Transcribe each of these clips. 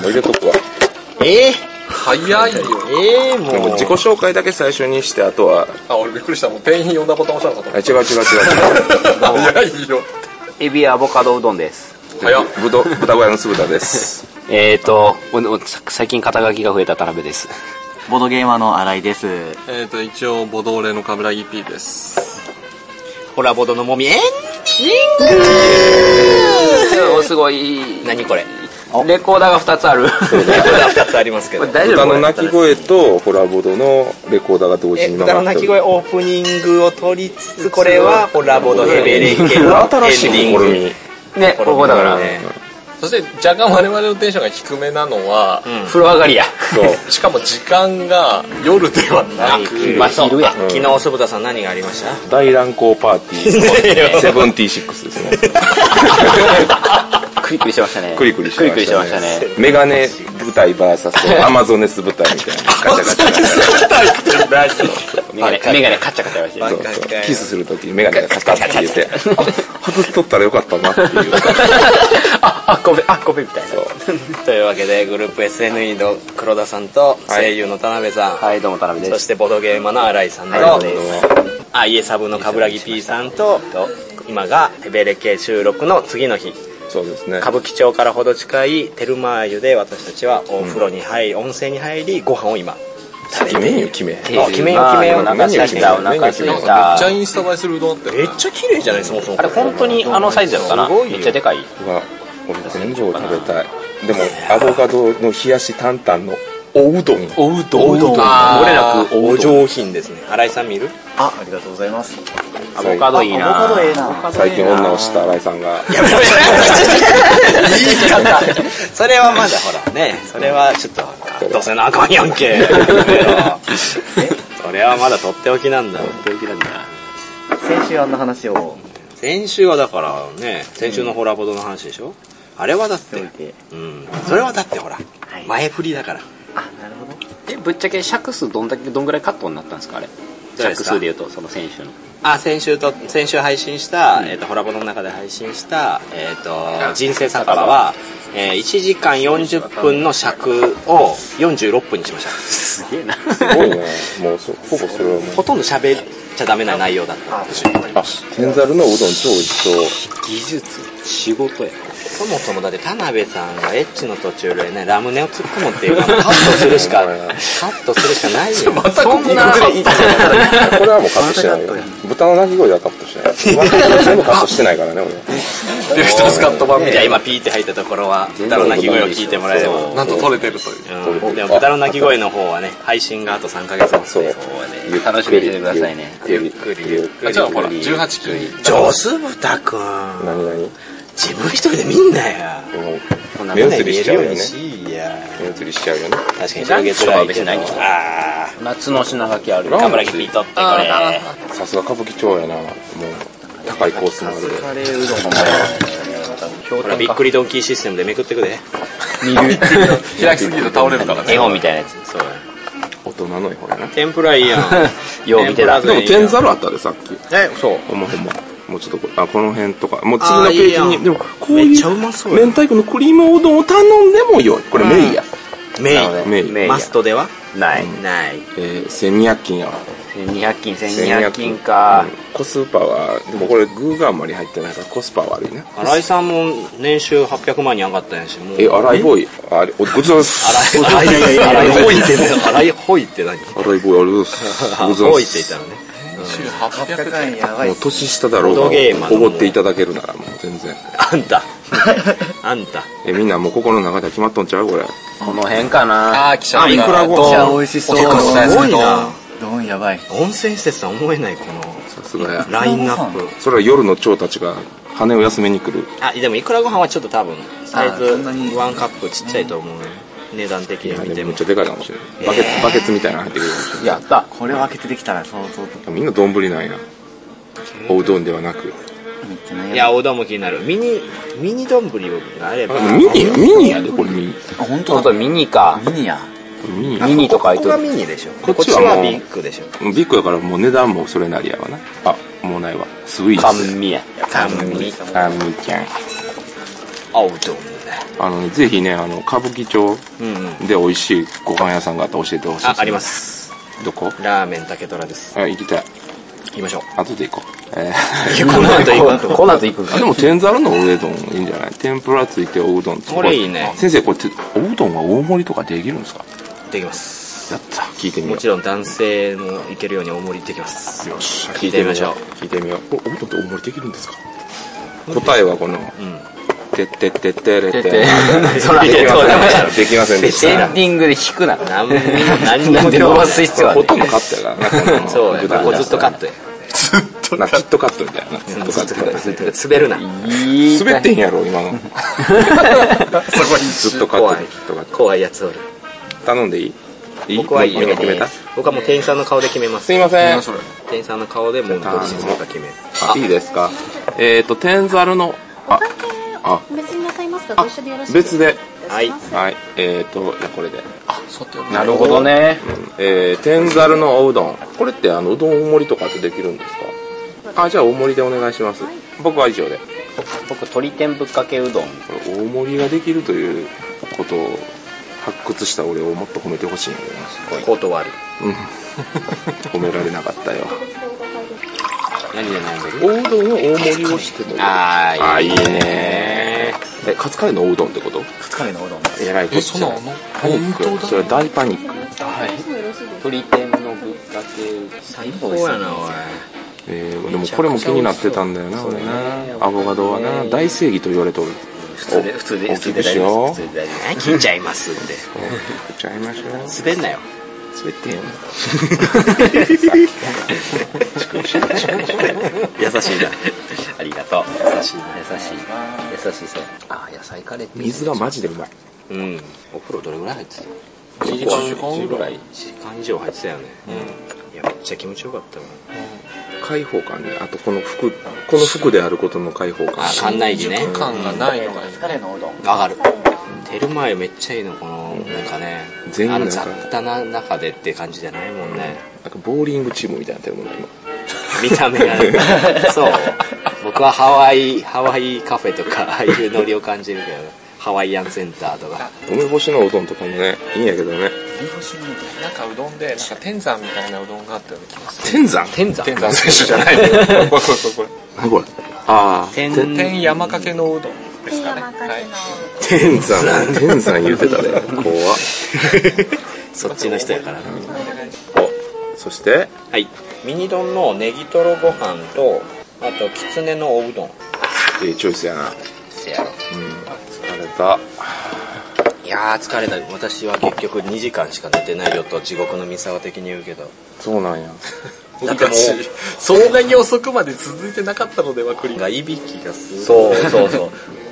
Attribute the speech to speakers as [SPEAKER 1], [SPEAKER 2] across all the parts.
[SPEAKER 1] もう入れとくわ
[SPEAKER 2] ええ
[SPEAKER 3] 早いよ。
[SPEAKER 2] ええも
[SPEAKER 1] で
[SPEAKER 2] う
[SPEAKER 1] も自己紹介だけ最初にしてあとは
[SPEAKER 3] あ、俺びっくりした。もう店員呼んだボタン押したの
[SPEAKER 1] あ
[SPEAKER 3] か
[SPEAKER 1] 違う違う違う
[SPEAKER 3] と思った。早いよ。
[SPEAKER 4] エビアボカドうどんです
[SPEAKER 3] 早っ。
[SPEAKER 1] 違うぶど豚小屋の酢豚です
[SPEAKER 4] えーとおおさ最近肩書きが増えた田辺です
[SPEAKER 5] ボードゲーマーの新井です。
[SPEAKER 3] えっと、一応、ボドーレのカムラギ P です。
[SPEAKER 2] コラボドのもみえん
[SPEAKER 4] おすごい
[SPEAKER 2] 何これ
[SPEAKER 4] レコーダーが2つある
[SPEAKER 2] これは2つありますけ
[SPEAKER 4] こ
[SPEAKER 2] ど
[SPEAKER 4] れ大丈
[SPEAKER 1] 豚
[SPEAKER 4] 夫こ
[SPEAKER 1] の
[SPEAKER 4] れ
[SPEAKER 1] 鳴き声とホラボドのレコーダーが同時
[SPEAKER 2] え
[SPEAKER 1] に
[SPEAKER 2] 歌の鳴き声オープニングを取りつつこれはコラボのヘベレンケの
[SPEAKER 1] 新しい試
[SPEAKER 2] エンディング
[SPEAKER 1] み
[SPEAKER 4] ねここだから、
[SPEAKER 2] ね
[SPEAKER 3] そして、若干我々のテンションが低めなのは、
[SPEAKER 4] 風呂上がりや
[SPEAKER 1] そう
[SPEAKER 3] しかも時間が夜ではなく、
[SPEAKER 4] 真昼や
[SPEAKER 2] 昨日そぶたさん何があり ました
[SPEAKER 1] 大乱行パーティーセブンティシックスですね
[SPEAKER 4] クリクリしてましたね
[SPEAKER 1] クリクリしてましたね
[SPEAKER 4] クリクリしてましたね
[SPEAKER 1] メガネ舞台 VS アマゾネス舞台みたいなガチャガチャガチャ
[SPEAKER 4] メガネメガネカッチャカチャやりまし
[SPEAKER 1] そうそうキスするときにメガネがカチャって入れて外しとったらよかったなっていう
[SPEAKER 4] たああごめんあごめんみたいな
[SPEAKER 2] というわけでグループ SNE の黒田さんと声優の田辺さん、
[SPEAKER 4] はいどうも田辺で
[SPEAKER 2] そ
[SPEAKER 4] す
[SPEAKER 2] してボードゲーマーの新井さんと、
[SPEAKER 4] はいどうも
[SPEAKER 2] あいえサブの冠城 P さんと今がヘベレ系収録の次の日
[SPEAKER 1] そうですね
[SPEAKER 2] 歌舞伎町からほど近いテルマー湯で私たちはお風呂に入り、温泉に入りご飯を今
[SPEAKER 1] 決めんよ決めん
[SPEAKER 2] あ決めよう
[SPEAKER 4] ま
[SPEAKER 2] 決めよう
[SPEAKER 4] あお腹すいたお腹すい
[SPEAKER 3] めったちゃインスタ映えするうどんあったよ
[SPEAKER 2] めっちゃ綺麗じゃないそもそも
[SPEAKER 4] あれ本当にあのサイズやったな
[SPEAKER 2] すごいよ
[SPEAKER 4] めっちゃでかいう
[SPEAKER 1] わ俺これ以上食べたいでもアボカドの冷やし担々のおうどん
[SPEAKER 4] おうどんおうどん
[SPEAKER 2] 漏
[SPEAKER 4] 漏
[SPEAKER 2] れ
[SPEAKER 4] れ
[SPEAKER 2] な
[SPEAKER 4] な
[SPEAKER 2] く
[SPEAKER 4] く
[SPEAKER 2] お上品ですね新井さん見る
[SPEAKER 5] あ、ありがとうございます。
[SPEAKER 4] アボカドいいな
[SPEAKER 5] アボカドええな。
[SPEAKER 1] 最近女を知った新井さんが
[SPEAKER 2] やめろやめろ言い方それはまだほらねそれはちょっとほらどうせなあかんやんけやめろそれはまだとっておきなんだ
[SPEAKER 5] 先週あんな話を
[SPEAKER 2] 先週はだからね先週のホラボドの話でしょあれはだっ
[SPEAKER 5] しておい
[SPEAKER 2] て
[SPEAKER 5] て。
[SPEAKER 2] うんそれはだってほら
[SPEAKER 5] い
[SPEAKER 2] 前振りだから
[SPEAKER 5] あ、なるほど。
[SPEAKER 4] えぶっちゃけ尺数どんだけどんぐらいカットになったんですかあれ
[SPEAKER 2] うです
[SPEAKER 4] 尺
[SPEAKER 2] か
[SPEAKER 4] 数でいうとその選手の
[SPEAKER 2] あ先週と先週配信した、えっとホラボの中で配信した、えっと人生酒場は、えー1時間40分の尺を46分にしました
[SPEAKER 4] すげえな
[SPEAKER 1] すごいね もうそほぼそれはもう
[SPEAKER 2] ほとんど喋っちゃダメな内容だった
[SPEAKER 1] あ天ざるのうどん超美味しそ
[SPEAKER 4] 技術仕事や
[SPEAKER 2] そもそもだって田辺さんがエッチの途中でねラムネを突っ込むって いうかカットするしかカットするしかないよそんな
[SPEAKER 1] うこれはもうカットしてないよ豚の鳴き声はカットしてない全部カットしてないからね俺
[SPEAKER 3] ディレクタースカット版み
[SPEAKER 2] じゃ
[SPEAKER 3] た
[SPEAKER 2] あ
[SPEAKER 3] いな。
[SPEAKER 2] 今ピーって入ったところは豚の鳴き声を聞いてもらえれば
[SPEAKER 3] なんと取れてるという。
[SPEAKER 2] うん、でも豚の鳴き声の方はね配信があと3ヶ月後
[SPEAKER 1] そうゆっくり
[SPEAKER 4] 楽しみにしててくださいね
[SPEAKER 1] ゆっくりゆっく
[SPEAKER 3] あ
[SPEAKER 1] り
[SPEAKER 3] じゃあほら、18期
[SPEAKER 2] 上手豚くん
[SPEAKER 1] 何々
[SPEAKER 2] 自分一人で見んなや
[SPEAKER 1] もう目移りしちゃうよね
[SPEAKER 2] いや
[SPEAKER 1] 目移りしちゃうよね
[SPEAKER 2] 確かに上月来月ないけどあ
[SPEAKER 4] 夏の品書きある
[SPEAKER 2] あ村木ピートってこれ
[SPEAKER 1] さすが歌舞伎町やなもう高いコースもあるで
[SPEAKER 5] カレーうどん。
[SPEAKER 2] ほらびっくりドンキーシステムでめくってくで
[SPEAKER 3] 開きすぎると倒れるからね。
[SPEAKER 4] 絵本みたいなやつ
[SPEAKER 2] そう
[SPEAKER 1] 大人の絵本やな
[SPEAKER 2] 天ぷらいいや ん
[SPEAKER 4] よう見て
[SPEAKER 2] 天ぷら
[SPEAKER 4] た
[SPEAKER 1] で
[SPEAKER 2] 勢
[SPEAKER 1] も
[SPEAKER 2] いいやん
[SPEAKER 1] 天ざるあったでさっき
[SPEAKER 2] えそう
[SPEAKER 1] もうほんまもうちょっとこあこの辺とかもう次
[SPEAKER 2] あ
[SPEAKER 1] の
[SPEAKER 2] ー
[SPEAKER 1] ペ
[SPEAKER 2] いいやん
[SPEAKER 1] ージにでもこう
[SPEAKER 2] めっ
[SPEAKER 1] い
[SPEAKER 2] ちゃう
[SPEAKER 1] う
[SPEAKER 2] まそうや
[SPEAKER 1] 明太子のクリームおうどんを頼んでもよいこれメイや
[SPEAKER 2] メイン
[SPEAKER 1] メイ
[SPEAKER 4] メイン
[SPEAKER 2] マストでは
[SPEAKER 4] ない
[SPEAKER 2] ない
[SPEAKER 1] えー1200均やわ
[SPEAKER 4] 200均1200均か
[SPEAKER 1] うんコスパはでもこれ具があんまり入ってないからコスパは悪いな
[SPEAKER 2] 新井さんも年収800万に上がったんやしもう
[SPEAKER 1] え荒いボーイあれおごちそうさま
[SPEAKER 2] 荒
[SPEAKER 1] で
[SPEAKER 2] 井
[SPEAKER 1] す
[SPEAKER 2] 荒井荒井
[SPEAKER 1] 荒
[SPEAKER 2] ほ
[SPEAKER 1] い
[SPEAKER 2] いって何荒井ほいって何
[SPEAKER 1] 荒いボーイありがとうござい ますごちそうさまで
[SPEAKER 2] ほいって言っ
[SPEAKER 1] す
[SPEAKER 2] たのね
[SPEAKER 3] 週
[SPEAKER 5] 800
[SPEAKER 3] 800
[SPEAKER 5] 円やばい
[SPEAKER 1] も
[SPEAKER 5] っ
[SPEAKER 1] う
[SPEAKER 5] す。
[SPEAKER 1] 年下だろう
[SPEAKER 2] ボードゲー
[SPEAKER 1] が
[SPEAKER 2] マーだ
[SPEAKER 1] お
[SPEAKER 2] もん
[SPEAKER 1] ごっていただけるならもう全然
[SPEAKER 2] あんたあんた
[SPEAKER 1] えみんなもう心の中で決まっとんちゃうこれ
[SPEAKER 4] この辺かな
[SPEAKER 3] あー、来ちゃった。
[SPEAKER 1] いくらご
[SPEAKER 5] めっちゃ
[SPEAKER 1] 飯
[SPEAKER 5] 美味しそう。
[SPEAKER 3] 結構したやつ
[SPEAKER 5] す
[SPEAKER 3] だ
[SPEAKER 5] ご
[SPEAKER 3] け
[SPEAKER 5] い
[SPEAKER 3] ど
[SPEAKER 5] な。どんやばい。
[SPEAKER 2] 温泉施設とは思えないこの
[SPEAKER 1] さすがや
[SPEAKER 2] ラインナップ
[SPEAKER 1] それは夜の蝶たちが羽を休めに来る
[SPEAKER 2] あでもいくらご飯はちょっと多分サイズ
[SPEAKER 5] あそんなに
[SPEAKER 2] ワンカップちっちゃいと思うね値段的に
[SPEAKER 1] で
[SPEAKER 2] 見て
[SPEAKER 1] もめ
[SPEAKER 2] も
[SPEAKER 1] っちゃでかいかもしれないバケツバケツみたいなの入ってくるかもしれ
[SPEAKER 4] やった
[SPEAKER 5] これを開けてできたら相当
[SPEAKER 1] ない
[SPEAKER 5] と
[SPEAKER 1] みんな丼なんやおうどんではなく
[SPEAKER 5] めっちゃ悩む
[SPEAKER 2] いやおどんも気になるミニミニ丼があれば
[SPEAKER 1] あミニミニやでこれミニ
[SPEAKER 5] あ、本
[SPEAKER 4] ちょ
[SPEAKER 5] 当
[SPEAKER 4] っとミニか
[SPEAKER 5] ミニや。
[SPEAKER 1] ミニ
[SPEAKER 4] ミニとかい
[SPEAKER 2] ことこが
[SPEAKER 4] る
[SPEAKER 2] ミニでしょ
[SPEAKER 1] こっちは
[SPEAKER 2] こっ
[SPEAKER 1] もう
[SPEAKER 2] ビッグでしょ
[SPEAKER 1] ビッグやからもう値段もそれなりやわなあもうないわスイーツ
[SPEAKER 4] 甘味や
[SPEAKER 2] 甘味
[SPEAKER 1] あみちゃん
[SPEAKER 2] あおどん
[SPEAKER 1] あのね、ぜひね、あの、歌舞伎町
[SPEAKER 2] うんうん
[SPEAKER 1] で美味しいご飯屋さんがあったら教えてほしいですね
[SPEAKER 2] あありま。す
[SPEAKER 1] どこ
[SPEAKER 2] ラーメン竹虎です
[SPEAKER 1] あ、行きたい。
[SPEAKER 2] 行きましょう
[SPEAKER 1] 後で行こう。え
[SPEAKER 2] いやこの後行く
[SPEAKER 4] この後行くん
[SPEAKER 1] ー、あでも、天ざるのおうどんいいんじゃない天ぷらついておうどんついて
[SPEAKER 2] これいいね
[SPEAKER 1] 先生、これて、おうどんは大盛りとかできるんですか
[SPEAKER 2] できます
[SPEAKER 1] やった。聞いてみよ
[SPEAKER 2] も
[SPEAKER 1] う。
[SPEAKER 2] ちろん男性も行けるように大盛りできます
[SPEAKER 1] よし、聞
[SPEAKER 2] 聞
[SPEAKER 1] い
[SPEAKER 2] い
[SPEAKER 1] て
[SPEAKER 2] て
[SPEAKER 1] みま
[SPEAKER 2] みま
[SPEAKER 1] し
[SPEAKER 2] し
[SPEAKER 1] ょ
[SPEAKER 2] ょ
[SPEAKER 1] う
[SPEAKER 2] う。
[SPEAKER 1] 聞いてみよう。お、おうどんって大盛りできるんですか答えはこの、
[SPEAKER 2] うん
[SPEAKER 1] てってってってれて。で
[SPEAKER 4] そら
[SPEAKER 1] きませんでした。できませんでし
[SPEAKER 4] エ
[SPEAKER 1] た。
[SPEAKER 4] ンディングで引くな。
[SPEAKER 2] 何にも何に
[SPEAKER 4] な
[SPEAKER 2] も
[SPEAKER 4] んで
[SPEAKER 2] 手を
[SPEAKER 4] 伸ばす必要は
[SPEAKER 1] ほ
[SPEAKER 4] ね
[SPEAKER 1] とんどカットやからなこの。
[SPEAKER 2] そうや
[SPEAKER 1] 具体的
[SPEAKER 2] ここ
[SPEAKER 1] な
[SPEAKER 2] ずっとカットや
[SPEAKER 1] なキットカットみたいな。キットカ
[SPEAKER 2] ずっとカ
[SPEAKER 1] ット
[SPEAKER 2] ット滑るな
[SPEAKER 1] 滑ってへんやろ、今の。 ずっとカット
[SPEAKER 2] 怖
[SPEAKER 1] で
[SPEAKER 2] い
[SPEAKER 1] キットカット。
[SPEAKER 2] 怖いやつおる
[SPEAKER 1] 頼んでいいいい
[SPEAKER 2] 僕はいい
[SPEAKER 1] も
[SPEAKER 2] よ
[SPEAKER 1] う決めた
[SPEAKER 2] 僕はもう店員さんの顔で決めます
[SPEAKER 1] すいません。
[SPEAKER 2] 店員さんの顔でもうどっちにするか決める
[SPEAKER 1] あいいですか。えっと、天ざるの、
[SPEAKER 6] お
[SPEAKER 1] あ、
[SPEAKER 6] 会
[SPEAKER 1] あ
[SPEAKER 6] 計別になさいますか
[SPEAKER 1] あ
[SPEAKER 6] ご一緒でよろしい
[SPEAKER 1] 別で。
[SPEAKER 6] はいします
[SPEAKER 1] はい。えっと、じゃあこれで。
[SPEAKER 4] なるほどね。
[SPEAKER 1] えー、天ざるのおうどんこれってあのうどん大盛りとかってできるんですかあじゃあ大盛りでお願いします
[SPEAKER 6] はい
[SPEAKER 1] 僕は以上でこ
[SPEAKER 4] 僕、鶏天ぶっかけうどん。
[SPEAKER 1] れ大盛りができるということを発掘した俺をもっと褒めてほしいんだよな
[SPEAKER 2] 断る
[SPEAKER 1] うん褒められなかったよ
[SPEAKER 6] 別でお伺いです
[SPEAKER 2] 何で
[SPEAKER 1] おう
[SPEAKER 2] 何で
[SPEAKER 1] どんは大盛りをしてという
[SPEAKER 2] あ
[SPEAKER 1] あ
[SPEAKER 2] あ
[SPEAKER 1] い
[SPEAKER 2] いい
[SPEAKER 1] いね
[SPEAKER 2] ね
[SPEAKER 1] えカツカレーのおうどんってこと
[SPEAKER 5] カツカレーのおうどん
[SPEAKER 1] えらいこっちゃパニックそれは大パニック
[SPEAKER 4] 鶏天のぶっかけうどん。
[SPEAKER 2] 最高やなおい
[SPEAKER 1] えー、でもこれも気になってたんだよな俺なアボカドはな大正義と言われとる
[SPEAKER 2] 普通で普通で
[SPEAKER 1] 大
[SPEAKER 2] 普通
[SPEAKER 1] き
[SPEAKER 2] で
[SPEAKER 1] く
[SPEAKER 2] 大
[SPEAKER 1] し
[SPEAKER 2] 丈夫
[SPEAKER 1] よ
[SPEAKER 2] です普通で大丈夫です何聞いちゃいますって
[SPEAKER 1] う食っちゃいましょう
[SPEAKER 2] 滑んなよ
[SPEAKER 1] 滑ってんよ
[SPEAKER 2] 優しいなありがとう優しいな
[SPEAKER 4] 優しい。優しそう。あー、野菜カレーって。
[SPEAKER 1] 水がマジでうまい
[SPEAKER 2] うんお風呂どれぐらい入ってた
[SPEAKER 1] 1時間ぐらい
[SPEAKER 2] 1時間以上入ってたよねうんいやめっちゃ気持ちよかったわ
[SPEAKER 1] 開放感ねあとこの服この服であることの開放感
[SPEAKER 2] あ館内着ね
[SPEAKER 3] 感がないのがいい
[SPEAKER 5] カツカレーのおうどん
[SPEAKER 2] 上がるテルマエめっちゃいいのこのなんかね
[SPEAKER 1] 全員
[SPEAKER 2] あ
[SPEAKER 1] なん
[SPEAKER 2] の
[SPEAKER 1] か
[SPEAKER 2] 雑多な中でって感じじゃないもんね
[SPEAKER 1] なんかボーリングチームみたいな建物今
[SPEAKER 2] 見た目がねそう僕はハワイハワイカフェとかああいうノリを感じるけどハワイアンセンターとか
[SPEAKER 1] 梅干しのおうどんとかもねいいんやけどね
[SPEAKER 5] 梅干しのおうどん
[SPEAKER 3] なんかうどんでなんか天山みたいなうどんがあったような気がする
[SPEAKER 1] 天山
[SPEAKER 2] 天山
[SPEAKER 3] 天山選手じゃない これこれこれ
[SPEAKER 1] 何これああ
[SPEAKER 2] 天
[SPEAKER 3] 天山かけのうどんです
[SPEAKER 6] 天
[SPEAKER 3] かね
[SPEAKER 6] 山か
[SPEAKER 3] はい
[SPEAKER 6] けの
[SPEAKER 1] 天山天山言うてたね怖っ
[SPEAKER 2] そっちの人やからな
[SPEAKER 1] おそして
[SPEAKER 2] はいミニ丼のネギトロご飯とあときつねのおうどん
[SPEAKER 1] ええチョイスやなうん
[SPEAKER 2] せやろ
[SPEAKER 1] 疲れた
[SPEAKER 2] いやー疲れた私は結局2時間しか寝てないよと地獄の三沢的に言うけど
[SPEAKER 1] そう なんや
[SPEAKER 2] なんかもう
[SPEAKER 3] そんなに遅くまで続いてなかったのではクリ
[SPEAKER 2] がいびきがすごい
[SPEAKER 4] そうそうそう。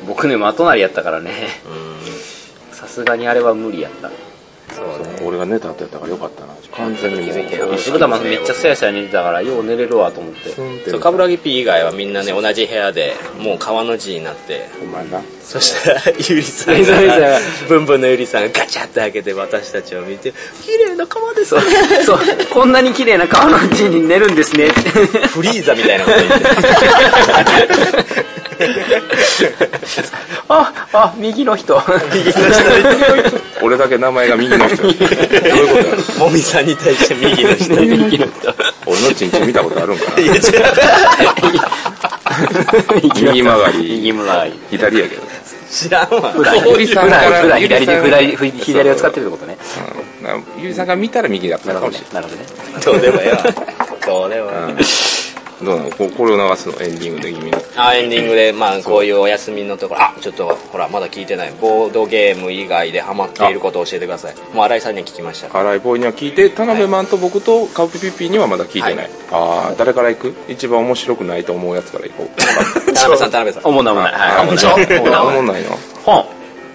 [SPEAKER 4] 僕ね、まとなりやったからね。さすがにあれは無理やった。
[SPEAKER 2] そうね
[SPEAKER 1] 俺が寝た後やったからよかったな完全にもう
[SPEAKER 4] 石豚めっちゃすやすや寝てたから、よう寝れるわと思って。
[SPEAKER 1] スンって
[SPEAKER 2] そうカブラギピー以外はみんなね同じ部屋でもう川の字になって
[SPEAKER 1] お前な
[SPEAKER 2] そしたらゆりさん
[SPEAKER 4] ゆりさん
[SPEAKER 2] が
[SPEAKER 4] が
[SPEAKER 2] ブンブンのゆりさんがガチャって開けて私たちを見て「綺麗な川ですね
[SPEAKER 4] そう、こんなに綺麗な川のうちに寝るんですね。
[SPEAKER 2] フリーザみたいなこと言って
[SPEAKER 4] あ、あ、右の人。
[SPEAKER 1] 俺だけ名前が右の人どう いうことや
[SPEAKER 2] もみさんに対して右の人右の人
[SPEAKER 1] 俺のちんちん見たことあるんかな
[SPEAKER 2] いや違う
[SPEAKER 1] 右曲がり
[SPEAKER 4] 右もない。
[SPEAKER 1] 左やけど
[SPEAKER 2] 知らんわ
[SPEAKER 4] 左
[SPEAKER 1] さんから
[SPEAKER 4] 左左左左左を使ってるってことね。
[SPEAKER 1] なゆりさんが見たら右だった
[SPEAKER 4] な
[SPEAKER 1] の
[SPEAKER 4] る
[SPEAKER 1] か
[SPEAKER 4] ほ
[SPEAKER 1] も
[SPEAKER 4] ど
[SPEAKER 1] しれ。
[SPEAKER 2] ど
[SPEAKER 4] ねなるほどね。
[SPEAKER 2] うでもええわどうでもええわ
[SPEAKER 1] ない、うん、どうなのここれを流すのエンディング的に
[SPEAKER 2] あエンディングで、まあ、こういうお休みのところあちょっとほらまだ聞いてないボードゲーム以外でハマっていることを教えてくださいもう新井さんには聞きました
[SPEAKER 1] 荒井ボーイには聞いて田辺マンと僕とカウピピピにはまだ聞いてない、ああ誰から行く一番面白くないと思うやつから 行こう
[SPEAKER 2] 田辺さん田辺さん
[SPEAKER 4] おもんなもんない。はい。
[SPEAKER 1] 面白い思んないの
[SPEAKER 4] 本。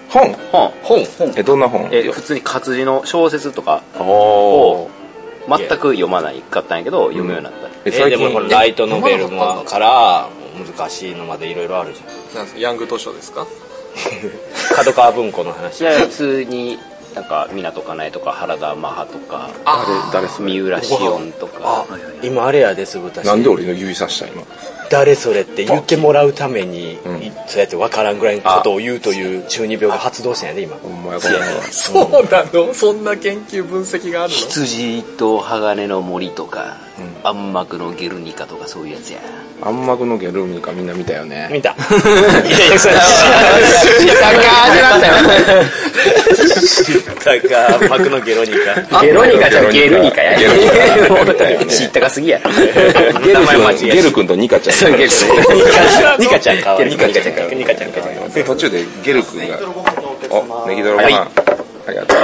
[SPEAKER 1] 本
[SPEAKER 4] 本。
[SPEAKER 2] 本
[SPEAKER 1] えどんな本
[SPEAKER 4] え、普通に活字の小説とか
[SPEAKER 1] お
[SPEAKER 4] を全く読まないかったんやけど、読むようになった。
[SPEAKER 1] え
[SPEAKER 2] え
[SPEAKER 1] 最
[SPEAKER 2] で
[SPEAKER 1] 近
[SPEAKER 2] もこれライトノベルもから難しいのまでいろいろあるじゃん
[SPEAKER 3] なんですかヤング図書ですか
[SPEAKER 2] 角川文庫の話
[SPEAKER 4] いや普通になんか湊かなえとか原田マハとか
[SPEAKER 1] 誰誰す
[SPEAKER 4] 三浦紫音とか
[SPEAKER 2] 今あれやです豚
[SPEAKER 1] なんで俺の指さした今
[SPEAKER 2] 誰それって言ってもらうために、そうやって分からんぐらいのことを言うという中二病が発動したんやで今
[SPEAKER 1] お前この
[SPEAKER 3] そうなのそんな研究分析があるの
[SPEAKER 4] 羊と鋼の森とか、暗幕のゲルニカとかそういうやつや
[SPEAKER 1] 暗幕のゲルミカみんな見たよね
[SPEAKER 2] 見 たいやいやそれ知った
[SPEAKER 4] なんだよ
[SPEAKER 2] 知ったか幕のゲロニカ
[SPEAKER 4] ゲロニカじゃんゲルニカや
[SPEAKER 1] ゲルニ
[SPEAKER 4] 知ったかすぎやろ
[SPEAKER 1] ゲル
[SPEAKER 4] 名前間違
[SPEAKER 1] 君
[SPEAKER 4] え
[SPEAKER 1] ゲル君とニカちゃん
[SPEAKER 4] ゲル
[SPEAKER 2] ニカちゃんかわいい
[SPEAKER 4] ニカちゃんかわいい
[SPEAKER 2] ニカちゃんかわいい
[SPEAKER 1] 途中でゲル君がおネギドロご
[SPEAKER 4] は
[SPEAKER 1] 飯
[SPEAKER 4] い
[SPEAKER 1] ありがとう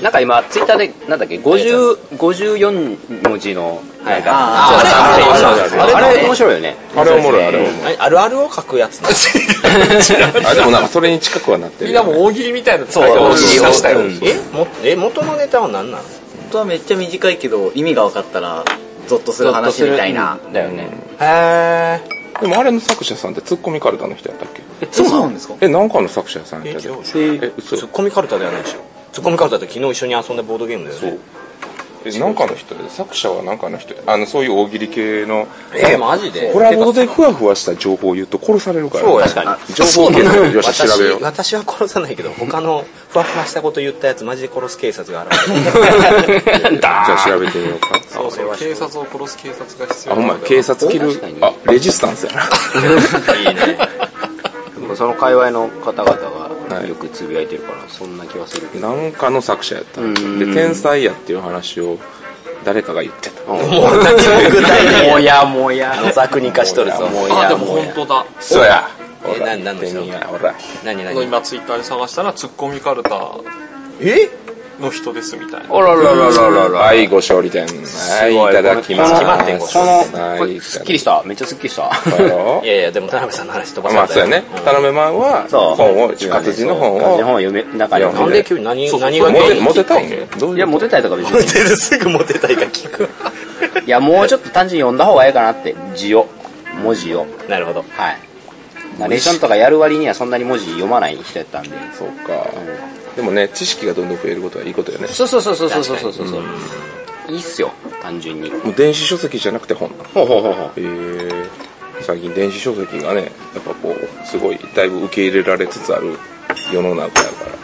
[SPEAKER 4] なんか今ツイッターでなんだっけ50 54文字のなんか
[SPEAKER 2] あ
[SPEAKER 4] あ
[SPEAKER 2] あ
[SPEAKER 4] れあれ面白いよね
[SPEAKER 1] あれおもろいあれおもろい
[SPEAKER 2] あるあるを書くやつな
[SPEAKER 1] あでもなんかそれに近くはなってる
[SPEAKER 3] みんなもう大喜利みたいなそう
[SPEAKER 4] 大
[SPEAKER 3] 大
[SPEAKER 4] 喜
[SPEAKER 3] 喜
[SPEAKER 4] 利
[SPEAKER 3] 利
[SPEAKER 4] を
[SPEAKER 3] さしたよ、
[SPEAKER 4] うん
[SPEAKER 2] えもえ元のネタは何なの
[SPEAKER 5] 本当はめっちゃ短いけど、意味が分かったら、ゾッとする話みたいな。
[SPEAKER 4] だよね
[SPEAKER 2] へ
[SPEAKER 1] でもあれの作者さんってツッコミカルタの人やったっけ
[SPEAKER 5] そうなんですか
[SPEAKER 1] えなんかの作者さんやったっけ
[SPEAKER 2] え
[SPEAKER 1] え嘘
[SPEAKER 2] ツッコミカルタではないでしょツッコミカルタって昨日一緒に遊んだボードゲームだよね
[SPEAKER 1] えなんかの人で作者はなんかの人あのそういう大喜利系の
[SPEAKER 2] えーマジで
[SPEAKER 1] コラボでふわふわした情報を言うと殺されるから、ね、
[SPEAKER 2] そうや
[SPEAKER 1] 情報系のよし調べよ
[SPEAKER 2] 私
[SPEAKER 1] う
[SPEAKER 2] 私は殺さないけど他のふわふわしたこと言ったやつマジで殺す警察がある
[SPEAKER 1] じゃあ調べてみようか
[SPEAKER 3] そうそう警察を殺す警察が
[SPEAKER 1] あ
[SPEAKER 3] 必要
[SPEAKER 1] ほんま
[SPEAKER 3] な
[SPEAKER 1] や
[SPEAKER 3] んだ
[SPEAKER 1] 警察着る
[SPEAKER 4] 確かに
[SPEAKER 1] あレジスタンスやな
[SPEAKER 2] いいね
[SPEAKER 4] その界隈の方々がよくつぶやいてるからそんな気はするけど
[SPEAKER 1] なんかの作者やったで天才やっていう話を誰かが言ってた
[SPEAKER 4] もやもや
[SPEAKER 2] 野作に化しとるぞ
[SPEAKER 4] も
[SPEAKER 3] あ
[SPEAKER 4] や
[SPEAKER 3] でも
[SPEAKER 4] もや
[SPEAKER 3] 本当だ
[SPEAKER 1] そうや
[SPEAKER 2] えななんでしょう
[SPEAKER 1] ペニーやほら
[SPEAKER 2] 何
[SPEAKER 3] あの
[SPEAKER 2] 何
[SPEAKER 3] 今ツイッターで探したらツッコミカルタ
[SPEAKER 2] え
[SPEAKER 3] の人ですみたいな
[SPEAKER 4] あらららららら
[SPEAKER 1] はいご勝利点はいいただきます
[SPEAKER 2] 決まってんご
[SPEAKER 4] こ
[SPEAKER 1] は
[SPEAKER 4] の
[SPEAKER 1] い
[SPEAKER 4] これすっきりしためっちゃすっきりした
[SPEAKER 1] いただきますよ
[SPEAKER 2] いやいやでも田辺さんの話飛ば
[SPEAKER 1] ま
[SPEAKER 2] さ
[SPEAKER 1] あそ
[SPEAKER 2] れ
[SPEAKER 1] う
[SPEAKER 2] た
[SPEAKER 1] やね頼めマンは
[SPEAKER 4] そう
[SPEAKER 1] 本を活字の本
[SPEAKER 4] 活字の
[SPEAKER 1] を
[SPEAKER 4] 本を読め中に
[SPEAKER 2] なんで急に何何が
[SPEAKER 1] モ
[SPEAKER 2] 原
[SPEAKER 1] テ
[SPEAKER 2] 因
[SPEAKER 1] モテたいねどう
[SPEAKER 4] い
[SPEAKER 1] い
[SPEAKER 4] や
[SPEAKER 1] う
[SPEAKER 4] モテたいとか別
[SPEAKER 2] モ
[SPEAKER 4] に
[SPEAKER 2] テるすぐモテたいが 聞く
[SPEAKER 4] いやもうちょっと単純に読んだ方がいいかなって字を文字を
[SPEAKER 2] なるほど
[SPEAKER 4] はいナレーションとかやる割にはそんなに文字読まない人やったんで
[SPEAKER 1] そうかでもね知識がどんどん増えることはいいことよね
[SPEAKER 4] そうそうそうそうそうそうそうそういいっすよ単純に
[SPEAKER 1] もう電子書籍じゃなくて本
[SPEAKER 4] ほうほうほうほう
[SPEAKER 1] えー最近電子書籍がねやっぱこうすごいだいぶ受け入れられつつある世の中やか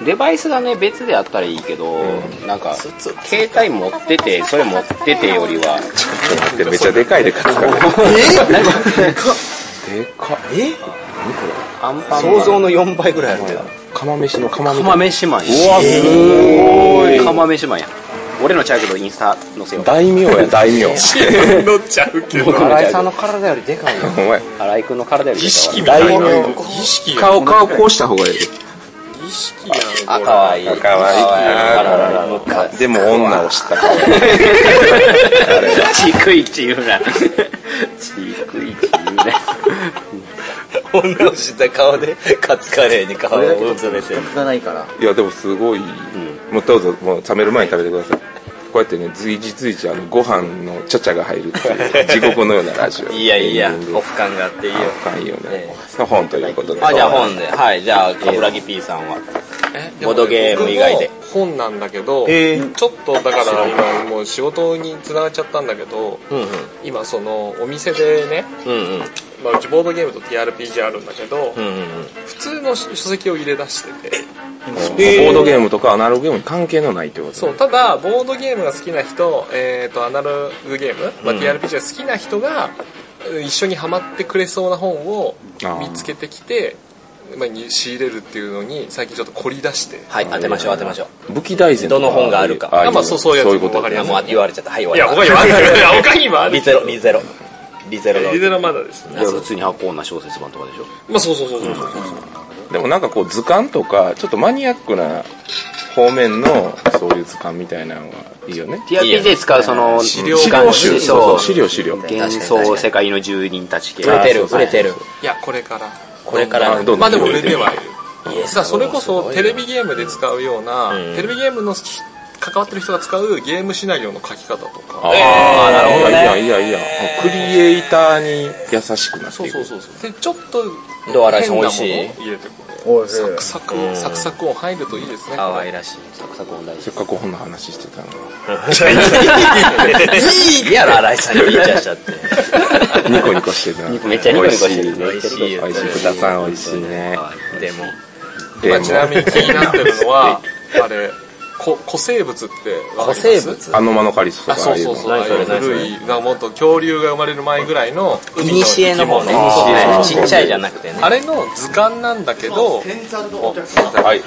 [SPEAKER 1] ら
[SPEAKER 4] デバイスがね別であったらいいけど、なんか携帯持っててそれ持っててよりは
[SPEAKER 1] ちょっと待ってめっちゃでかいでかいでかいでかい
[SPEAKER 2] え
[SPEAKER 4] アンパンマ
[SPEAKER 2] 想
[SPEAKER 4] ン
[SPEAKER 2] 像の4倍ぐらいあるけど
[SPEAKER 1] 釜飯の釜みた
[SPEAKER 4] 釜
[SPEAKER 1] いな
[SPEAKER 4] 飯マンや
[SPEAKER 1] うわすごい
[SPEAKER 4] 釜飯マンや俺のチャークのインスタ載せよう
[SPEAKER 1] 大名や大名
[SPEAKER 3] 乗っちゃうけど
[SPEAKER 4] 僕のチャー
[SPEAKER 2] の体よりでかいよ
[SPEAKER 1] お前
[SPEAKER 4] ク新井君の体よりで
[SPEAKER 3] 儀式
[SPEAKER 4] か
[SPEAKER 3] みたいな
[SPEAKER 1] 大名
[SPEAKER 3] 儀式やん
[SPEAKER 1] 顔顔こうした方がいい
[SPEAKER 3] 儀式やん
[SPEAKER 4] あかわいい
[SPEAKER 1] かわいい
[SPEAKER 4] あらららら
[SPEAKER 1] でも女を知ったから
[SPEAKER 4] ちくいち言うなちくいち言うな
[SPEAKER 2] 女を知った顔でカツカレーに顔をうずめてる
[SPEAKER 5] がないから。
[SPEAKER 1] いやでもすごい、もうどうぞもう冷める前に食べてくださいこうやってね随時随時あのご飯のちゃちゃが入るっていう地獄のようなラジオ
[SPEAKER 2] いやいや
[SPEAKER 1] エンディング
[SPEAKER 2] オフ感があっていいよ
[SPEAKER 1] あかんよね
[SPEAKER 2] え
[SPEAKER 1] の本ということで
[SPEAKER 2] あじゃあ本ではいじゃあ冠城 P さんは
[SPEAKER 3] え
[SPEAKER 2] ボードゲーム以外で
[SPEAKER 3] 僕も本なんだけど、
[SPEAKER 2] へー
[SPEAKER 3] ちょっとだから今もう仕事につながっちゃったんだけど、
[SPEAKER 2] うん
[SPEAKER 3] 今そのお店でね、
[SPEAKER 2] うんうんうん
[SPEAKER 3] まあ、うちボードゲームと TRPG あるんだけど、
[SPEAKER 2] うんうんうん
[SPEAKER 3] 普通の書籍を入れ出してて
[SPEAKER 1] ボードゲームとかアナログゲームに関係のないってこと
[SPEAKER 3] そうただボードゲームが好きな人、えー、とアナログゲーム、まあ
[SPEAKER 2] うん
[SPEAKER 3] TRPG が好きな人がうん一緒にハマってくれそうな本を見つけてきてまあ、に仕入れるっていうのに最近ちょっと凝り出して
[SPEAKER 2] はい当てましょう当てましょう
[SPEAKER 1] 武器大全と
[SPEAKER 2] どの本があるか
[SPEAKER 1] い
[SPEAKER 3] あまあそうそういうやつ
[SPEAKER 1] そういうこと
[SPEAKER 3] わかり
[SPEAKER 2] いや
[SPEAKER 3] やす
[SPEAKER 2] もう言われちゃったはい
[SPEAKER 3] い
[SPEAKER 2] 終
[SPEAKER 3] や
[SPEAKER 2] わ
[SPEAKER 3] 他
[SPEAKER 2] り
[SPEAKER 3] にもあるんだ けどいや他にもある
[SPEAKER 2] リゼロリゼロリゼロ
[SPEAKER 3] リゼロまだです
[SPEAKER 4] いや普通に箱女小説版とかでしょ
[SPEAKER 3] まあそうそうそうそうそう
[SPEAKER 1] でもなんかこう図鑑とかちょっとマニアックな方面のそういう図鑑みたいなのはいいよね
[SPEAKER 4] TRPG 使うその
[SPEAKER 3] 資料
[SPEAKER 1] 資料集そうそう資
[SPEAKER 4] 資料
[SPEAKER 1] 料資料
[SPEAKER 4] 幻想世界の住人たち系
[SPEAKER 2] 売れてる
[SPEAKER 4] そうそ
[SPEAKER 2] 売
[SPEAKER 4] う
[SPEAKER 2] れてる
[SPEAKER 3] いやこれから
[SPEAKER 2] これから
[SPEAKER 1] あどんどん
[SPEAKER 3] まあでも売れてはいる
[SPEAKER 2] いや
[SPEAKER 3] さあそれこ
[SPEAKER 2] すご
[SPEAKER 3] そ
[SPEAKER 2] いな
[SPEAKER 3] テレビゲームで使うような
[SPEAKER 2] うん
[SPEAKER 3] テレビゲームのし関わってる人が使うゲームシナリオの書き方とか
[SPEAKER 1] ああ、なるほど。いい
[SPEAKER 2] ね
[SPEAKER 1] やんいいやんいいやん。クリエイターに優しくなっていく。
[SPEAKER 3] そうそうそうそうでちょっと
[SPEAKER 2] どう新井さん美味しい
[SPEAKER 3] 変なものを入れてくる
[SPEAKER 5] おいしい
[SPEAKER 3] サクサク
[SPEAKER 2] うん
[SPEAKER 3] サクサク音入るといいですね
[SPEAKER 2] 可愛らしいサクサク音大
[SPEAKER 1] せ
[SPEAKER 2] 事
[SPEAKER 1] っかく本の話してたのに
[SPEAKER 2] いいやろ新井さんにイチャしちゃって
[SPEAKER 1] ニコニコしてた
[SPEAKER 4] めっちゃニコニコしてる
[SPEAKER 1] 美味しい美味しい豚さん美味しいね
[SPEAKER 2] でも
[SPEAKER 3] 今ちなみに気になってるのはあれこ古生物ってわかりま
[SPEAKER 2] 古
[SPEAKER 3] す
[SPEAKER 2] 生物
[SPEAKER 1] アノマノカリスと
[SPEAKER 3] あ
[SPEAKER 1] かあ
[SPEAKER 3] そ
[SPEAKER 1] あ
[SPEAKER 3] う
[SPEAKER 1] いう
[SPEAKER 3] そ
[SPEAKER 1] の
[SPEAKER 3] うそうああい
[SPEAKER 2] 何そうれ何それ
[SPEAKER 3] 古いなもっと恐竜が生まれる前ぐらいの
[SPEAKER 2] いにしえの方ね
[SPEAKER 3] そう
[SPEAKER 1] あー
[SPEAKER 2] ちっちゃいじゃなくてね
[SPEAKER 3] あれの図鑑なんだけど
[SPEAKER 1] はい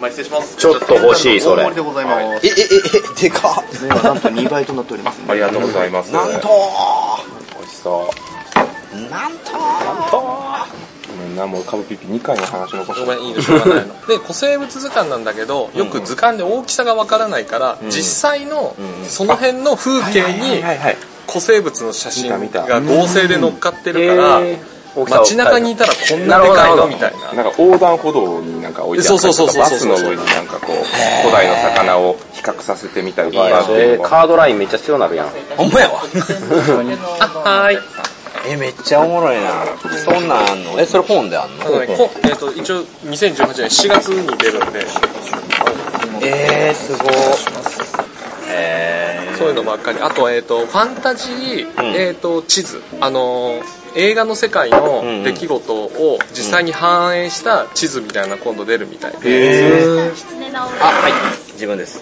[SPEAKER 6] 前失礼します
[SPEAKER 4] ちょっと欲しいそれ
[SPEAKER 6] 大盛りでございます
[SPEAKER 2] ええええでかっ
[SPEAKER 6] 今なんと2倍となっております
[SPEAKER 1] ありがとうございます
[SPEAKER 2] なんと
[SPEAKER 1] 美味しそう
[SPEAKER 2] なんと
[SPEAKER 1] ごめんなもうカブピピ2回の話残し
[SPEAKER 3] ご
[SPEAKER 1] た
[SPEAKER 3] めんいいですしょうがないので古生物図鑑なんだけどよく図鑑で大きさがわからないから、実際のその辺の風景に
[SPEAKER 1] はいはい
[SPEAKER 3] 古生物の写真
[SPEAKER 1] 見た見た
[SPEAKER 3] が合成で乗っかってるから、
[SPEAKER 4] へー大きさを
[SPEAKER 3] 街中にいたらこんなでかいのみたいな
[SPEAKER 1] なんか横断歩道になんか置いてあったりとかバスの上になんかこう古代の魚を比較させてみたりと
[SPEAKER 4] いや
[SPEAKER 1] か
[SPEAKER 4] それカードラインめっちゃ強なるやん
[SPEAKER 2] ほんまやわえめっちゃおもろいなそんなんあんのえそれ本であん
[SPEAKER 3] あ
[SPEAKER 2] の
[SPEAKER 3] のねこえっと一応2018年7月に出るんで
[SPEAKER 2] えー、すごいえ
[SPEAKER 3] そういうのばっかりあと,、えっとファンタジー、
[SPEAKER 2] ん
[SPEAKER 3] えっと地図あのー映画の世界の出来事を実際に反映した地図みたいなの今度出るみたいで、
[SPEAKER 2] ー、あはい自分です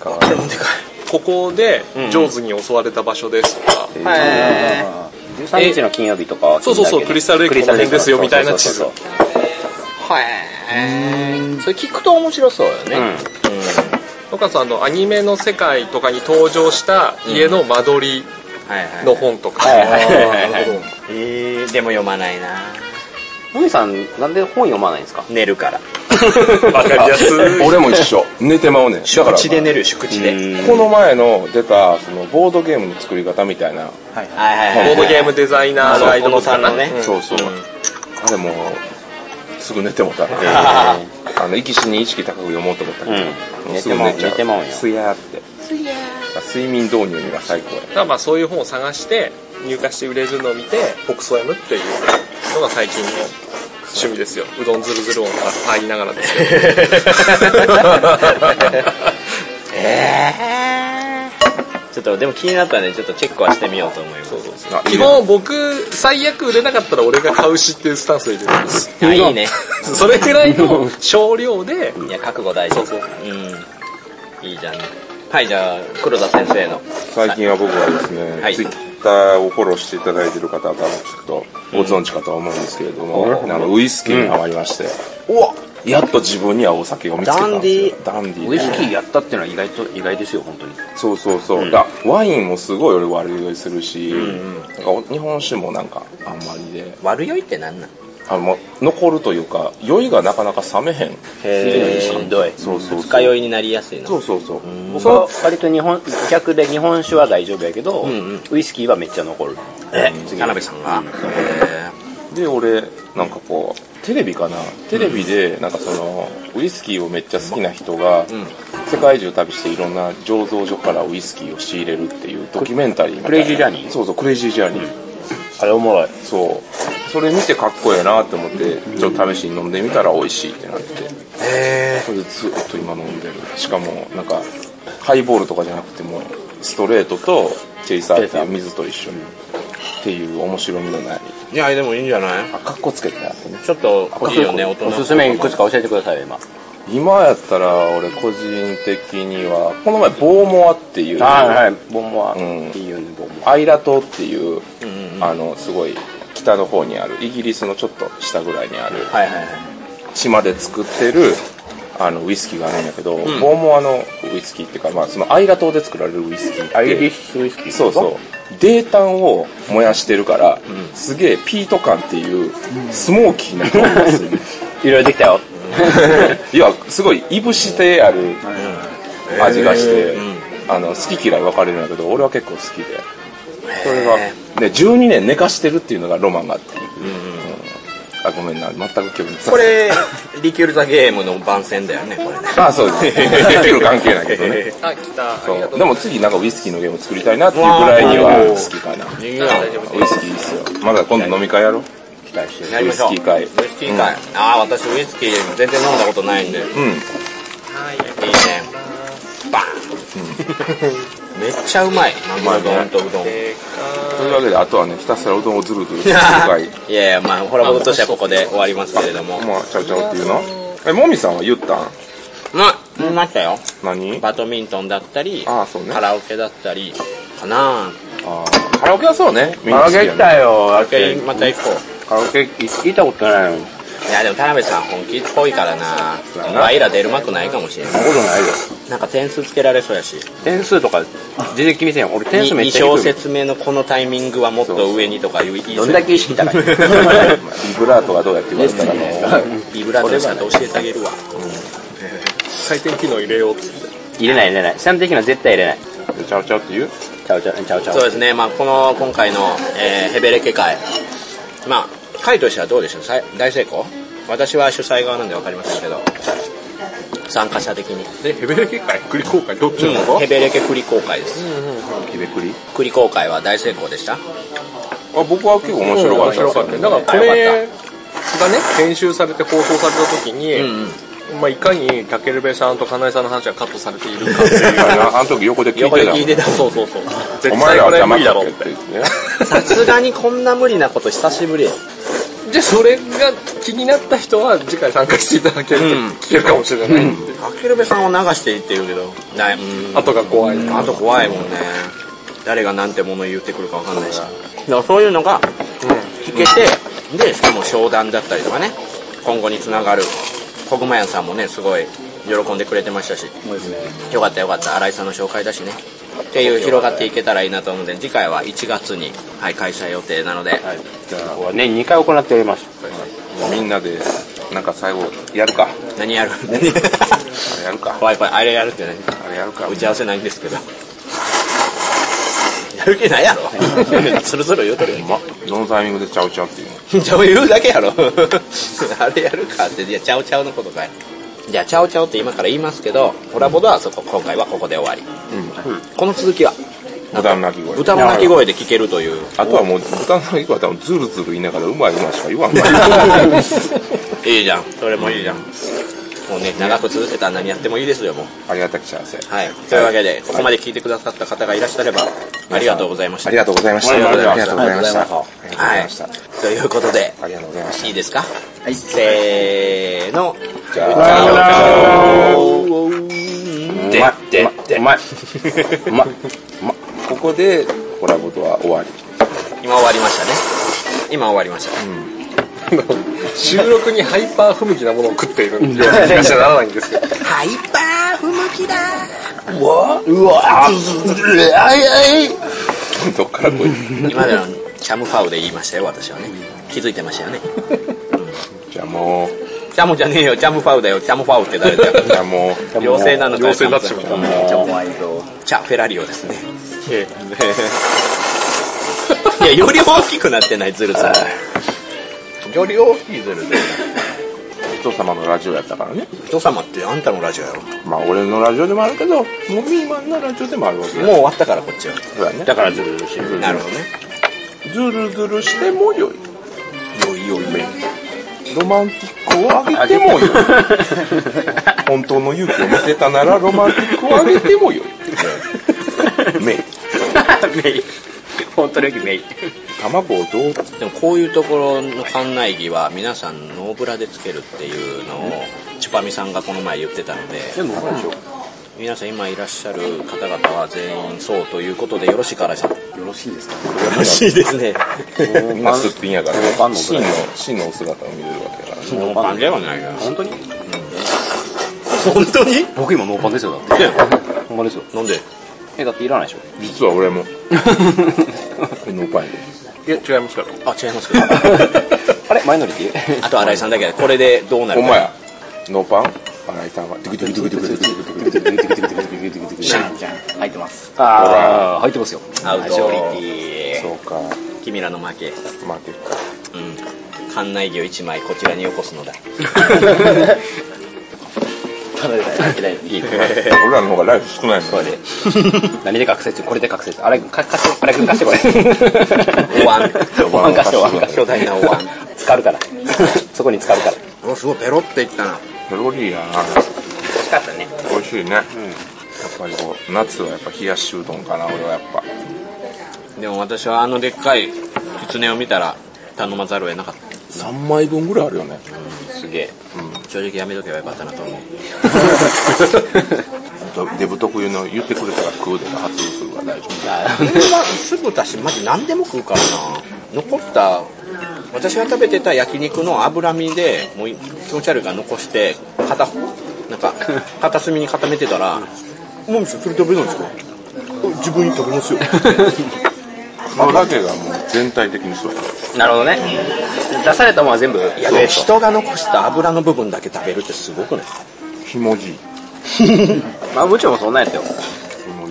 [SPEAKER 3] ここで上手に襲われた場所ですとか、
[SPEAKER 2] え
[SPEAKER 4] 13日の金曜日とかは
[SPEAKER 3] そうそうそうク
[SPEAKER 4] 金曜日だけど
[SPEAKER 3] リスタルレイク
[SPEAKER 4] クリスタルレイク
[SPEAKER 3] この辺ですよみたいな地図
[SPEAKER 4] そうそう
[SPEAKER 2] ー、はえそれ聞くと面白そうよね、
[SPEAKER 4] そう
[SPEAKER 2] うん
[SPEAKER 4] う
[SPEAKER 3] とかそのアニメの世界とかに登場した家の間取り
[SPEAKER 2] はいはい
[SPEAKER 3] の本とか、
[SPEAKER 4] はいはいはい
[SPEAKER 2] えー、でも読まないな
[SPEAKER 4] うん森さんなんで本読まないんですか
[SPEAKER 2] 寝るから
[SPEAKER 3] わかりやすい
[SPEAKER 1] 俺も一緒寝てまうねんだから
[SPEAKER 2] 宿地で寝る宿地ではい
[SPEAKER 1] この前の出たそのボードゲームの作り方みたいな、
[SPEAKER 2] はいはい
[SPEAKER 3] ボードゲームデザイナーガイドの
[SPEAKER 2] さんのね、
[SPEAKER 1] そうそう、あれもうすぐ寝てもうた あの息死に意識高く読もうと思ったけど、
[SPEAKER 4] うん
[SPEAKER 1] もうすぐ寝ちゃう
[SPEAKER 4] 寝てまう寝てまうんよ
[SPEAKER 1] すやーって睡眠導入には最高や
[SPEAKER 3] だからまあそういう本を探して入荷して売れるのを見て北総 M っていうのが最近の趣味ですようどんずるずる音が入りながらですけど
[SPEAKER 2] ちょっとでも気になったんでちょっとチェックはしてみようと思います
[SPEAKER 1] あいい
[SPEAKER 3] 基
[SPEAKER 1] ね
[SPEAKER 3] 本僕最悪売れなかったら俺が買うしっていうスタンスで入れるんです
[SPEAKER 2] あいいね
[SPEAKER 3] それぐらいの少量で
[SPEAKER 2] いや覚悟大事
[SPEAKER 3] そうそう
[SPEAKER 2] うんいいじゃんはいじゃあ黒田先生の
[SPEAKER 1] 最近は僕はですね、
[SPEAKER 2] はい
[SPEAKER 1] ツイッターをフォローしていただいている方は多分きっとご存知かとは思うんですけれども、あのウイスキーにハマりまして、うわやっと自分に合うお酒を見つけたんですよダンディー
[SPEAKER 4] ウイスキーやったっていうのは意外と意外ですよ本当に
[SPEAKER 1] そうそうそう、だワインもすごい俺悪酔いするし、なんかお日本酒もなんかあんまりで
[SPEAKER 2] 悪酔いってなんなん
[SPEAKER 1] あの残るというか酔いがなかなか冷めへん
[SPEAKER 2] へしんどい
[SPEAKER 1] そうそうそう
[SPEAKER 2] 二日酔いになりやすいの
[SPEAKER 1] そうそうそう
[SPEAKER 4] 僕は割と日本逆で日本酒は大丈夫やけど、
[SPEAKER 2] んうん
[SPEAKER 4] ウイスキーはめっちゃ残る
[SPEAKER 2] え田辺さんがへ
[SPEAKER 1] で俺なんかこうテレビかなテレビでなんかそのウイスキーをめっちゃ好きな人が、世界中旅していろんな醸造所からウイスキーを仕入れるっていうドキュメンタリーみたいな
[SPEAKER 4] クレイジージャーニー
[SPEAKER 1] そうそうクレイジージャーニー、
[SPEAKER 4] あれおもろい
[SPEAKER 1] そうそれ見てかっこええなって思ってちょっと試しに飲んでみたら美味しいってなって
[SPEAKER 2] え
[SPEAKER 1] それでずっと今飲んでるしかもなんかハイボールとかじゃなくてもストレートとチェイサーっていう水と一緒にっていう面白みのない
[SPEAKER 2] いやでもいいんじゃない
[SPEAKER 1] あかっこつけてあってね
[SPEAKER 2] ちょっといいよね大人
[SPEAKER 4] おすすめいくつか教えてくださいよ今
[SPEAKER 1] 今やったら俺個人的にはこの前ボーモアっていう
[SPEAKER 4] いボンモア、
[SPEAKER 1] うん
[SPEAKER 4] いいよねボンモア
[SPEAKER 1] アイラ島っていうあのすごい北の方にあるイギリスのちょっと下ぐらいにある
[SPEAKER 2] はいはいはい
[SPEAKER 1] 島で作ってるあのウイスキーがあるんだけど、ボーモアのウイスキーっていうか、まあ、そのアイラ島で作られるウイスキーって
[SPEAKER 4] スウイスキ
[SPEAKER 1] そうそう泥炭を燃やしてるから、すげえピート感っていうスモーキーな感じがする
[SPEAKER 4] いろいろできたよ
[SPEAKER 1] いやすごいいぶしてある味がして、あの好き嫌い分かれるんだけど俺は結構好きでそれが、ね、12年寝かしてるっていうのがロマンがあって、うんあごめんな全く興味ない
[SPEAKER 2] これリキュール・ザ・ゲームの番宣だよねこれね
[SPEAKER 1] あそうですできる関係ないけどね
[SPEAKER 3] あ来たありが
[SPEAKER 1] そ
[SPEAKER 3] と
[SPEAKER 1] う
[SPEAKER 3] う
[SPEAKER 1] でも次なんかウイスキーのゲーム作りたいなっていうぐらいには好きかなウイスキーいいっすよまだ今度飲み会やろう
[SPEAKER 2] 期待して
[SPEAKER 1] やりましょう
[SPEAKER 2] ウイスキー会ウイスキー会、ああ私ウイスキー全然飲んだことないんではい
[SPEAKER 1] うん
[SPEAKER 2] いいねバーン、 めっちゃうまいうまいどんとうどん
[SPEAKER 1] というわけであとはねひたすらうどんをずるという今回
[SPEAKER 2] いやいやまあホラボドとしてはここで終わりますけれどもう
[SPEAKER 1] まあちゃうちゃうっていうのえもみさんは言ったん
[SPEAKER 2] まい見ましたよ
[SPEAKER 1] 何
[SPEAKER 2] バドミントンだったり
[SPEAKER 1] ああそうね
[SPEAKER 2] カラオケだったりかな
[SPEAKER 1] あーカラオケはそうねみん
[SPEAKER 7] カ
[SPEAKER 1] な
[SPEAKER 7] ラ
[SPEAKER 1] 好きやね
[SPEAKER 7] オケ行ったよ。
[SPEAKER 2] カ
[SPEAKER 7] だっ
[SPEAKER 2] ラオケ
[SPEAKER 7] て
[SPEAKER 2] また行こう
[SPEAKER 7] カラオケ行ったことないよ。
[SPEAKER 2] いやでも田辺さん本気っぽいからなワイら出るまくないかもしれない
[SPEAKER 7] そんなことないよ。
[SPEAKER 2] なんか点数つけられそうやし
[SPEAKER 7] 点数とか全然決めてんよ。俺点数めっ
[SPEAKER 2] 2
[SPEAKER 7] ちゃ
[SPEAKER 2] 小
[SPEAKER 7] 低い。
[SPEAKER 2] 節目のこのタイミングはもっと上にとか言い
[SPEAKER 4] どんだけ意識高い
[SPEAKER 1] ビブラートがどうやって言われたらもう
[SPEAKER 2] ビブラートでしたら教えてあげるわ
[SPEAKER 3] 回転機能入れようっつって
[SPEAKER 4] 入れない入れない。三的には絶対入れない。
[SPEAKER 1] ちゃうちゃうって言う
[SPEAKER 4] ちゃうちゃうちゃうちゃ
[SPEAKER 2] そう
[SPEAKER 4] う。
[SPEAKER 2] ですねまあこの今回の、えーヘベレケ会まあ会としてはどうでしょうさい大成功私は主催側なんで分かりませんけど参加者的に
[SPEAKER 3] でヘベレケ会繰り公開どっちの
[SPEAKER 2] うん
[SPEAKER 3] こ
[SPEAKER 2] ヘベレケ栗公会です
[SPEAKER 1] ヘベクリ
[SPEAKER 2] 栗公会は大成功でした
[SPEAKER 1] あ僕は結構面白かった
[SPEAKER 3] 面白かっただからこれがね編集されて放送された時に、
[SPEAKER 2] うん
[SPEAKER 3] まあ、いかにタケルベさんとカナエさんの話がカットされているかって
[SPEAKER 1] い
[SPEAKER 3] いう
[SPEAKER 1] やなあの時横で聞いて
[SPEAKER 2] 横
[SPEAKER 1] た
[SPEAKER 2] で
[SPEAKER 1] もん
[SPEAKER 2] 聞いてたもん
[SPEAKER 3] そうそう そう
[SPEAKER 1] お
[SPEAKER 3] 絶
[SPEAKER 1] 前
[SPEAKER 3] 対
[SPEAKER 1] ら
[SPEAKER 3] こ
[SPEAKER 1] は
[SPEAKER 3] れ
[SPEAKER 1] 邪
[SPEAKER 3] 無
[SPEAKER 1] 魔
[SPEAKER 3] 理
[SPEAKER 1] だ
[SPEAKER 3] だ
[SPEAKER 1] ろ
[SPEAKER 3] ろ
[SPEAKER 1] っ
[SPEAKER 3] う
[SPEAKER 1] て
[SPEAKER 3] っ
[SPEAKER 1] 言
[SPEAKER 3] て
[SPEAKER 1] ってね
[SPEAKER 2] さすがにこんな無理なこと久しぶり
[SPEAKER 3] じゃあそれが気になった人は次回参加していただけると聞けるかもしれない、
[SPEAKER 2] あけるべさんを流していいって言うけどないうん
[SPEAKER 3] 後が怖い、
[SPEAKER 2] あと怖いもんね誰がなんてもの言ってくるかわかんないしだからそういうのが聞けてでしかも商談だったりとかね今後につながる小熊屋さんもねすごい喜んでくれてましたしよかったよかった新井さんの紹介だしねっていう広がっていけたらいいなと思うので次回は1月に、はい、開催予定なので、
[SPEAKER 7] 年2回行っております。
[SPEAKER 1] みんなでなんか最後やるか
[SPEAKER 2] 何やる何
[SPEAKER 1] あれやるか
[SPEAKER 2] 怖い怖いあれやるってね
[SPEAKER 1] あれやるか
[SPEAKER 2] 打ち合わせないんですけどやる気ないや ろそろそろ言うとるやん
[SPEAKER 1] どのタイミングでちゃうちゃうっていうの
[SPEAKER 2] ちゃう言うだけやろ あれやるかっていやちゃうちゃうのことかいじゃあちゃうちゃうって今から言いますけどホラボドはそこ今回はここで終わり、この続きは
[SPEAKER 1] 豚の鳴き声
[SPEAKER 2] 豚の鳴き声で聞けると いう
[SPEAKER 1] あとはもう豚の鳴き声は多分ズルズル言いながらうまいうまいしか言わんから
[SPEAKER 2] いいじゃんそれもいいじゃんもうね長く続けたら何やってもいいですよもう
[SPEAKER 1] ありがたき幸せ
[SPEAKER 2] はいというわけでここまで聞いてくださった方がいらっしゃればありがとうございました
[SPEAKER 1] ありがとうございました
[SPEAKER 2] ありがとうございました
[SPEAKER 1] ありがとうございました
[SPEAKER 2] はいということで
[SPEAKER 1] ありがとうございました
[SPEAKER 2] いいですかはいせーの
[SPEAKER 1] じゃあ
[SPEAKER 7] で、で、で、うまい。うまい。
[SPEAKER 1] ここでコラボとは終わり
[SPEAKER 2] 今終わりましたね今終わりました、
[SPEAKER 3] 収録にハイパー不向きなものを食っているような気がしてならないんですけど
[SPEAKER 2] ハイパー不向きだ
[SPEAKER 1] どっから来い
[SPEAKER 2] 今ではチャムファウで言いましたよ私はね気づいてましたよね
[SPEAKER 1] じゃあもう
[SPEAKER 2] チャムじゃねえよチャムファウだよチャムファウって誰だよ
[SPEAKER 1] じゃあもう
[SPEAKER 2] 妖精なのか
[SPEAKER 3] 妖精になってしまった
[SPEAKER 2] チャムファウチャフェラリオですね いやより大きくなってないズルズルより大きいズルズル
[SPEAKER 1] 人様のラジオやったからね
[SPEAKER 2] 人様ってあんたのラジオやろも
[SPEAKER 1] まあ俺のラジオでもあるけどもみまんのラジオでもあるわけ
[SPEAKER 2] う終わったからこっちは
[SPEAKER 1] そうだね
[SPEAKER 7] だからずるし。
[SPEAKER 2] なるほどね
[SPEAKER 1] ズルズルしてもよい
[SPEAKER 2] よいよいよい
[SPEAKER 1] ロマンティックをあげてもよい本当の勇気を見せたならロマンティックをあげてもよいめい
[SPEAKER 4] メイ。本当の駅メイ。
[SPEAKER 1] 卵をどう
[SPEAKER 2] でもこういうところの館内着は皆さんノーブラでつけるっていうのをチュパミさんがこの前言ってたので皆さん今いらっしゃる方々は全員そうということでよろしいからさよろしいですかよろしいですね
[SPEAKER 1] みんなすっぴんやからね
[SPEAKER 7] パンの
[SPEAKER 1] 真の真のお姿を見れるわけだからね
[SPEAKER 2] ノーパンではないよ
[SPEAKER 7] 本当に
[SPEAKER 2] 本当に
[SPEAKER 7] 僕今ノーパンですよ、だって。ほんまですよ。
[SPEAKER 2] なんで
[SPEAKER 7] え、だっていらないでしょ。
[SPEAKER 1] 実は俺もノーパンやで
[SPEAKER 3] いや違いますから
[SPEAKER 2] あ違いますけど
[SPEAKER 7] あれマイノリティ
[SPEAKER 2] あと新井さんだけでこれでどうな
[SPEAKER 1] お
[SPEAKER 2] る
[SPEAKER 1] 前
[SPEAKER 2] か
[SPEAKER 1] やノーパン新井さんはドゥクドゥクドゥクドゥクドゥクドゥクドゥク
[SPEAKER 5] 入ってます
[SPEAKER 7] ああ、入ってますよ。
[SPEAKER 2] アウト
[SPEAKER 5] マジョ
[SPEAKER 1] そうか
[SPEAKER 2] 君らの負け
[SPEAKER 1] まあ結果
[SPEAKER 2] うん館内着を1枚こちらによこすのだ
[SPEAKER 5] たので書いてないのに。
[SPEAKER 1] 俺らの方がライフ少ない のに
[SPEAKER 4] 何で覚醒中これで覚醒中あれか貸してあれ貸してこれ
[SPEAKER 2] おわん
[SPEAKER 4] おわん貸しておわん貸して
[SPEAKER 2] 巨大なお椀
[SPEAKER 4] 使うからそこに使うから
[SPEAKER 2] おすごいペロっていったな
[SPEAKER 1] メロディーやな
[SPEAKER 4] 欲しかったね
[SPEAKER 1] 美味しいね、やっぱりこう夏はやっぱ冷やしうどんかな俺はやっぱ
[SPEAKER 2] でも私はあのでっかい狐を見たら頼まざるを得なかった
[SPEAKER 1] 3枚分ぐらいあるよね
[SPEAKER 2] すげえ、正直やめとけばよかったなと思う
[SPEAKER 1] デブ特有の言ってくれたら食うでか発音するから大丈
[SPEAKER 2] 俺は酢豚しマジ何でも食うからな残った私が食べてた焼肉の脂身でもう気持ち悪いから残して片なん か片隅に固めてたら「もみさんそれ食べないんですか?」自分に食べますよ
[SPEAKER 1] 夫油揚げがもう全体的にそう
[SPEAKER 4] なるほどね出されたものは全部
[SPEAKER 2] いやでも人が残した脂の部分だけ食べるってすごくない
[SPEAKER 1] ひもじい
[SPEAKER 4] まあもちろんそんなんやったよ
[SPEAKER 1] ひも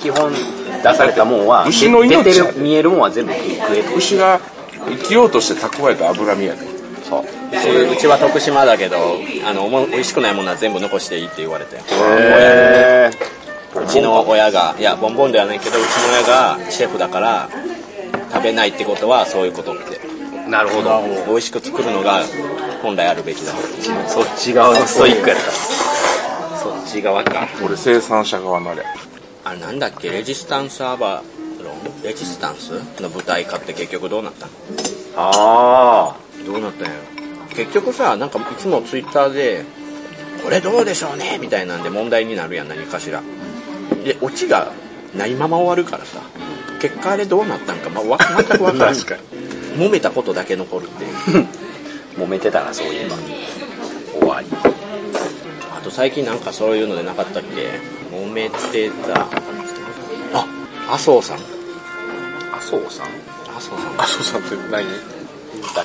[SPEAKER 1] じい
[SPEAKER 4] 基本出されたもんは
[SPEAKER 1] 牛の命
[SPEAKER 4] 出てる見えるもんは全部食える
[SPEAKER 1] 牛が生きようとして蓄えた脂身やで
[SPEAKER 4] そう
[SPEAKER 2] それうちは徳島だけどあのもう美味しくないものは全部残していいって言われて
[SPEAKER 4] へ
[SPEAKER 2] うちの親がいやボンボンではないけどうちの親がシェフだから食べないってことはそういうことって
[SPEAKER 4] えなるほど
[SPEAKER 2] 美味しく作るのが本来あるべきだ
[SPEAKER 4] そっち側のストイックやったそっち側か
[SPEAKER 1] 俺生産者側なれ
[SPEAKER 2] あれなんだっけレジスタンスアバロンレジスタンスの舞台化って結局どうなったの
[SPEAKER 4] あ
[SPEAKER 2] どうなったんやろ結局さなんかいつもツイッターで「これどうでしょうね」みたいなんで問題になるやん何かしらでオチがないまま終わるからさ結果あれどうなったんか、まあ、わ全く分からん揉めたことだけ残るっていう
[SPEAKER 4] あ揉めてたなそういえば終わり
[SPEAKER 2] あと最近なんかそういうのでなかったっけ揉めてたあ麻生さん
[SPEAKER 4] 麻生さん
[SPEAKER 2] 麻生さん
[SPEAKER 3] 麻生さんって何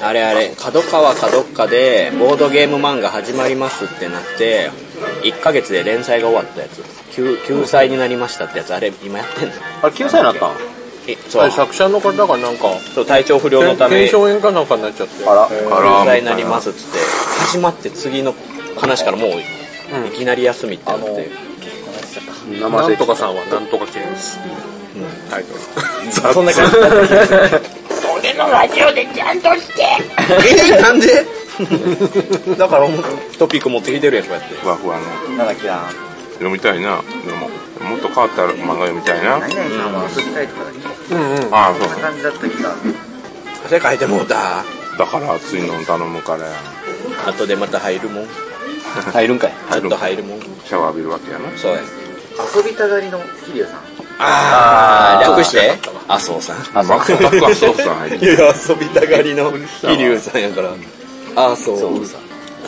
[SPEAKER 2] あれあれ、角川かどっかでボードゲーム漫画始まりますってなって、1ヶ月で連載が終わったやつ、救救済になりましたってやつ、あれ今やってんの
[SPEAKER 4] あれ9歳になったん
[SPEAKER 2] えそう
[SPEAKER 3] 作者の方がなんか
[SPEAKER 2] そう、体調不良のため、救
[SPEAKER 3] 検証炎かなんかになっちゃって
[SPEAKER 4] あら
[SPEAKER 2] 済になりますっつって、始まって次の話からもう、いきなり休みってなって、
[SPEAKER 4] 生
[SPEAKER 3] なん
[SPEAKER 4] 瀬
[SPEAKER 3] とかさんはなんとか系です、タイトル
[SPEAKER 2] そんな感じだった気がする。俺のラジオで ちゃんとしてえ、なんでだからもうトピック持ってきてるやん、こうやって。
[SPEAKER 1] ふわふわの
[SPEAKER 5] なんだっけな。
[SPEAKER 1] 読みたいなでももっと変わった漫画読みたいな
[SPEAKER 6] 何々さんは遊びたいとかだっけ
[SPEAKER 1] ああそう
[SPEAKER 6] そんな感じだった気が。
[SPEAKER 2] 汗かいてもうた。
[SPEAKER 1] だから熱いの頼むからや
[SPEAKER 2] 後でまた入るもん。ち
[SPEAKER 4] 入るんかい
[SPEAKER 2] ょっと入るもん。
[SPEAKER 1] シャワー浴びるわけやな
[SPEAKER 2] そうや。
[SPEAKER 6] 遊びたがりの桐生さん。
[SPEAKER 2] あー、略して麻生さん。
[SPEAKER 1] マックマックはそうさん 入って
[SPEAKER 2] いや、遊びたがりの桐生さんやから。麻生さ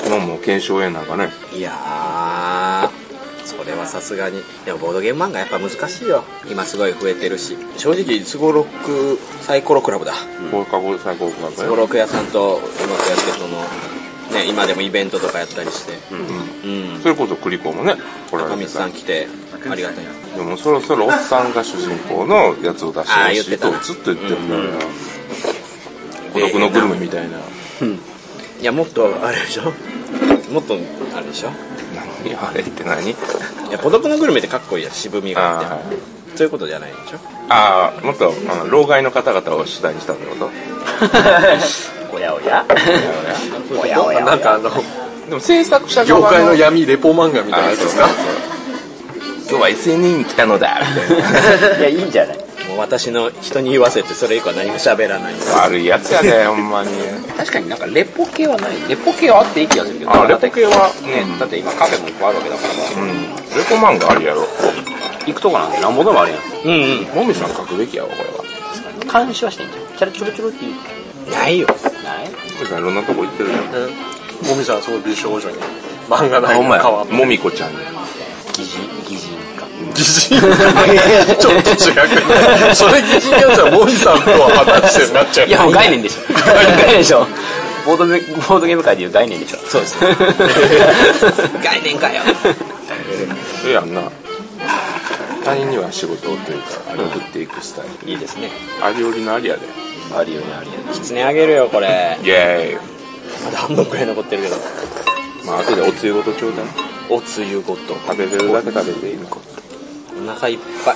[SPEAKER 1] 今もう検証炎なんかね
[SPEAKER 2] ん。いやー、それはさすがに。でもボードゲーム漫画やっぱ難しいよ。今すごい増えてるし。正直、スゴロク、サイコロクラブだ。
[SPEAKER 1] 放課後最高額
[SPEAKER 2] ス
[SPEAKER 1] や
[SPEAKER 2] ゴロク屋さんとうまくやって、その、ね、今でもイベントとかやったりして。うん。
[SPEAKER 1] それこそクリコもねこれ
[SPEAKER 2] 中道さん来て、ありがたい。
[SPEAKER 1] でもそろそろおっさんが主人公のやつを出してほしいと
[SPEAKER 2] あー言ってた
[SPEAKER 1] ずっと言ってるんだよ、孤独のグルメみたいない
[SPEAKER 2] や、もっと、あれでしょもっと、あれでしょ
[SPEAKER 1] 何あれって何
[SPEAKER 2] いや、孤独のグルメってかっこいいやん渋みがあ
[SPEAKER 1] あ
[SPEAKER 2] って。そういうことじゃないで しょ
[SPEAKER 1] ーあーもっとあの老害の方々を主題にしたってこと
[SPEAKER 4] おやおや
[SPEAKER 3] おやおやなんかあの
[SPEAKER 1] でも制作者
[SPEAKER 3] 業界の
[SPEAKER 1] や
[SPEAKER 3] 闇レポ漫画みたいなやつですか
[SPEAKER 1] 今日は SNE に来たのだみたいない
[SPEAKER 4] や いいんじゃない
[SPEAKER 2] もう私の人に言わせてそれ以降は何も喋らない
[SPEAKER 1] 悪いやつやでほんまに
[SPEAKER 4] 確かになんかレポ系はないレポ系はあっていい気がするけど
[SPEAKER 1] あレポ系は
[SPEAKER 4] ね、だって今カフェもいっぱいあるわけだからさ
[SPEAKER 1] うんレコ漫画あるやろ
[SPEAKER 4] 行くとこなんてなんぼでもあるやん
[SPEAKER 1] もみさん書くべきやわこれは
[SPEAKER 4] 監視はしてんじゃんチャラチョロチョロって言う
[SPEAKER 2] ない よ
[SPEAKER 4] ない
[SPEAKER 1] もみさんいろんなとこ行ってるやん
[SPEAKER 3] もみさんすごい美少女に漫画
[SPEAKER 1] あ
[SPEAKER 3] 内
[SPEAKER 1] ほ
[SPEAKER 3] の
[SPEAKER 1] んま
[SPEAKER 3] 川
[SPEAKER 1] やもみこちゃんね
[SPEAKER 4] 擬人擬人か
[SPEAKER 3] 擬人ちょっと違くそれ擬人やったらもみさんとは果たしてなっちゃう
[SPEAKER 4] いやもう概念でしょ概念でしょボードゲボードゲーム界でいう概念でしょそうですね
[SPEAKER 2] 概念かよ
[SPEAKER 1] それやんな他人には仕事をというか送っていくスタイル
[SPEAKER 4] いいですね
[SPEAKER 1] ありよりのありやで
[SPEAKER 4] あるよねあるよね
[SPEAKER 2] きつねあげるよこれ
[SPEAKER 1] イエー
[SPEAKER 2] まだ半分くらい残ってるけど
[SPEAKER 1] イまあ後でおつゆごとちょうだい
[SPEAKER 2] おつゆごと
[SPEAKER 1] 食べれるだけ食べていいの
[SPEAKER 2] お腹いっぱい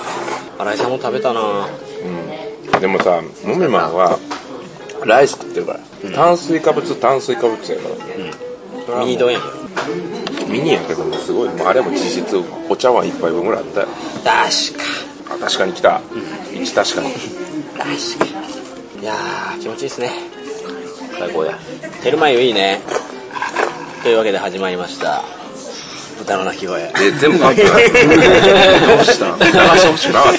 [SPEAKER 2] 新井さんも食べたな
[SPEAKER 1] でもさもめまんはライス食ってるから炭水化物炭水化物やから
[SPEAKER 2] ミニ丼やん
[SPEAKER 1] ミニやけどもすごい、まあ、あれも実質お茶碗一杯分ぐらいあったよ
[SPEAKER 2] 確か
[SPEAKER 1] あ確かに来た一確かに
[SPEAKER 2] 確かにいやー気持ちいいっすね最高やテルマユいいねというわけで始まりました豚の鳴き声
[SPEAKER 1] え全部カットだどうした流してほしくなか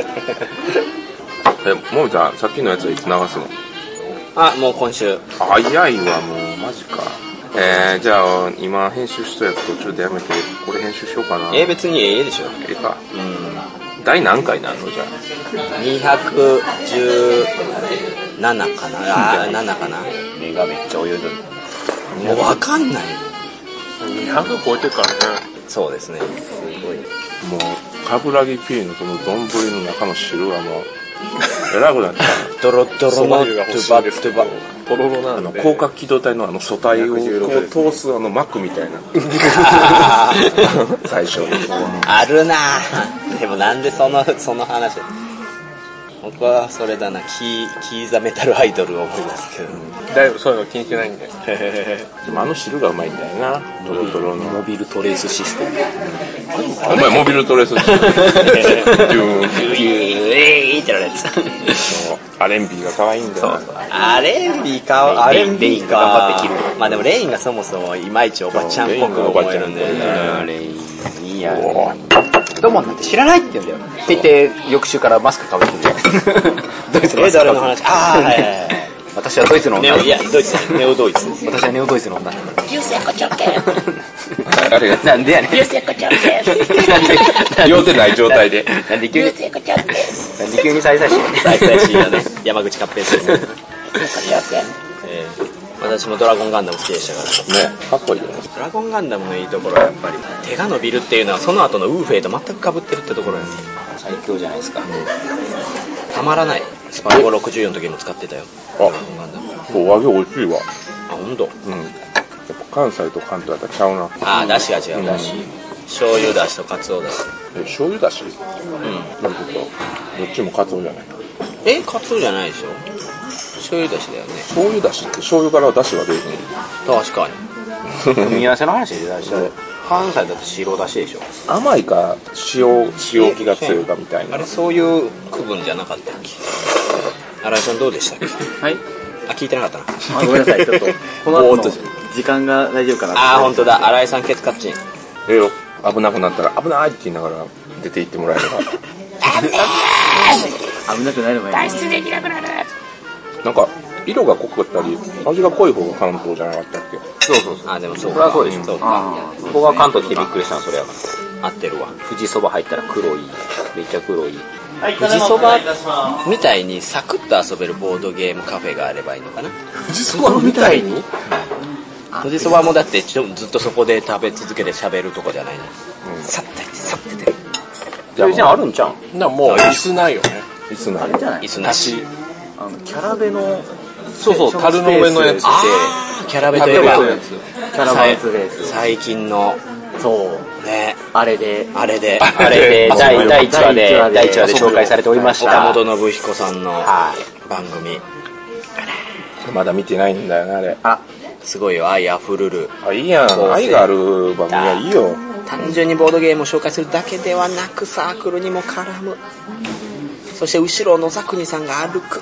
[SPEAKER 1] ったえもみちゃんさっきのやつはいつ流すの
[SPEAKER 2] あもう今週
[SPEAKER 1] 早いわもうマジかえー、じゃあ今編集したやつ途中でやめてこれ編集しようかな
[SPEAKER 2] え別にええでしょ
[SPEAKER 1] ええか第何回なんのじゃ
[SPEAKER 2] 217かなあー7かな
[SPEAKER 4] 目がめっちゃ泳いでる
[SPEAKER 2] もうわかんない
[SPEAKER 3] 200超えてるからね
[SPEAKER 2] そうですね
[SPEAKER 1] あもう冠城 P のこの丼の中の汁はもうえらくなっちゃう
[SPEAKER 2] ドロッドロ
[SPEAKER 3] そば
[SPEAKER 2] の
[SPEAKER 3] 湯が
[SPEAKER 2] ト
[SPEAKER 3] 欲
[SPEAKER 2] ゥ
[SPEAKER 3] しい
[SPEAKER 2] バ
[SPEAKER 3] です
[SPEAKER 2] ト
[SPEAKER 3] け
[SPEAKER 2] ゥバ
[SPEAKER 3] どとろろな
[SPEAKER 1] あ
[SPEAKER 3] ん
[SPEAKER 1] の
[SPEAKER 3] で
[SPEAKER 1] 広角機動隊のあの素体をこう通すあのマックみたいな最初
[SPEAKER 2] あるなぁでもなんでそのその話僕はそれだなキーキーザメタルアイドルを思いますけど、
[SPEAKER 3] だいぶそういうの気にしてないんで
[SPEAKER 1] でもあの汁がうまいんだよなドロドロの
[SPEAKER 4] モビルトレースシステム
[SPEAKER 1] お前モビルトレース してるジューンっていう
[SPEAKER 4] うえいってなるやつ
[SPEAKER 1] アレンビーが可愛いんだよな
[SPEAKER 2] アレンビーかア
[SPEAKER 4] レイ
[SPEAKER 2] レン
[SPEAKER 4] レ
[SPEAKER 2] ビ
[SPEAKER 4] イ
[SPEAKER 2] ー
[SPEAKER 4] ン
[SPEAKER 2] か
[SPEAKER 4] が頑張って切る
[SPEAKER 2] まあでもレインがそもそもいまいちおばちゃんっぽく思えるんで、
[SPEAKER 1] そうレインがおばちゃんっぽいね
[SPEAKER 4] あれいいやどうもなんて知らないって言うんだよって言って翌週からマスクかぶってるんだよドイツのマ
[SPEAKER 2] え
[SPEAKER 4] スク
[SPEAKER 2] 誰
[SPEAKER 4] かぶ
[SPEAKER 2] の
[SPEAKER 4] っ
[SPEAKER 2] 話
[SPEAKER 4] て
[SPEAKER 2] あ あはいはいはい
[SPEAKER 4] る私はドイツの
[SPEAKER 2] ネ
[SPEAKER 4] 女
[SPEAKER 2] オいやドイツネオドイツです
[SPEAKER 4] 私はネオドイツの女
[SPEAKER 1] あれが
[SPEAKER 4] なんでやねん 流星子ちゃんですなんで
[SPEAKER 1] 両手ない状態で
[SPEAKER 4] なんで急にちゃんですなんで急に再生し
[SPEAKER 2] 大最新 だね山口勝平先生ええ私もドラゴンガンダム好きでしたから
[SPEAKER 1] ねかっこいいよね
[SPEAKER 2] ドラゴンガンダムのいいところはやっぱり手が伸びるっていうのはその後のウーフェイと全く被ってるってところです
[SPEAKER 4] 最強じゃないですか
[SPEAKER 2] たまらないスパルゴ64の時も使ってたよドラゴンガンダムあ
[SPEAKER 1] お揚げ美味しいわ
[SPEAKER 2] 本当。
[SPEAKER 1] うんやっぱ関西と関東やったらちゃうな
[SPEAKER 2] ああだしが違うだし醤油だしとカツオだし
[SPEAKER 1] え醤油だしうんなるほどどっちもカツオじゃない
[SPEAKER 2] えカツオじゃないでしょ醤油だしだよね
[SPEAKER 1] 醤油だしって醤油からだしは出るの
[SPEAKER 2] 確かに
[SPEAKER 4] 組み合わせの話で大事だよ関西だと白だしでしょ
[SPEAKER 1] 甘いか塩塩気が強いかみたい
[SPEAKER 2] あ
[SPEAKER 1] な
[SPEAKER 2] れそういう区分じゃなかったっけ新井さんどうでしたっけ
[SPEAKER 5] はい
[SPEAKER 2] あ聞いてなかったな
[SPEAKER 5] あごめんなさいちょっとこの後の時間が大丈夫かな
[SPEAKER 2] ああ本当だ新井さんケツカッチン
[SPEAKER 1] ええよ危なくなったら危ないって言いながら出て行ってもらえれば
[SPEAKER 5] 危なくないのがいいね
[SPEAKER 1] なんか色が濃かったり味が濃い方が関東じゃなかったっけ
[SPEAKER 4] そうそうそう
[SPEAKER 2] あーでもそう
[SPEAKER 4] それはそうでしょ
[SPEAKER 2] そう
[SPEAKER 5] あー
[SPEAKER 4] 僕が関東来てびっくりしたのそれやから
[SPEAKER 2] 合ってるわ
[SPEAKER 4] 富士そば入ったら黒いめっちゃ黒い
[SPEAKER 2] 富士そばみたいにサクッと遊べるボードゲームカフェがあればいいのかな富士そばみたいに富士そばもだってちょずっとそこで食べ続けて喋るとこじゃないの、さっと行ってさっと出て
[SPEAKER 1] じゃあ
[SPEAKER 4] じゃああるんちゃうん
[SPEAKER 3] なもう椅子ないよね
[SPEAKER 1] いつな
[SPEAKER 5] あ
[SPEAKER 1] る
[SPEAKER 5] れじゃない
[SPEAKER 2] 椅子なし
[SPEAKER 5] あのキャラベの
[SPEAKER 4] そうそう
[SPEAKER 3] 樽の上のやつ
[SPEAKER 2] あーキャラベといえば
[SPEAKER 5] キャラベンツです
[SPEAKER 2] 最近の
[SPEAKER 5] そう
[SPEAKER 2] ね
[SPEAKER 5] あれで
[SPEAKER 2] あれで
[SPEAKER 4] あれで第第1話で
[SPEAKER 5] 第
[SPEAKER 4] 第
[SPEAKER 5] 一
[SPEAKER 4] 1
[SPEAKER 5] 話
[SPEAKER 4] 話
[SPEAKER 5] で
[SPEAKER 4] で紹介されておりまし
[SPEAKER 2] 岡
[SPEAKER 4] た
[SPEAKER 2] 本信彦さんの
[SPEAKER 4] は
[SPEAKER 2] 番組
[SPEAKER 1] まだ見てないんだよなあれ
[SPEAKER 2] すごいよ愛あふるる
[SPEAKER 1] あいいやん愛がある番組はいいよ
[SPEAKER 2] 単純にボードゲームを紹介するだけではなくサークルにも絡むそして後ろを野沢国さんが歩く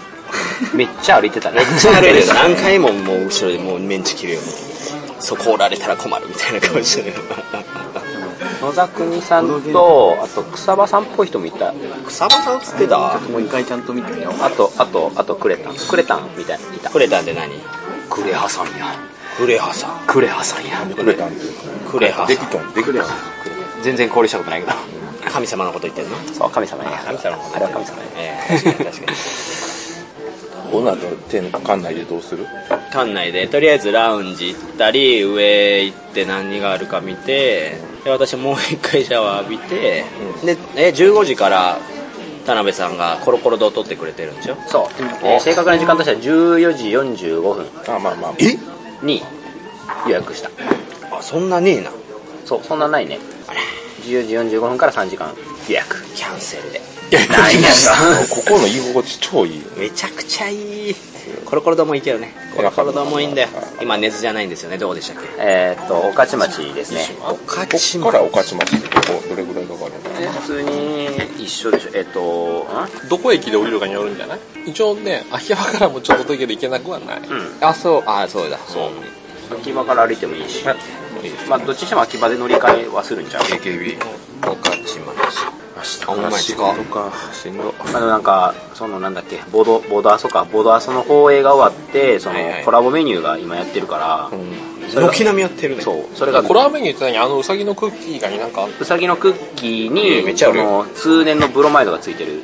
[SPEAKER 4] めっちゃ歩いてたね
[SPEAKER 2] る何回ももう後ろでもうメンチ切るよそこおられたら困るみたいな顔してる
[SPEAKER 4] 野沢国さんとあと草場さんっぽい人もいた
[SPEAKER 2] 草場さん映ってた
[SPEAKER 5] もう一回ちゃんと見てみよう
[SPEAKER 4] あとあとあとクレタンクレタンみたいないた
[SPEAKER 2] クレタンって何
[SPEAKER 4] クレハさんや
[SPEAKER 2] クレハさん
[SPEAKER 4] クレハさんや
[SPEAKER 1] くれたんで
[SPEAKER 2] クレハさ
[SPEAKER 1] でき
[SPEAKER 2] ん
[SPEAKER 1] とんできるやん
[SPEAKER 4] 全然交流したことないけど
[SPEAKER 2] 神様のこと言ってんの
[SPEAKER 4] そう神様や
[SPEAKER 2] 神様のこと
[SPEAKER 4] あれは神様や
[SPEAKER 2] ええ確かに確かに
[SPEAKER 1] こうなると手の館内でどうする
[SPEAKER 2] 館内でとりあえずラウンジ行ったり上行って何があるか見てで私もう一回シャワー浴びて、でえ15時から田辺さんがコロコロ堂取ってくれてるんでしょ
[SPEAKER 4] そう、えー正確な時間としては14時45分
[SPEAKER 1] あまあまあ
[SPEAKER 4] に予約した
[SPEAKER 2] あそんなねえな
[SPEAKER 4] そうそんなないね14時45分から3時間予約
[SPEAKER 2] キャンセルで
[SPEAKER 4] ないや
[SPEAKER 1] ここの居心地超いいよ
[SPEAKER 2] めちゃくちゃいいコロコロ丼もいいけどねコロコロ丼もいいんだよ今根津じゃないんですよねどうでしたっけ
[SPEAKER 4] えーっと御徒町ですね
[SPEAKER 2] 岡
[SPEAKER 1] こっからおかしましてここどれぐらいかか るの
[SPEAKER 4] 普通に一緒でしょえーっと
[SPEAKER 3] どこ駅で降りるかによるんじゃない一応ね秋葉からもちょっとだけで行けなくはない、
[SPEAKER 2] あそうあそうだそう
[SPEAKER 4] 秋葉から歩いてもいいしまあどっちにしても秋葉で乗り換えはするんちゃう
[SPEAKER 2] AKB 御徒町あお前
[SPEAKER 1] 仕
[SPEAKER 2] 違
[SPEAKER 1] 事
[SPEAKER 2] う
[SPEAKER 1] かしんど
[SPEAKER 4] まあ、でもなんかそのなんだっけボードボードアソかボードアソの放映が終わってその
[SPEAKER 2] はいはい
[SPEAKER 4] コラボメニューが今やってるから、それが
[SPEAKER 2] 軒並みやってるね
[SPEAKER 4] そうそれが
[SPEAKER 3] コラーメニューって何あのうさぎのクッキー以外になんかあんの
[SPEAKER 4] うさぎのクッキー
[SPEAKER 2] うんめっ
[SPEAKER 4] に
[SPEAKER 2] ちゃあ
[SPEAKER 4] そ
[SPEAKER 2] る
[SPEAKER 4] の通年のブロマイドがついてる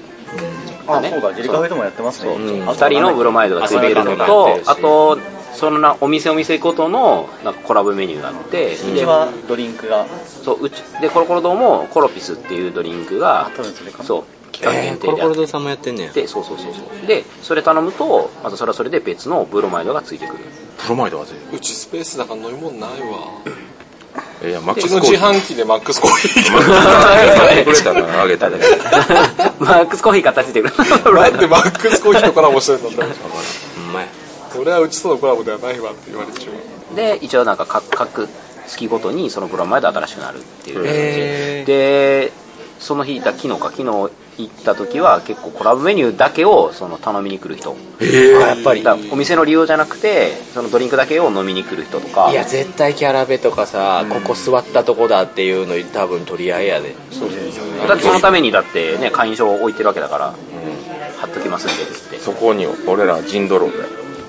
[SPEAKER 5] あ、そうだ、ジェリカフェでもやってますね。
[SPEAKER 4] 2人のブロマイドがついてるの
[SPEAKER 2] あそう
[SPEAKER 4] と
[SPEAKER 2] だ
[SPEAKER 4] あとそのなお店お店ごとのなんかコラボメニューがあって、
[SPEAKER 5] うち
[SPEAKER 4] で
[SPEAKER 5] はドリンクが、
[SPEAKER 4] そううちでコロコロ堂もコロピスっていうドリンクが
[SPEAKER 5] 多分それかな。
[SPEAKER 4] そう期間
[SPEAKER 2] えーコロ
[SPEAKER 4] 限定
[SPEAKER 2] コ
[SPEAKER 4] であ
[SPEAKER 2] ロ
[SPEAKER 4] っ
[SPEAKER 2] 丼さんもやってんねや
[SPEAKER 4] てそうそうそうそうでそれ頼むとまたそれはそれで別のブロマイドがついてくる
[SPEAKER 2] プロマイドは全
[SPEAKER 3] うちスペースだから飲み物ないわ
[SPEAKER 1] いやマッ
[SPEAKER 3] う
[SPEAKER 1] ク
[SPEAKER 3] ち
[SPEAKER 1] ス
[SPEAKER 3] の
[SPEAKER 1] コー
[SPEAKER 3] 自
[SPEAKER 1] ヒー
[SPEAKER 3] 販機でマックスコーヒー
[SPEAKER 1] あげてくれたからあげたで
[SPEAKER 4] マックスコーヒー買ったついてくる
[SPEAKER 3] なんでマックスコーヒーとコラボしてたんだろう
[SPEAKER 2] うまい
[SPEAKER 3] 俺はうちとのコラボではないわって言われてしまう
[SPEAKER 4] で一応なんか各各月ごとにそのブロマイド新しくなるっていう感じ
[SPEAKER 2] へー
[SPEAKER 4] でその日いた昨日か昨日行った時は結構コラボメニューだけをその頼みに来る人やっぱりだからお店の利用じゃなくてそのドリンクだけを飲みに来る人とか
[SPEAKER 2] いや絶対キャラベとかさ、ここ座ったとこだっていうの多分取り合いやで
[SPEAKER 4] だってそ のためにだってね会員証を置いてるわけだから、貼っときますんでって
[SPEAKER 1] そこに俺ら人泥棒や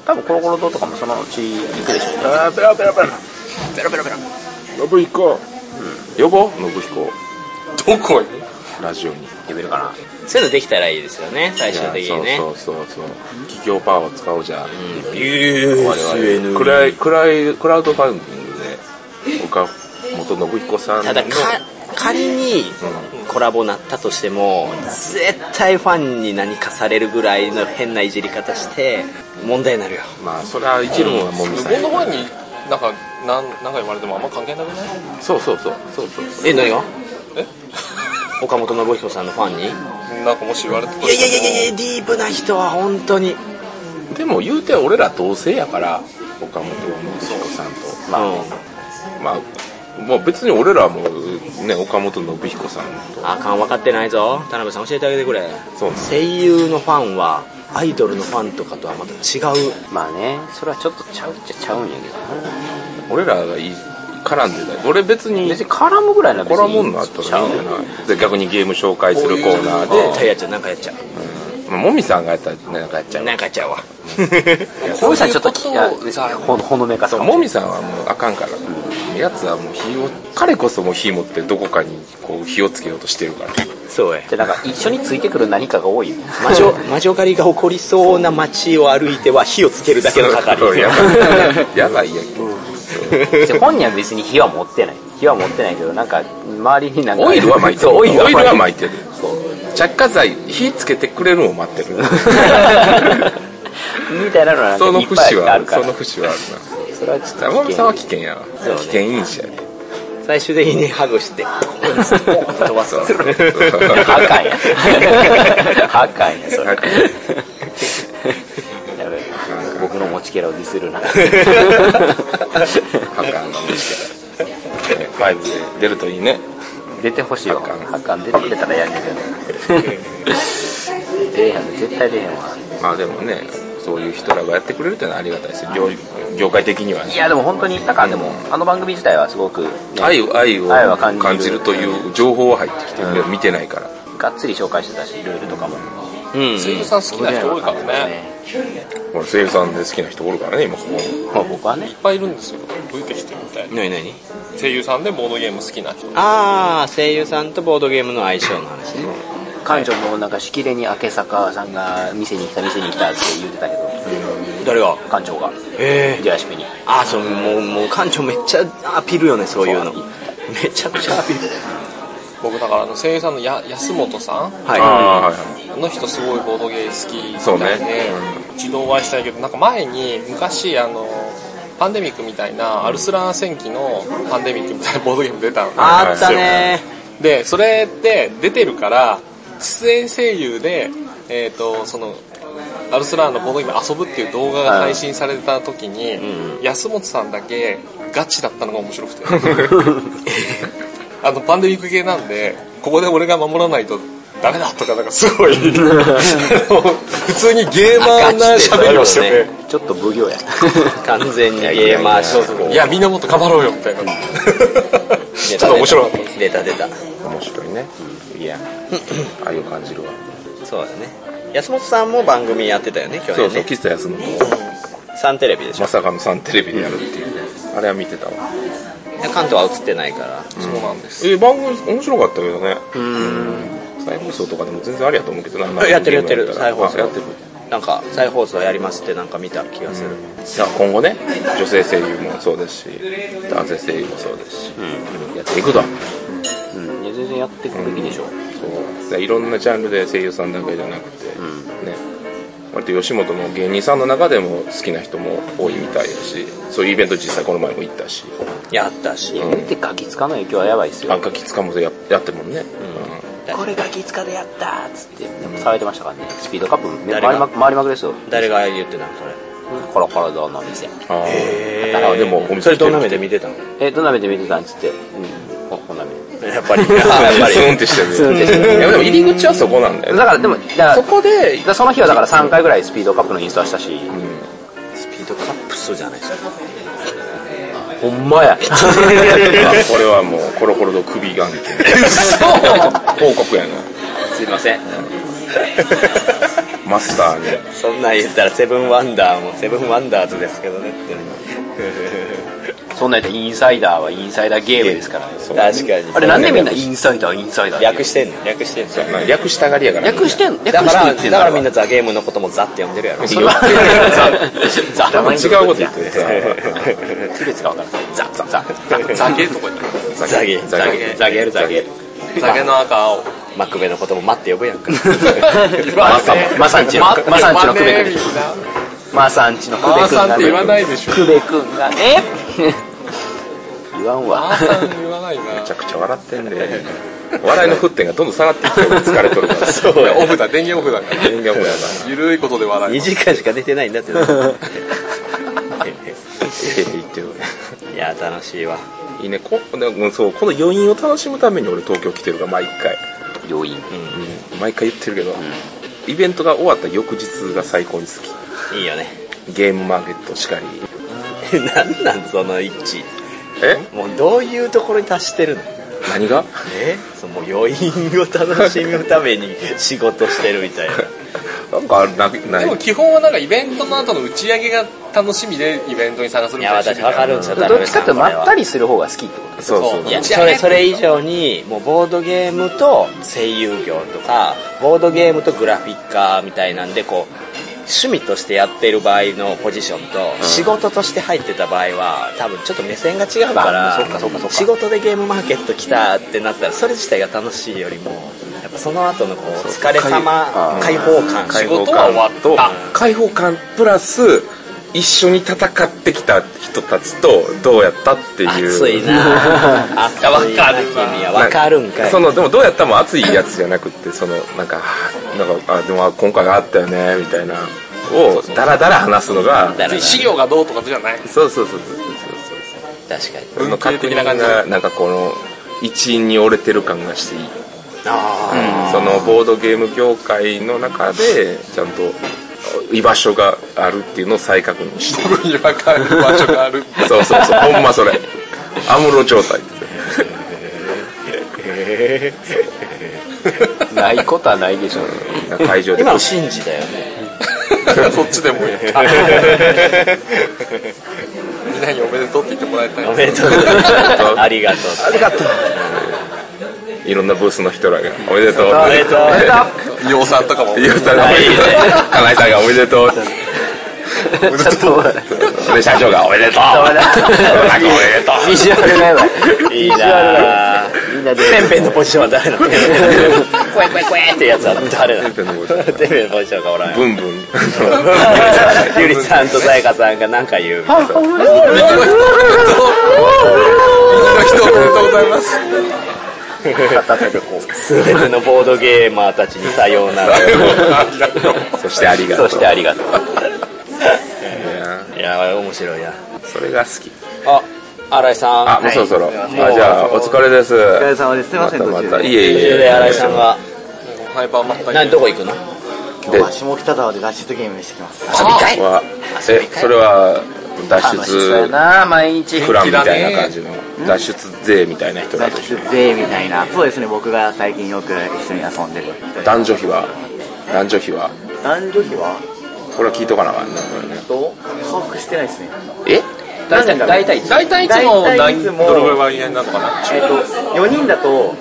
[SPEAKER 4] 多分コロコロ堂とかもそのうち行くでしょうね
[SPEAKER 1] あーペラペラペラペラペラペラ信彦呼ぼう信彦
[SPEAKER 3] どこに
[SPEAKER 1] ラジオに
[SPEAKER 4] 呼べるかな
[SPEAKER 2] そういうのできたらいいですよね最終的にね
[SPEAKER 1] そうそうそうそう企業パワーを使おうじゃん我
[SPEAKER 2] USN
[SPEAKER 1] 々クライクライクラウドファンディングで岡本信彦さんの
[SPEAKER 2] ただか仮にコラボなったとしても絶対ファンに何かされるぐらいの変ないじり方して問題になるよ
[SPEAKER 1] まあそれは一るもんはもみ
[SPEAKER 3] 向
[SPEAKER 1] さ
[SPEAKER 3] こ
[SPEAKER 1] んや
[SPEAKER 3] うの方になんかなんなんか言われてもあんま関係なくない
[SPEAKER 1] そうそうそうそうそう
[SPEAKER 2] え何が
[SPEAKER 3] え
[SPEAKER 2] 岡本信彦さんのファンにい
[SPEAKER 3] なんかもし言われたと
[SPEAKER 2] やいやい
[SPEAKER 3] しても
[SPEAKER 2] やいやディープな人は本当に
[SPEAKER 1] でも言うて俺ら同性やから岡本信彦さんと
[SPEAKER 2] まあ、うん
[SPEAKER 1] まあまあ別に俺らもね岡本信彦さんと
[SPEAKER 2] あかん分かってないぞ田辺さん教えてあげてくれ
[SPEAKER 1] そうなん
[SPEAKER 2] 声優のファンはアイドルのファンとかとはまた違う
[SPEAKER 4] まあねそれはちょっとちゃうっちゃちゃうんやけどな
[SPEAKER 1] 俺らがいい絡んでた俺別に
[SPEAKER 4] 別に絡むぐらいなら
[SPEAKER 1] コ
[SPEAKER 4] 別
[SPEAKER 1] ラ
[SPEAKER 4] に
[SPEAKER 1] ボになった
[SPEAKER 4] ちゃ
[SPEAKER 1] らいういんじゃないで逆にゲーム紹介するコーナーで
[SPEAKER 2] 絶対やっちゃうなんかやっちゃう
[SPEAKER 1] まあもみさんがやったらなんかやっちゃう
[SPEAKER 2] なんかやっちゃうわ
[SPEAKER 4] こういう人はちょっとき
[SPEAKER 3] こういう
[SPEAKER 4] いや
[SPEAKER 3] ことをさ
[SPEAKER 4] ほほのめかす
[SPEAKER 1] そう
[SPEAKER 4] か
[SPEAKER 1] もみさんはもうあかんからやつはもう火を彼こそもう火持ってどこかにこう火をつけようとしてるから
[SPEAKER 2] そうや
[SPEAKER 4] じゃなんか一緒についてくる何かが多いよ
[SPEAKER 2] 魔女魔女狩りが起こりそうな街を歩いては火をつけるだけの係
[SPEAKER 1] そうやば いやばいやけど
[SPEAKER 4] で本人は別に火は持ってない火は持ってないけどなんか周りになん か
[SPEAKER 1] オイルは巻いて
[SPEAKER 4] そ
[SPEAKER 1] る
[SPEAKER 4] うオイルは巻いてる
[SPEAKER 1] 巻いてる着火剤火つけてくれるのを待ってる
[SPEAKER 4] みたいなのなんか
[SPEAKER 1] その
[SPEAKER 4] いっ
[SPEAKER 1] 節
[SPEAKER 4] ぱい
[SPEAKER 1] は
[SPEAKER 4] あ
[SPEAKER 1] あ
[SPEAKER 4] る
[SPEAKER 1] る
[SPEAKER 4] か
[SPEAKER 1] そ
[SPEAKER 4] ら
[SPEAKER 1] の節はある
[SPEAKER 4] それはちょっ
[SPEAKER 1] な
[SPEAKER 4] と
[SPEAKER 1] もみさんは危険やな危険因子やね
[SPEAKER 2] 最終的にハグして飛ばすわ
[SPEAKER 4] 破壊や破壊 や それやべえ僕の持ちキャラをディスるな
[SPEAKER 1] ハッカーの道からねファイブで出るといいね
[SPEAKER 4] 出てほしいわ
[SPEAKER 1] ハッカン
[SPEAKER 4] ハッカン出てくれたらやんねんけど 出えへん絶対出えへんわ
[SPEAKER 1] まあでもねそういう人らがやってくれるってのはありがたいですよ業業界的にはね
[SPEAKER 4] いやでも本当にだからでもあの番組自体はすごく、ね、
[SPEAKER 1] 愛を愛を
[SPEAKER 4] 愛は感じる
[SPEAKER 1] 感じるという情報は入ってきてる、見てないから
[SPEAKER 4] がっつり紹介してたしルールとかも
[SPEAKER 2] うん
[SPEAKER 3] 声優さん好きな人多いからね
[SPEAKER 1] 俺声優さんで好きな人おるからね今ここ
[SPEAKER 4] まあ僕はね
[SPEAKER 3] いっぱいいるんですよどういうてきてみたいな
[SPEAKER 2] 何何
[SPEAKER 3] 声優さんでボードゲーム好きな人
[SPEAKER 2] ああ声優さんとボードゲームの相性の話ね
[SPEAKER 4] 館長もなんかしきれに明坂さんが店に来た店に来たって言ってたけど
[SPEAKER 2] 誰が
[SPEAKER 4] 館長が
[SPEAKER 2] え
[SPEAKER 4] じゃあしめに
[SPEAKER 2] ああそうもうもう館長めっちゃアピールよねそういうの
[SPEAKER 4] そう
[SPEAKER 2] めちゃくちゃアピール
[SPEAKER 3] 僕だからあの声優さんのや安本さん
[SPEAKER 2] はい
[SPEAKER 1] ああはいはい
[SPEAKER 3] あの人すごいボードゲーム好きみたいで
[SPEAKER 1] そうね
[SPEAKER 3] 一度お会いしたいけどなんか前に昔あのパンデミックみたいなアルスラー戦記のパンデミックみたいなボードゲーム出た
[SPEAKER 1] ー
[SPEAKER 3] の
[SPEAKER 4] あったね
[SPEAKER 3] でそれって出てるから出演声優で、えー、とそのアルスラーのボードゲーム遊ぶっていう動画が配信された時に、安本さんだけガチだったのが面白 くてあのパンデミック系なんでここで俺が守らないとダメだとかなんかすごいあの普通にゲーマーな喋りをしてて、
[SPEAKER 4] ちょっと奉 行や
[SPEAKER 2] 完全にゲーマーショッ
[SPEAKER 3] いやみんなもっと頑張ろうよみたいなちょっと面白かったです
[SPEAKER 2] 出た出た
[SPEAKER 1] 面白いねいやああいう感じるわ
[SPEAKER 2] そうだね安本さんも番組やってたよね去
[SPEAKER 1] そう
[SPEAKER 2] 年
[SPEAKER 1] そう
[SPEAKER 2] ね
[SPEAKER 1] 岸田康信
[SPEAKER 2] サンテレビでしょ
[SPEAKER 1] まさかの3テレビでやるっていうあれは見てたわ
[SPEAKER 2] 関東は映ってないから
[SPEAKER 3] そうなんです
[SPEAKER 1] え番組面白かったけどね再放送とかでも全然ありやと思うけどな
[SPEAKER 2] やってるやってる
[SPEAKER 1] 再
[SPEAKER 2] 再
[SPEAKER 1] 放
[SPEAKER 2] 放
[SPEAKER 1] 送
[SPEAKER 2] 送
[SPEAKER 1] やってる
[SPEAKER 2] なんか再放送やりますってなんか見た気がする、
[SPEAKER 1] いや今後ね女性声優もそうですし男性声優もそうですし、やっていくと
[SPEAKER 4] うんいや全然やっていくべきでしょ
[SPEAKER 1] そうでいろんなジャンルで声優さんだけじゃなくて、ね割と吉本の芸人さんの中でも好きな人も多いみたいだしそういうイベント実際この前も行ったし
[SPEAKER 2] やったし、
[SPEAKER 1] うん
[SPEAKER 4] 見てガキつかの影響はやばいっすよ
[SPEAKER 1] あガキつかもややってるもんね、
[SPEAKER 4] これガキつかでやったーっつってでも騒いでましたからねスピードカップめ回
[SPEAKER 2] 誰
[SPEAKER 4] り
[SPEAKER 2] が
[SPEAKER 4] ま回りまくりですよ
[SPEAKER 2] 誰が言ってたのそれ
[SPEAKER 4] コラコラ丼の店
[SPEAKER 1] ああ
[SPEAKER 2] え
[SPEAKER 1] ーあでもお店
[SPEAKER 2] それどんな目で見てたの
[SPEAKER 4] えどんな目で見てたんっつってうんここんな目
[SPEAKER 2] やっぱり やっぱ
[SPEAKER 1] スンっ
[SPEAKER 2] り
[SPEAKER 1] てしてる
[SPEAKER 4] スンってして
[SPEAKER 1] いやでも入り口はそこなんだよ
[SPEAKER 4] だからでもだから
[SPEAKER 1] そこで
[SPEAKER 4] だからその日はだから3回ぐらいスピードカップのインストアしたし、
[SPEAKER 2] スピードカップスじゃないですか
[SPEAKER 4] ほんまや
[SPEAKER 1] あこれはもうコロコロと首眼鏡報告やな
[SPEAKER 2] すいません
[SPEAKER 1] マスターに
[SPEAKER 2] そんなん言ったらセブンワンダーもセブンワンダーズですけどねって
[SPEAKER 4] そんなんやったらインサイダーはインサイダーゲームですから
[SPEAKER 2] 確かに
[SPEAKER 4] あれなんでみんなインサイダーインサイダー
[SPEAKER 2] 略してんの略してんの
[SPEAKER 1] まあ略したがりやから
[SPEAKER 4] 略してん略して
[SPEAKER 2] だから
[SPEAKER 4] 言って
[SPEAKER 2] だ
[SPEAKER 4] んだ
[SPEAKER 2] からみんなザ・ゲームのこともザって呼んでるやろ
[SPEAKER 1] いいよ
[SPEAKER 4] ザ
[SPEAKER 1] 多分違うこと言ってる
[SPEAKER 4] 区別が分からないザザザザ
[SPEAKER 3] ザゲーとか言って
[SPEAKER 2] ザゲー
[SPEAKER 1] ザ
[SPEAKER 2] ザ
[SPEAKER 1] ゲ
[SPEAKER 2] ゲ
[SPEAKER 1] ー
[SPEAKER 2] ーザゲーザゲー
[SPEAKER 3] ザゲの赤青
[SPEAKER 2] マクベのことも待って呼ぶやんか
[SPEAKER 4] マサマサンチのマサンチのクベ君
[SPEAKER 3] みん
[SPEAKER 4] です
[SPEAKER 3] な
[SPEAKER 4] マサンチのクベ
[SPEAKER 3] あー
[SPEAKER 4] 君
[SPEAKER 3] さん
[SPEAKER 4] が
[SPEAKER 3] って言わないでしょ
[SPEAKER 4] クベ君がね言わん
[SPEAKER 3] あ
[SPEAKER 4] わ
[SPEAKER 3] ーさん言わないな
[SPEAKER 1] めちゃくちゃ笑ってんで笑いの沸点がどんどん下がってきて疲れとるからそう
[SPEAKER 3] いやオフだ電 源オフだから
[SPEAKER 1] 全然もうやな
[SPEAKER 3] ゆるいことで笑
[SPEAKER 2] 2
[SPEAKER 3] い
[SPEAKER 2] 時間しか出てないんだって
[SPEAKER 1] ええ言ってよ
[SPEAKER 2] いや楽しいわ
[SPEAKER 1] いいねこでもそうこの余韻を楽しむために俺東京来てるから毎回
[SPEAKER 4] 要因
[SPEAKER 1] 毎回言ってるけど、イベントが終わった翌日が最高に好
[SPEAKER 2] いいよね
[SPEAKER 1] きゲームマーケットしかり
[SPEAKER 2] なんなんその一致
[SPEAKER 1] え
[SPEAKER 2] もうどういうところに達してるの
[SPEAKER 1] 何が
[SPEAKER 2] えその余韻を楽しむために仕事してるみたいな
[SPEAKER 1] なんかなな
[SPEAKER 3] でも
[SPEAKER 1] い
[SPEAKER 3] 基本はなんかイベントの後の打ち上げが楽しみでイベントに参加す る
[SPEAKER 2] い
[SPEAKER 3] みた
[SPEAKER 2] や
[SPEAKER 3] いな
[SPEAKER 2] 私わかるんですよ
[SPEAKER 4] どっちかっていうとまった
[SPEAKER 2] り
[SPEAKER 4] りする方が好きってこと
[SPEAKER 1] そうそう
[SPEAKER 3] そう
[SPEAKER 2] いやそれそれ以上にもうボードゲームと声優業とかボードゲームとグラフィッカーみたいなんでこう趣味としてやってる場合のポジションと仕事として入ってた場合は多分ちょっと目線が違うから
[SPEAKER 4] あそっかそっかそっか
[SPEAKER 2] 仕事でゲームマーケット来たってなったらそれ自体が楽しいよりもやっぱその後のこうお疲れ様解放感
[SPEAKER 1] 解
[SPEAKER 2] 仕
[SPEAKER 1] 放
[SPEAKER 2] 事
[SPEAKER 1] 感
[SPEAKER 2] は終わっ
[SPEAKER 1] と解放感プラス一緒に戦ってきた人たちとどうやったっていう
[SPEAKER 2] 熱いな熱いな君はわかるんかい
[SPEAKER 1] そのでもどうやったも熱いやつじゃなくってそのなんかあなんかあでもあ今回があったよねみたいなをダラダラ話すのが
[SPEAKER 2] だから
[SPEAKER 3] 資料がどうとかじゃない
[SPEAKER 1] そうそうそうそうそう
[SPEAKER 2] 確かに
[SPEAKER 1] そう
[SPEAKER 3] 文系的な感じ
[SPEAKER 1] 勝手になんかこの一員に折れてる感がしていい
[SPEAKER 2] ああ
[SPEAKER 1] そのボードゲーム業界の中でちゃんと居場所があるっていうのを再確認して
[SPEAKER 3] 多分違和感る場所がある
[SPEAKER 1] そうそうそうほんまそれアムロ状態
[SPEAKER 4] ないことはないでしょうね
[SPEAKER 1] 会場で
[SPEAKER 2] 今のシンジだよね
[SPEAKER 3] そっちでもいいみんなにおめでとうって言ってもらい たい
[SPEAKER 2] おめでとうありがとう
[SPEAKER 1] ありがとういろんなブースの人らがおめでとう
[SPEAKER 2] おめでとう
[SPEAKER 3] 洋さんとかも
[SPEAKER 1] 言うたらおめでとう金井さんがおめでとう
[SPEAKER 4] ちょっと
[SPEAKER 1] で社長がおめでとう
[SPEAKER 4] ダメだ
[SPEAKER 1] なんかおめでとう
[SPEAKER 4] ビジュアルがやばい
[SPEAKER 2] いいなあ
[SPEAKER 4] みんなで
[SPEAKER 2] ペンペンのポジションは誰なのクエクエクエってやつは誰なのペ ンペンのポジションがおらん よ
[SPEAKER 1] ブンブン。
[SPEAKER 2] ゆりさんとさやかさんが何か言う
[SPEAKER 3] 人おめでとうございます
[SPEAKER 4] 片手でこう
[SPEAKER 2] すべてのボードゲーマーたちにさようなら
[SPEAKER 1] そしてありがと。
[SPEAKER 2] そうしてありがとう
[SPEAKER 1] ね
[SPEAKER 2] いや面白いな
[SPEAKER 1] それが好き。
[SPEAKER 2] あ新井さん
[SPEAKER 1] あ、もうそろそろ。あじゃあ、お疲れです。お
[SPEAKER 5] お疲れ様です。すいません、
[SPEAKER 1] またま
[SPEAKER 5] 途中
[SPEAKER 1] た。
[SPEAKER 5] で。
[SPEAKER 1] いえいえ。
[SPEAKER 2] で新井さんが
[SPEAKER 3] ハイパーマッタ
[SPEAKER 2] 何どこ行くの
[SPEAKER 5] 今日は下北沢で脱出ゲームしてきます。
[SPEAKER 1] は、え、それは、脱
[SPEAKER 5] 楽し
[SPEAKER 4] そうや
[SPEAKER 1] 出
[SPEAKER 4] な毎日
[SPEAKER 1] プランみたいな感じの、脱出税みたいな人ら
[SPEAKER 5] 脱
[SPEAKER 1] と一緒
[SPEAKER 5] 出勢みたいな。そうですね、僕が最近よく一緒に遊んでる。
[SPEAKER 1] 男女比は、男女比は、
[SPEAKER 5] 男女比は
[SPEAKER 1] これは聞いとかなあかんな、これね。
[SPEAKER 5] と把握してないですね。
[SPEAKER 1] え
[SPEAKER 4] 大体大体
[SPEAKER 3] 大体いつも
[SPEAKER 5] 大体い
[SPEAKER 3] 何
[SPEAKER 5] つ
[SPEAKER 3] ど
[SPEAKER 5] も
[SPEAKER 3] のぐらい割合なのかな
[SPEAKER 5] えっと、4人だと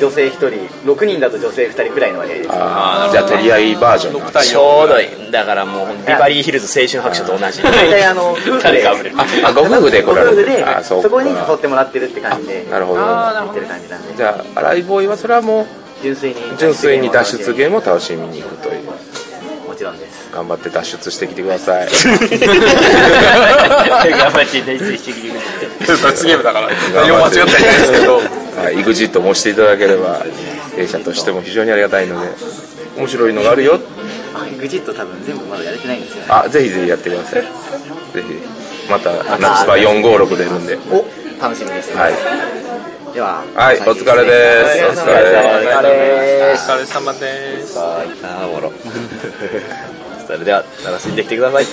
[SPEAKER 5] 女性1人、6人だと女性2人くらいの割合です。
[SPEAKER 1] あーじゃあ取り合いバージョンなんだ
[SPEAKER 2] ちょうどいいだからもうビバリーヒルズ青春白書と同じ
[SPEAKER 5] 大体あの、夫婦
[SPEAKER 2] 誰
[SPEAKER 5] で、
[SPEAKER 2] かぶ れる
[SPEAKER 1] あご夫婦で来
[SPEAKER 5] ご
[SPEAKER 1] ら
[SPEAKER 5] 夫
[SPEAKER 1] れ
[SPEAKER 5] 婦
[SPEAKER 1] て
[SPEAKER 5] で
[SPEAKER 1] るあそ
[SPEAKER 5] そう
[SPEAKER 1] か
[SPEAKER 5] こに誘ってもらってるって感じで、
[SPEAKER 1] なるほど
[SPEAKER 5] 行ってる感じなんで、
[SPEAKER 1] じゃあ荒井ボーイはそれはも
[SPEAKER 5] 純粋に
[SPEAKER 1] う純粋に脱出ゲームを楽しみに行くという
[SPEAKER 5] もちろんです。
[SPEAKER 1] 頑張って脱出してきてくだ さい
[SPEAKER 2] 頑張って
[SPEAKER 3] 脱ゲームだから
[SPEAKER 1] 内
[SPEAKER 3] 内
[SPEAKER 1] 容
[SPEAKER 3] 容
[SPEAKER 1] 間
[SPEAKER 3] 間
[SPEAKER 1] 違
[SPEAKER 3] 違
[SPEAKER 1] っ
[SPEAKER 3] ってて
[SPEAKER 1] は
[SPEAKER 3] はいい
[SPEAKER 1] な
[SPEAKER 3] ないい
[SPEAKER 1] で
[SPEAKER 3] です
[SPEAKER 1] け
[SPEAKER 3] すけ
[SPEAKER 1] はい、
[SPEAKER 3] ど
[SPEAKER 1] EXIT も押していただければ弊社としても非常にありがたいので面白いのがあるよ
[SPEAKER 5] あ、グジット多分全部まだやれてないんですよね。
[SPEAKER 1] あぜひぜひやってくださいぜひまた夏場456出るんで
[SPEAKER 5] お楽しみです。
[SPEAKER 1] はい、
[SPEAKER 5] では、
[SPEAKER 1] はい、お疲れですお疲れ様です
[SPEAKER 2] あれ
[SPEAKER 3] お疲れ様です
[SPEAKER 2] あおもろそれでは楽しんできてください
[SPEAKER 3] で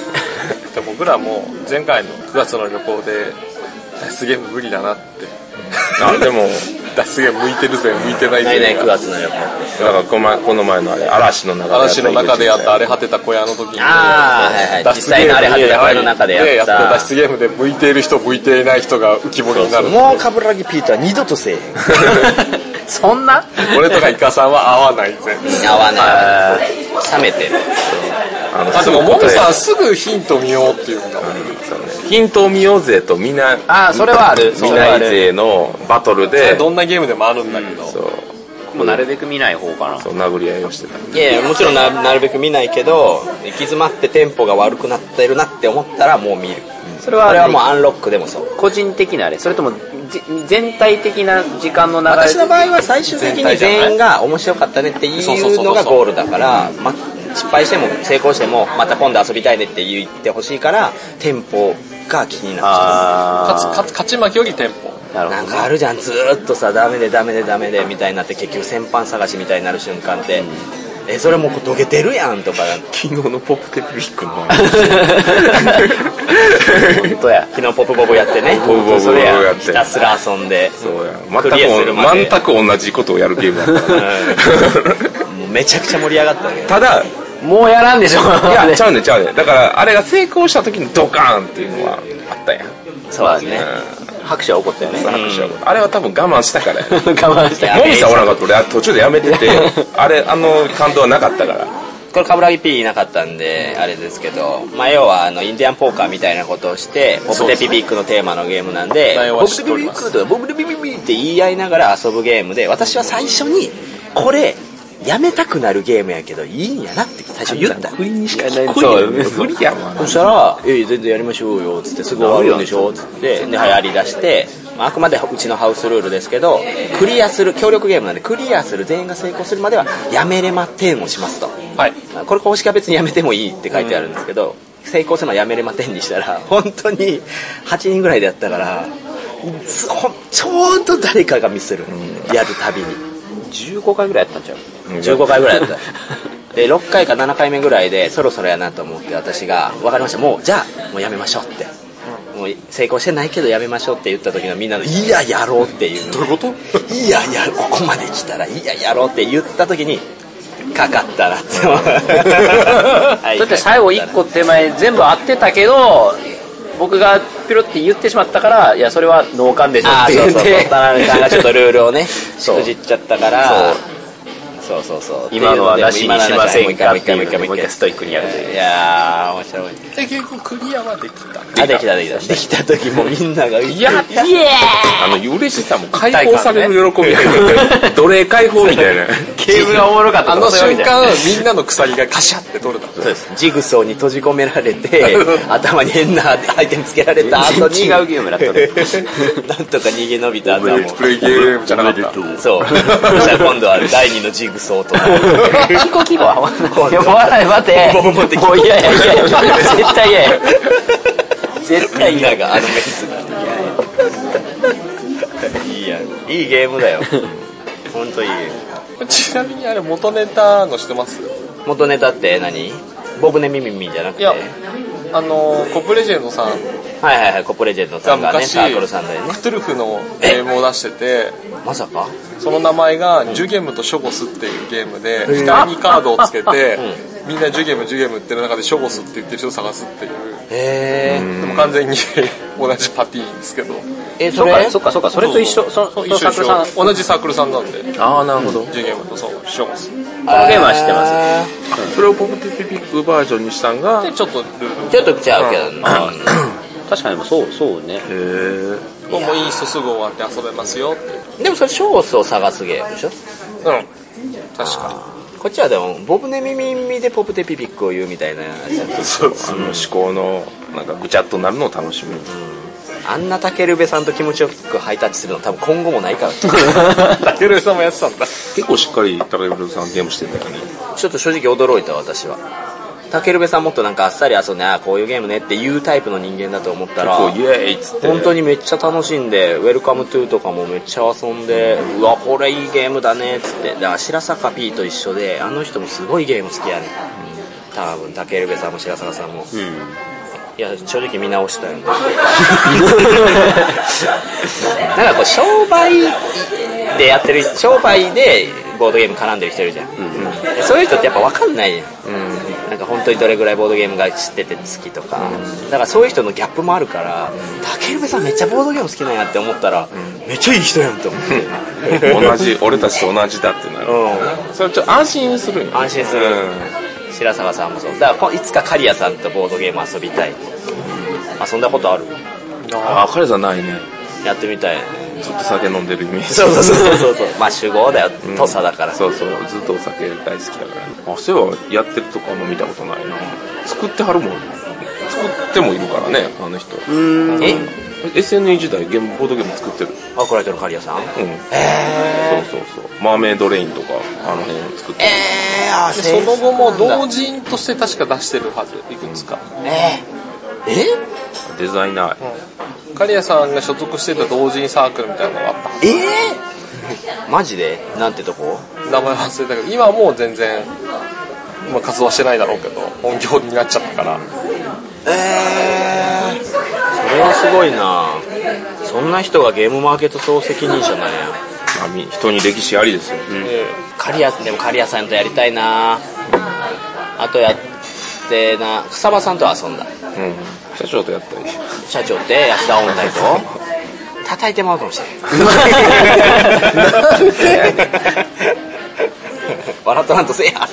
[SPEAKER 3] 僕らも前回の9月の旅行で脱ゲーム無理だなって
[SPEAKER 1] あでも
[SPEAKER 3] 脱ゲーム向いてるぜ向いてない
[SPEAKER 2] 来年
[SPEAKER 3] ぜ
[SPEAKER 2] 9月の旅行
[SPEAKER 1] なんかこの前この前のあれ嵐の中でやった
[SPEAKER 3] 嵐の中でやったあれ果てた小屋の時に
[SPEAKER 2] ああはいはい実際のあれ果てた小屋の中でやっ
[SPEAKER 3] やった
[SPEAKER 2] た
[SPEAKER 3] 脱出ゲームで向いている人向いていない人が浮き彫りになる
[SPEAKER 2] もう冠城ピートは二度とせえへ ん
[SPEAKER 4] そんな
[SPEAKER 3] 俺とかイカさんは合わない ぜ
[SPEAKER 2] 合わない冷めてる
[SPEAKER 1] あの
[SPEAKER 3] あでも
[SPEAKER 1] すぐ
[SPEAKER 3] モ
[SPEAKER 1] 答
[SPEAKER 3] ブ
[SPEAKER 1] え
[SPEAKER 3] さんすぐヒント見ようっていうんだもん
[SPEAKER 1] そうねヒントを見ようぜと見ない
[SPEAKER 4] あーそれはある
[SPEAKER 1] 見ないぜのバトルで
[SPEAKER 3] どんなゲームでもあるんだけど
[SPEAKER 1] そう
[SPEAKER 4] もうなるべく見ない方かな
[SPEAKER 1] そう殴り合いをしてた
[SPEAKER 2] いやいやもちろんななるべく見ないけど行き詰まってテンポが悪くなってるなって思ったらもう見る
[SPEAKER 4] それ
[SPEAKER 2] これは
[SPEAKER 4] は
[SPEAKER 2] もうアンロックでもそう
[SPEAKER 4] 個人的なあれそれともじ全体的な時間の流れ
[SPEAKER 2] 私の場合は最終的に全員が面白かったねっていうのがゴールだから、ま、失敗しても成功してもまた今度遊びたいねって言ってほしいからテンポが気になっちゃう
[SPEAKER 3] 勝つ
[SPEAKER 4] あ
[SPEAKER 3] 勝つ勝ち負けよりテンポ
[SPEAKER 4] あなるほ
[SPEAKER 2] な
[SPEAKER 4] ど
[SPEAKER 2] んかあるじゃんずーっとさダメでダメでダメでみたいになって結局先般探しみたいになる瞬間って、えそれもうどけてるやんとか
[SPEAKER 1] 昨日のポップテピックの
[SPEAKER 4] 本当や
[SPEAKER 2] 昨日ポップボブやってね
[SPEAKER 1] ポップボブ
[SPEAKER 2] それ
[SPEAKER 1] や
[SPEAKER 2] や
[SPEAKER 1] って
[SPEAKER 2] ひたすら遊んで
[SPEAKER 1] そうや
[SPEAKER 2] クリアするまで
[SPEAKER 1] 全く全く同じことをやるゲームだった
[SPEAKER 2] もうめちゃくちゃ盛り上がったけど
[SPEAKER 1] ただい
[SPEAKER 4] もうやらんでしょ
[SPEAKER 1] やちゃうねんちゃうねんだからあれが成功した時にドカーンっていうのはあったやん
[SPEAKER 2] そうですね
[SPEAKER 4] 拍手は起こったよね
[SPEAKER 1] 拍手はあれは多分我慢したからや
[SPEAKER 4] 我慢して
[SPEAKER 1] もみさんおらんかったら俺途中でやめ ててあれあの感動はなかったから
[SPEAKER 2] これ冠城 P いなかったんであれですけど、まあ、要はあのインディアンポーカーみたいなことをしてポップテピビックのテーマのゲームなんで
[SPEAKER 3] 内容
[SPEAKER 2] ポ
[SPEAKER 3] は
[SPEAKER 2] ップ
[SPEAKER 3] 知って
[SPEAKER 2] テピビ
[SPEAKER 3] おり
[SPEAKER 2] ッ
[SPEAKER 3] ま
[SPEAKER 2] クとポップテピビックって言い合いながら遊ぶゲームで私は最初にこれやめたくなるゲームやけどいいんやなって最初言った
[SPEAKER 1] 不意にしか
[SPEAKER 4] 聞こ
[SPEAKER 1] そ
[SPEAKER 4] え
[SPEAKER 1] う
[SPEAKER 4] へん
[SPEAKER 1] 無理やもん
[SPEAKER 2] そしたら「え全然やりましょうよ」っつってすぐ終わるんでしょっつってで流行りだして、まあ、あくまでうちのハウスルールですけどクリアする協力ゲームなんでクリアする全員が成功するまではやめれま10をしますと
[SPEAKER 3] はい
[SPEAKER 2] まあこれ公式は別にやめてもいいって書いてあるんですけど、成功するのはやめれませんにしたら本当に8人ぐらいでやったからつほんちょうど誰かがミスる、やるたびに
[SPEAKER 4] 15回ぐらいやったんちゃう
[SPEAKER 2] 15回ぐらいだったで6回か7回目ぐらいでそろそろやなと思って私が「分かりましたもうじゃあもうやめましょう」ってもう成功してないけどやめましょうって言った時のみんなの「いややろう」っていうどういうこといややここまで来たら「いややろう」って言った時にかかったなって思うはい
[SPEAKER 4] だって最後1個手前全部合ってたけど僕がピロって言ってしまったからいやそれは脳幹でしょ
[SPEAKER 2] ああ
[SPEAKER 4] っ て
[SPEAKER 2] そ
[SPEAKER 4] 言
[SPEAKER 2] う
[SPEAKER 4] っ
[SPEAKER 2] そうそう
[SPEAKER 4] て
[SPEAKER 2] 田辺さんがちょっとルールをねしくじっちゃったからそうそうそう
[SPEAKER 4] 今のはなしにしませんか
[SPEAKER 2] もう
[SPEAKER 4] っ
[SPEAKER 2] 一
[SPEAKER 4] て
[SPEAKER 2] 回も
[SPEAKER 4] いうう
[SPEAKER 2] 一回
[SPEAKER 4] ので
[SPEAKER 2] も
[SPEAKER 4] も
[SPEAKER 2] う一回
[SPEAKER 4] う一回ストイックにやるという
[SPEAKER 2] いやー面白い
[SPEAKER 3] で結局クリアはできた
[SPEAKER 2] あできたできたできた時もうみんながい
[SPEAKER 1] いや、あの、嬉しさも解放される喜びやけど、奴隷解放みたいな。
[SPEAKER 4] ゲームがおもろかった
[SPEAKER 3] あの瞬
[SPEAKER 4] 間
[SPEAKER 3] 間みんなの鎖がガシャって取れた
[SPEAKER 2] そうですジグソーに閉じ込められて頭に変なアイテムつけられた後に
[SPEAKER 4] 全然違うゲームだったね
[SPEAKER 2] なんとか逃げ延びた後はも
[SPEAKER 1] プレイゲームじゃなかった。
[SPEAKER 2] うそうそしたら今度は第二のジグソーとなる
[SPEAKER 4] キコキコいや笑い待て
[SPEAKER 2] ボム持ってきて
[SPEAKER 4] もういやいやいや絶対嫌や絶対
[SPEAKER 2] みん
[SPEAKER 4] 嫌
[SPEAKER 2] ながあのメンツがいいやいいゲームだよ本当いいゲーム
[SPEAKER 3] ちなみにあれ元ネタのしてます
[SPEAKER 2] 元ネタって何ボブネミミミじゃなく
[SPEAKER 3] い
[SPEAKER 2] て
[SPEAKER 3] や
[SPEAKER 2] はい
[SPEAKER 3] あのコップレジェンドさん
[SPEAKER 2] はいはいコップレジェンドさ
[SPEAKER 3] が
[SPEAKER 2] んがね
[SPEAKER 3] 昔
[SPEAKER 2] サークルさんだよね
[SPEAKER 3] クトゥルフのゲームを出してて
[SPEAKER 2] まさか
[SPEAKER 3] その名前がジュゲムとショゴスっていうゲームで額にカードをつけてみんなジュゲムジュゲムってる中でショゴスって言ってる人を探すっていう
[SPEAKER 2] へー
[SPEAKER 3] でも完全に 同じパティーンですけど
[SPEAKER 2] えそ
[SPEAKER 4] そっか
[SPEAKER 2] れ
[SPEAKER 4] そっかそっかそれと一緒そそ
[SPEAKER 3] 一
[SPEAKER 4] の
[SPEAKER 3] 緒
[SPEAKER 4] サー
[SPEAKER 3] 一
[SPEAKER 4] クルさんこ
[SPEAKER 3] 緒同じサークルさんなんで
[SPEAKER 2] ああなるほど
[SPEAKER 3] ジュゲムとそうショゴスで
[SPEAKER 4] のゲームは知ってます
[SPEAKER 1] それをポプテピックバージョンにしたんが、
[SPEAKER 3] ちょっとルール
[SPEAKER 2] ちょっとちゃうけどな
[SPEAKER 4] 確かにそうそうね
[SPEAKER 3] ここもいい人すぐ終わって遊べますよって
[SPEAKER 2] でもそれショースを探すゲームでしょ
[SPEAKER 3] うん確か
[SPEAKER 2] こっちはでもボブネミミミでポプテピピックを言うみたいなやつや
[SPEAKER 1] あの、思考の、なんかぐちゃっとなるのを楽しむ。
[SPEAKER 2] あんなタケルベさんと気持ちよくハイタッチするの多分今後もない から
[SPEAKER 3] ら竹内さんもやってたんだ
[SPEAKER 1] 結構しっかり高山さんゲームしてんだよね。
[SPEAKER 2] ちょっと正直驚いた私はタケルベさんもっとなんかあっさり遊んであーこういうゲームねっていうタイプの人間だと思ったら
[SPEAKER 1] こう、イエーイっつって。
[SPEAKER 2] 本当にめっちゃ楽しんで、ウェルカムトゥーとかもめっちゃ遊んで、うわ、これいいゲームだねっつって、だから白坂 P と一緒で、あの人もすごいゲーム好きやね、多分竹ルベさんも白坂さんも。いや、正直見直したよね。なんかこう、商売でやってる、商売でボードゲーム絡んでる人いるじゃん。でそういう人ってやっぱ分かんないじゃん。なんか本当にどれぐらいボードゲームが知ってて好きとか、だからそういう人のギャップもあるから、竹部さんめっちゃボードゲーム好きなんやって思ったら、めっちゃいい人やんと思って、
[SPEAKER 1] 同じ、俺たちと同じだってなる。
[SPEAKER 2] う
[SPEAKER 1] それちょっと安心するよね
[SPEAKER 2] ん、安心する、白沢さんもそうだからこいつか刈谷さんとボードゲーム遊びたい遊んだことある
[SPEAKER 1] ああ、彼じゃないね。
[SPEAKER 2] やってみたい
[SPEAKER 1] ずっと酒飲んでるイメージ。
[SPEAKER 2] そうそうそうそうそう まあ主語だよ、
[SPEAKER 1] うん
[SPEAKER 2] 土佐だから
[SPEAKER 1] そうそうずっとお酒大好きだからあそういえばやってるとかも見たことないな作ってはるもん作ってもいるからねあの人うん
[SPEAKER 2] え
[SPEAKER 1] SNE 時代ゲームボードゲーム作ってる
[SPEAKER 2] あこれとの刈谷さん
[SPEAKER 1] うんそうそうそうマーメイドレインとかあの辺作ってる、
[SPEAKER 2] えー、あ
[SPEAKER 3] でその後も同人として確か出してるはずいくつか
[SPEAKER 2] えー、え
[SPEAKER 1] デザイナー
[SPEAKER 3] 刈谷さんが所属してた同人サークルみたいなのがあっ
[SPEAKER 2] えー、マジでなんてとこ
[SPEAKER 3] た名前忘れたけど今はもう全然、まあ、活動はしてないだろうけど本業になっちゃったから
[SPEAKER 2] えー、それはすごいなそんな人がゲームマーケット総責任者なんや
[SPEAKER 1] あみ人に歴史ありですよ、
[SPEAKER 2] 刈谷でも刈谷さんとやりたいなあとやってな草場さんとは遊んだ
[SPEAKER 1] うん社長とやったり
[SPEAKER 2] 社長って安田音大と叩いてもらうかもしれない笑ったなんとせえや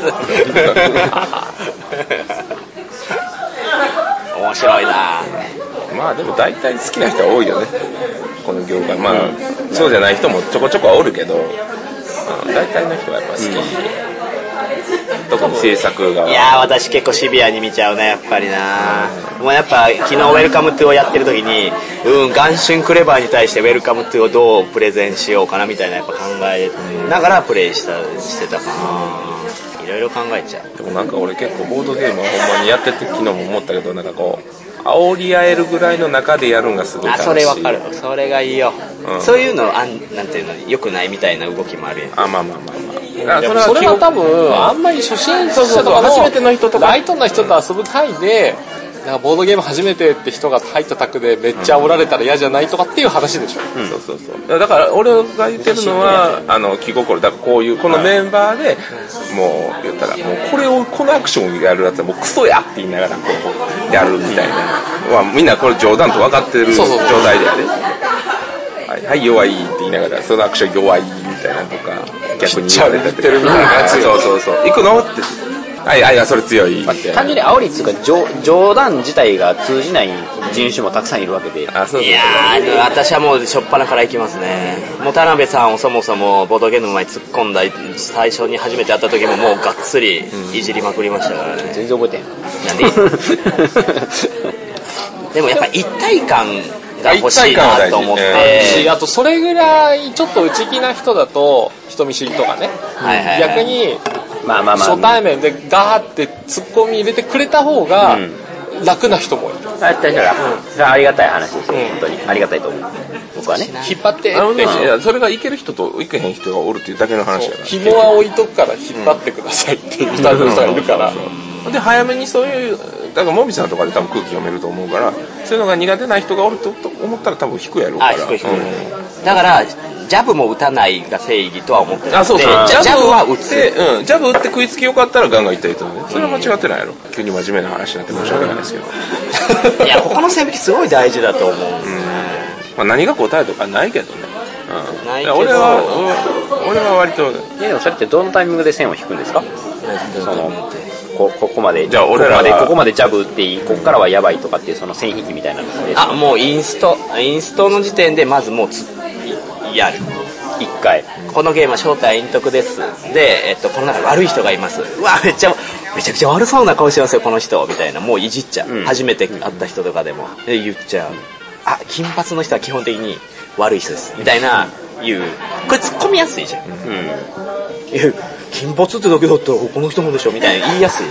[SPEAKER 2] 面白いな
[SPEAKER 1] まあでも大体好きな人は多いよねこの業界まあ、そうじゃない人もちょこちょこはおるけど、うん、大体の人はやっぱ好き、特に制作が
[SPEAKER 2] いやー私結構シビアに見ちゃうなやっぱりなもうやっぱ昨日ウェルカムトゥーをやってる時にうん元春クレバーに対してウェルカムトゥーをどうプレゼンしようかなみたいなやっぱ考えながらプレイしたしてたかないろいろ考えちゃう
[SPEAKER 1] でもなんか俺結構ボードゲームはほんまにやってて昨日も思ったけどなんかこう煽り合えるぐらいの中でやるんがすごい
[SPEAKER 2] あ
[SPEAKER 1] 楽しい
[SPEAKER 2] それわかるそれがいいよ、
[SPEAKER 1] うん
[SPEAKER 2] そういうのあんなんていうのよくないみたいな動きもあるやん
[SPEAKER 1] あまあまあまあまあだ
[SPEAKER 3] で
[SPEAKER 1] か
[SPEAKER 3] も
[SPEAKER 1] ら
[SPEAKER 3] そ
[SPEAKER 1] そ
[SPEAKER 3] れ
[SPEAKER 1] れは
[SPEAKER 3] は
[SPEAKER 1] 多
[SPEAKER 3] 多分あんまり初心者とか初めての人とかライトな人と遊ぶ会でなんかボードゲーム初めてって人が入った宅でめっちゃ煽られたら嫌じゃないとかっていう話でしょ、
[SPEAKER 1] 分そうそうそうだから俺が言ってるのはあの気心だからこういうこのメンバーでもう言ったらもうこれをこのアクションをやるやつはもうクソやって言いながらこうやるみたいな、まあ、みんなこれ冗談と分かってる
[SPEAKER 3] そ
[SPEAKER 1] 状
[SPEAKER 3] うそうそう
[SPEAKER 1] 態でやではい、はい、弱いって言いながらそのアクション弱いみたいなのとか
[SPEAKER 4] 逆に
[SPEAKER 1] ちゃう言ってるみたいなやつそうそうそう行くのってはいはいあそれ強いって
[SPEAKER 4] 単純に煽りっていうか冗冗談自体が通じない人種もたくさんいるわけで
[SPEAKER 1] あそうそう
[SPEAKER 2] いやー私はもう初っ端から行きますねもう田辺さんをそもそもボードゲームの前に突っ込んだ最初に初めて会った時ももうがっつりいじりまくりましたからね、
[SPEAKER 4] 全然覚えてへん
[SPEAKER 2] なんで でもやっぱ一体感が欲しいなと思って、
[SPEAKER 1] 一体感は
[SPEAKER 3] しあとそれぐらいちょっと内気な人だと人見知りとかね、
[SPEAKER 2] はいはいはい
[SPEAKER 3] 逆に
[SPEAKER 4] まあまあまあ
[SPEAKER 3] 初対面でガーってツッコミ入れてくれた方が
[SPEAKER 4] うん
[SPEAKER 3] 楽な人もいる、
[SPEAKER 4] あ大丈夫だそれはありがたい話ですよ本当にありがたいと思う僕はね
[SPEAKER 3] 引っ張ってって
[SPEAKER 1] あのねいやそれが行ける人と行けへん人がおるっていうだけの話やから
[SPEAKER 3] 紐は置いとくから引っ張ってくださいっていう2人の人がいるから
[SPEAKER 1] で早めにそういうだからもみさんとかで多分空気読めると思うからそういうのが苦手な人がおるとと思ったら多分引くやろうか
[SPEAKER 2] あ
[SPEAKER 1] ら
[SPEAKER 2] 低い低い
[SPEAKER 1] うん
[SPEAKER 2] だからジャブも打たないが正義とは思ってな
[SPEAKER 1] あそ
[SPEAKER 2] くて
[SPEAKER 1] うそう
[SPEAKER 2] ジャブは打
[SPEAKER 1] て
[SPEAKER 2] つ
[SPEAKER 1] うんジャブ打って食いつきよかったらガンガンいったらいいと思うそれは間違ってないやろ急に真面目な話になって申し訳ないですけど
[SPEAKER 2] いやここの線引きすごい大事だと思うんですよ
[SPEAKER 1] まあ何が答えとかないけどねうん
[SPEAKER 2] ないけど
[SPEAKER 1] 俺はうん俺は割と
[SPEAKER 4] いやでもそれってどのタイミングで線を引くんですかそのこここまで
[SPEAKER 1] じゃあ俺ら
[SPEAKER 4] ここまで
[SPEAKER 1] が
[SPEAKER 4] ここまでジャブ打っていいここからはやばいとかっていうその線引きみたいなので
[SPEAKER 2] あもうインストインストの時点でまずもうつやる
[SPEAKER 4] 一回
[SPEAKER 2] このゲームは正体隠匿ですで、えっと、この中に悪い人がいますうわめっちゃめちゃくちゃ悪そうな顔してますよこの人みたいなもういじっちゃう、
[SPEAKER 4] うん
[SPEAKER 2] 初めて会った人とかでもで言っちゃうあ金髪の人は基本的に悪い人ですみたいな言うこれ突っ込みやすいじゃん、え金髪ってだけだったらこの人もでしょみたいな言いやすいっ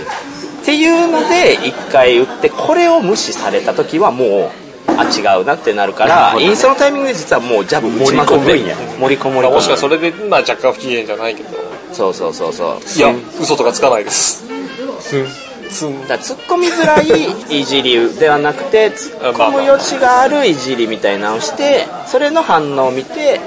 [SPEAKER 2] ていうので一回打ってこれを無視された時はもうあ違うなってなるからインストのタイミングで実はもうジャブ打ちまくって
[SPEAKER 4] 盛り込むんや
[SPEAKER 2] 盛り込む盛り込む
[SPEAKER 3] もしかそれで、まあ、若干不機嫌じゃないけど
[SPEAKER 2] そうそうそうそう
[SPEAKER 3] いや嘘とかつかないですすん
[SPEAKER 2] だから突っ込みづらいいじりではなくて突っ込む余地があるいじりみたいなのをしてそれの反応を見て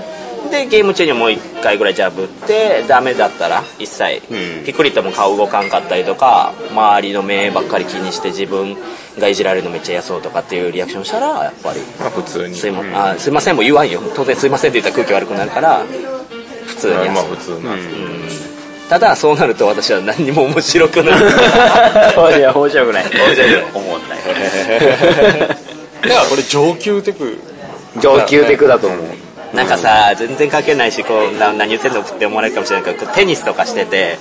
[SPEAKER 2] でゲーム中にもう1回ぐらいジャブ打ってダメだったら一切ピクリとも顔動かんかったりとか周りの目ばっかり気にして自分がいじられるのめっちゃ嫌そうとかっていうリアクションしたらやっぱり
[SPEAKER 1] まあ普通に
[SPEAKER 2] すいま,、あすいませんも言わんよ当然すいませんって言ったら空気悪くなるから普通に
[SPEAKER 1] まあ
[SPEAKER 2] 遊
[SPEAKER 1] まあ
[SPEAKER 2] ぶ
[SPEAKER 1] 普通なんですけど
[SPEAKER 2] ただそうなると私は何にも面白くない
[SPEAKER 4] いや 面白くない面白くない思んない
[SPEAKER 3] だからこれ上級テク
[SPEAKER 4] 上級テクだと思う
[SPEAKER 2] なんかさ、全然書けないし、こう、な何言ってんのって思われるかもしれないけど、こうテニスとかしてて、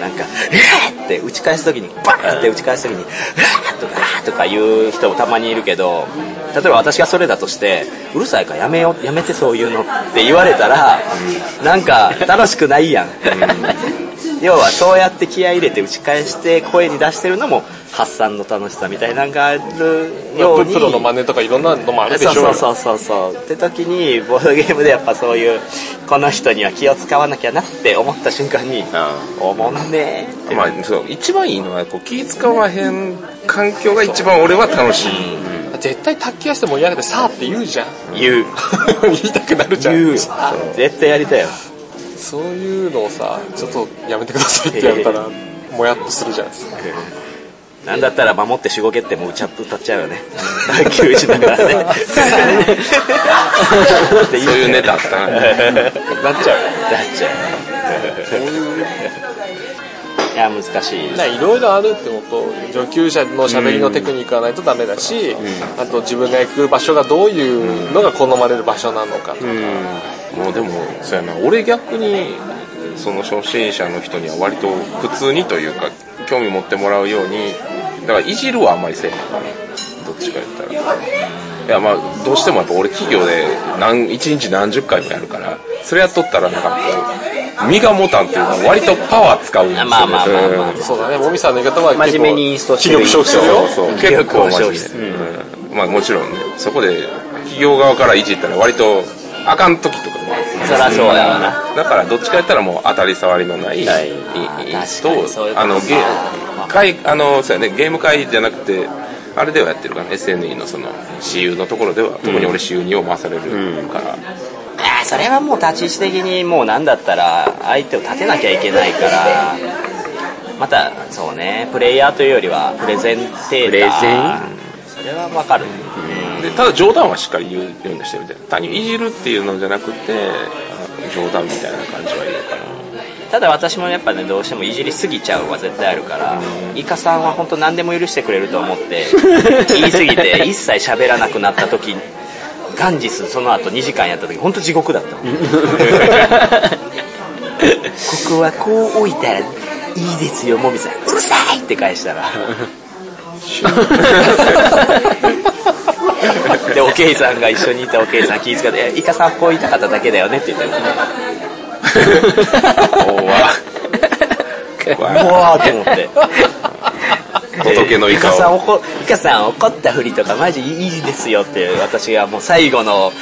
[SPEAKER 2] なんか、うわーって打ち返すときに、バーって打ち返すときに、うわーとか、あーとか言う人もたまにいるけど、例えば私がそれだとして、うるさいからやめよう、やめてそういうのって言われたら、なんか、楽しくないやん。要はそうやって気合い入れて打ち返して声に出してるのも発散の楽しさみたいなのがあるように
[SPEAKER 3] プロの真似とかいろんなのもあるでしょ
[SPEAKER 2] そうそうそうそうそうって時にボードゲームでやっぱそういうこの人には気を使わなきゃなって思った瞬間に「おもんねー」って
[SPEAKER 1] まあ、そう一番いいのはこう気使わへん環境が一番俺は楽しい、
[SPEAKER 3] 絶対卓球やして盛り上げてさあって言うじゃ ん
[SPEAKER 2] 言う
[SPEAKER 3] 言いたくなるじゃん
[SPEAKER 2] 言う 絶対やりたいよ
[SPEAKER 3] そういうのをさちょっとやめてくださいって言われ たらもやっとするじゃないですか
[SPEAKER 2] なんだったら守って守護決定もうちゃ歌っちゃうよね 卓球しながらね って
[SPEAKER 1] そういう
[SPEAKER 2] ね
[SPEAKER 1] ネタあったな
[SPEAKER 2] なっちゃうなっちゃう いや難しい
[SPEAKER 3] いろいろあるってこと上級者のしゃべりのテクニックがないとダメだし、あと自分が行く場所がどういうのが好まれる場所なのかとか、
[SPEAKER 1] もうでもそうやな俺逆にその初心者の人には割と普通にというか興味持ってもらうようにだからいじるはあんまりせえへんからどっちか言ったらいやまあどうしてもやっぱ俺企業で何1日何十回もやるからそれやっとったらなんかこう身が持たんっていうのは割とパワー使うんですよね
[SPEAKER 2] まあまあまあまあ
[SPEAKER 3] そうだねもみさんの言い方は
[SPEAKER 4] 真面目にインストしてる
[SPEAKER 3] 気力消費するよ
[SPEAKER 1] そうそう結構マジで、うんまあもちろんねそこで企業側からいじったら割とあかん時とかもある
[SPEAKER 2] そりゃそうだよな
[SPEAKER 1] だからどっちかやったらもう当たり障りのない
[SPEAKER 4] はい
[SPEAKER 1] いいい
[SPEAKER 2] 確かにそういうこと
[SPEAKER 1] 人をあのゲ会あのそうやねゲーム会じゃなくてあれではやってるからね SNE のその私有のところでは、特に俺私有にを回されるから、
[SPEAKER 2] あーそれはもう立ち位置的にもう何だったら相手を立てなきゃいけないからまたそうねプレイヤーというよりはプレゼンテーター
[SPEAKER 4] プレゼン
[SPEAKER 2] それはわかる、
[SPEAKER 1] でただ冗談はしっかり言うようにしてるみたいな単にいじるっていうのじゃなくてあ冗談みたいな感じはいいのかな
[SPEAKER 2] ただ私もやっぱねどうしてもいじりすぎちゃうは絶対あるからイカさんは本当何でも許してくれると思って言いすぎて一切喋らなくなった時ガンジスその後2時間やった時本当地獄だったここはこう置いたらいいですよもみさんうるさいって返したらでおけいさんが一緒にいたおけいさん気遣って「いやイカさんこう言いたかっただけだよね」って言ったらもわーって思って
[SPEAKER 1] 仏のイ
[SPEAKER 2] イ
[SPEAKER 1] カを
[SPEAKER 2] カさん怒イカさん怒ったふりとかマジいいですよって私がもう最後の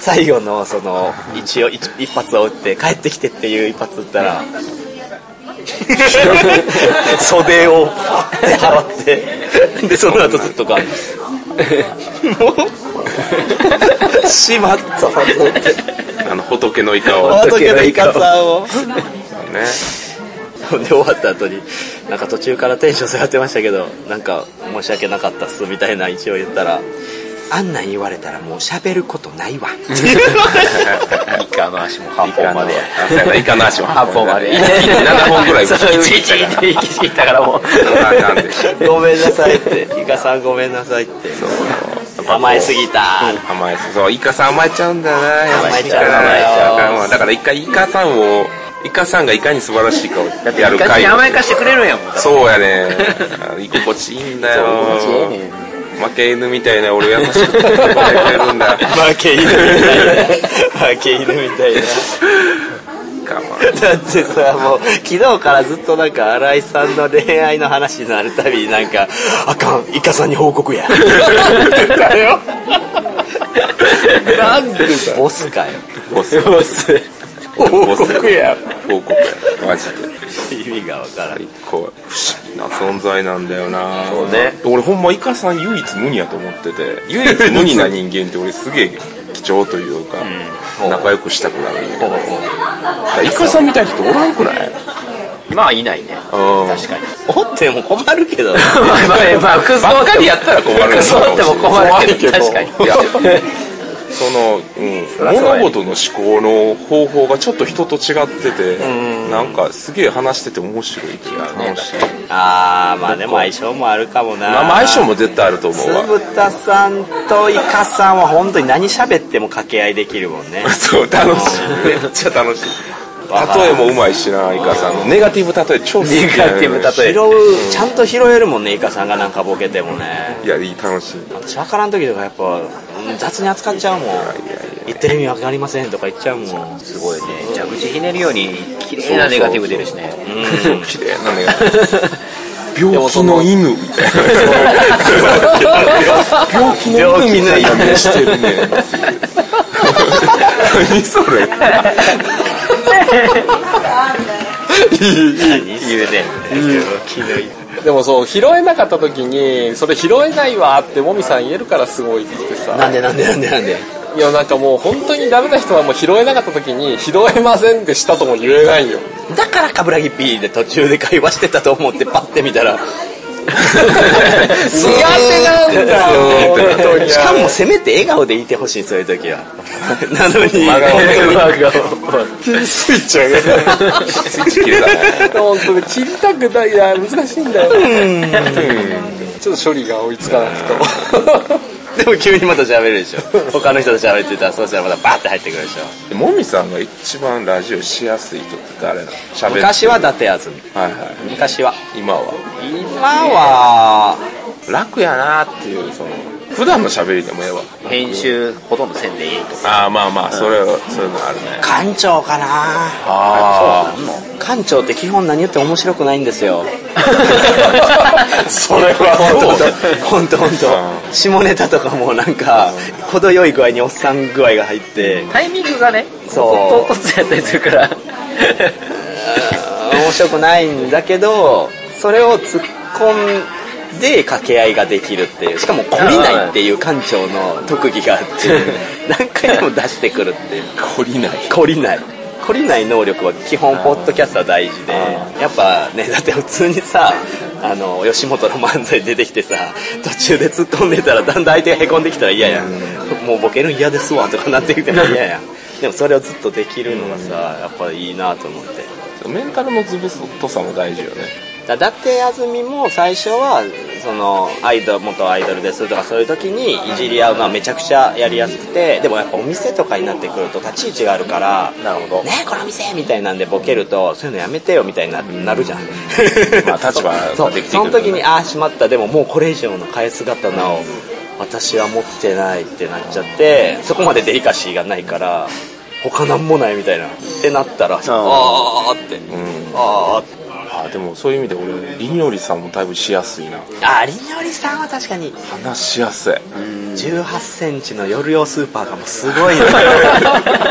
[SPEAKER 2] 最後のその一応一一発を打って帰ってきてっていう一発打ったら袖をパッて払ってでその後ずっとガンもうしまったと思って
[SPEAKER 1] あの仏のイカを
[SPEAKER 2] あの時のイカさんを
[SPEAKER 1] ね
[SPEAKER 2] で終わった後になんか途中からテンション下がってましたけどなんか申し訳なかったっすみたいな一応言ったらあんなん言われたらもう喋ることないわっていう
[SPEAKER 4] イカの足も半本まで
[SPEAKER 1] あそうやなイカの足も
[SPEAKER 4] 半本まで
[SPEAKER 1] 7本ぐらいぶち切
[SPEAKER 4] ち
[SPEAKER 1] ったか
[SPEAKER 4] 行き過ぎたからもう
[SPEAKER 1] らあかんで
[SPEAKER 2] ごめんなさいってイカさんごめんなさいって甘えすぎた
[SPEAKER 1] 甘えそうイカさん甘えちゃうんだよな
[SPEAKER 2] 甘えちゃう
[SPEAKER 1] 甘えちゃうからまあだから一回イカさんをイカさんがいかに素晴らしいかをやる
[SPEAKER 4] 昔
[SPEAKER 1] 回
[SPEAKER 4] 甘やかしてくれるんやもんだって
[SPEAKER 1] そうやねあの居心地いいんだよ
[SPEAKER 4] そう居心地ええね
[SPEAKER 1] 負け犬みたいな俺を優しくしてくれるん だ
[SPEAKER 2] 負け犬みたいな負け犬みたいな
[SPEAKER 1] かま
[SPEAKER 2] だってさもう昨日からずっとなんか新井さんの恋愛の話になるたびになんか「あかんイカさんに報告や」って言ってたよなんでボスかよ
[SPEAKER 1] ボ ス
[SPEAKER 2] ボス報告や
[SPEAKER 1] 報告やマジで
[SPEAKER 2] 意味がわからん
[SPEAKER 1] 最高不思議な存在なんだよな
[SPEAKER 4] そうね
[SPEAKER 1] 俺ほんまイカさん唯一無二やと思ってて唯一無二な人間って俺すげえ貴重というか、仲良くしたくなるんやけどだからイカさんみたいな人おらんくない
[SPEAKER 4] まあいないね
[SPEAKER 1] 確
[SPEAKER 4] かに
[SPEAKER 2] おっても困るけどな
[SPEAKER 4] まあまあクズばっかりやったら困
[SPEAKER 1] る
[SPEAKER 4] クズっても困るけど確
[SPEAKER 1] 怖
[SPEAKER 4] か
[SPEAKER 1] い
[SPEAKER 4] に
[SPEAKER 1] けどいやその、うん、
[SPEAKER 4] らそうや
[SPEAKER 1] 物事の思考の方法がちょっと人と違っててなんかすげえ話してて面白い気が楽しい
[SPEAKER 2] あーまあでも相性もあるかもな
[SPEAKER 1] まあ相性も絶対あると思うわ
[SPEAKER 2] 鈴田さんとイカさんは本当に何喋っても掛け合いできるもんね
[SPEAKER 1] そう楽しいめっちゃ楽しい例えもうまいしなイカさんのネガティブ例え超好き
[SPEAKER 4] ネガティブ例
[SPEAKER 2] 拾うちゃんと拾えるもんねイカさんがなんかボケてもね
[SPEAKER 1] えいやいい楽しい
[SPEAKER 2] 私分からん時とかやっぱうん雑に扱っちゃうもん言ってる意味分かりませんとか言っちゃうもん
[SPEAKER 4] すごいね蛇口ひねるように綺麗なネガティブ出るしね
[SPEAKER 2] うん
[SPEAKER 1] 綺麗なネガティブ 病気の犬みたいな病気の犬みたいな目してるね 何それ
[SPEAKER 3] でもそう拾えなかった時にそれ拾えないわってもみさん言えるからすごいって言って さ
[SPEAKER 2] なんでなんでなんでなんで
[SPEAKER 3] いやなんかもう本当にダメな人はもう拾えなかった時に拾えませんでしたとも言えないよ
[SPEAKER 2] だからカブラギ P で途中で会話してたと思ってパッて見たら
[SPEAKER 3] 苦手なんだよ本当に
[SPEAKER 2] しかもせめて笑顔でいてほしいそういう 時はなのに
[SPEAKER 3] スイッチ上げる本当に切りたくないな難しいんだよちょっと処理が追いつかなくと
[SPEAKER 2] でも急にまた喋るでしょ他の人と喋ってたらそうしたらまたバーって入ってくるでしょ
[SPEAKER 1] もみさんが一番ラジオしやすい人って誰なの喋って
[SPEAKER 2] 昔は伊達やずみ
[SPEAKER 1] はいはい
[SPEAKER 2] 昔は
[SPEAKER 1] 今は
[SPEAKER 2] 今は
[SPEAKER 1] 楽やなっていうその普段の喋りでもええわ
[SPEAKER 4] 編集ほとんどせんでいいとか
[SPEAKER 1] ああまあまあそれは、そういうのあるね
[SPEAKER 2] 館長かな
[SPEAKER 1] あ
[SPEAKER 2] 館長って基本何言っても面白くないんです よ
[SPEAKER 1] それは
[SPEAKER 2] 本当本当下ネタとかもなんか程よい具合におっさん具合が入って
[SPEAKER 4] タイミングがね
[SPEAKER 2] そう
[SPEAKER 4] 唐 突やったりするから
[SPEAKER 2] 面白くないんだけどそれを突っ込んで掛け合いができるっていうしかもこびないっていう館長の特技があって何回でも出してくるっていう
[SPEAKER 1] 懲りない
[SPEAKER 2] 懲りない懲りない能力は基本ポッドキャストは大事でやっぱねだって普通にさあの吉本の漫才出てきてさ途中で突っ込んでたらだんだん相手がへこんできたら嫌やんもうボケるん 嫌ですわとかなってきても嫌やんでもそれをずっとできるのがさやっぱいいなと思って
[SPEAKER 1] けどメンタルのずぶとさも大事よね
[SPEAKER 2] だだって安住も最初はそのアイドル元アイドルですとかそういう時にいじり合うのはめちゃくちゃやりやすくてでもやっぱお店とかになってくると立ち位置があるから「
[SPEAKER 4] なるほど
[SPEAKER 2] ねえこの店!」みたいなんでボケるとそういうのやめてよみたいにななるじゃん、
[SPEAKER 1] まあ立場
[SPEAKER 2] そ
[SPEAKER 1] が
[SPEAKER 2] う
[SPEAKER 1] できて
[SPEAKER 2] そ
[SPEAKER 1] く
[SPEAKER 2] の
[SPEAKER 1] るとね
[SPEAKER 2] 時にああしまったでももうこれ以上の返す刀を私は持ってないってなっちゃってそこまでデリカシーがないから他なんもないみたいなってなったらああーって、あーって
[SPEAKER 1] あでもそういう意味で俺りにおりさんもだいぶしやすいな
[SPEAKER 2] ありのりさんは確かに
[SPEAKER 1] 話しやすい
[SPEAKER 2] 1 8ンチの夜用スーパーがもうすごいよ
[SPEAKER 1] 何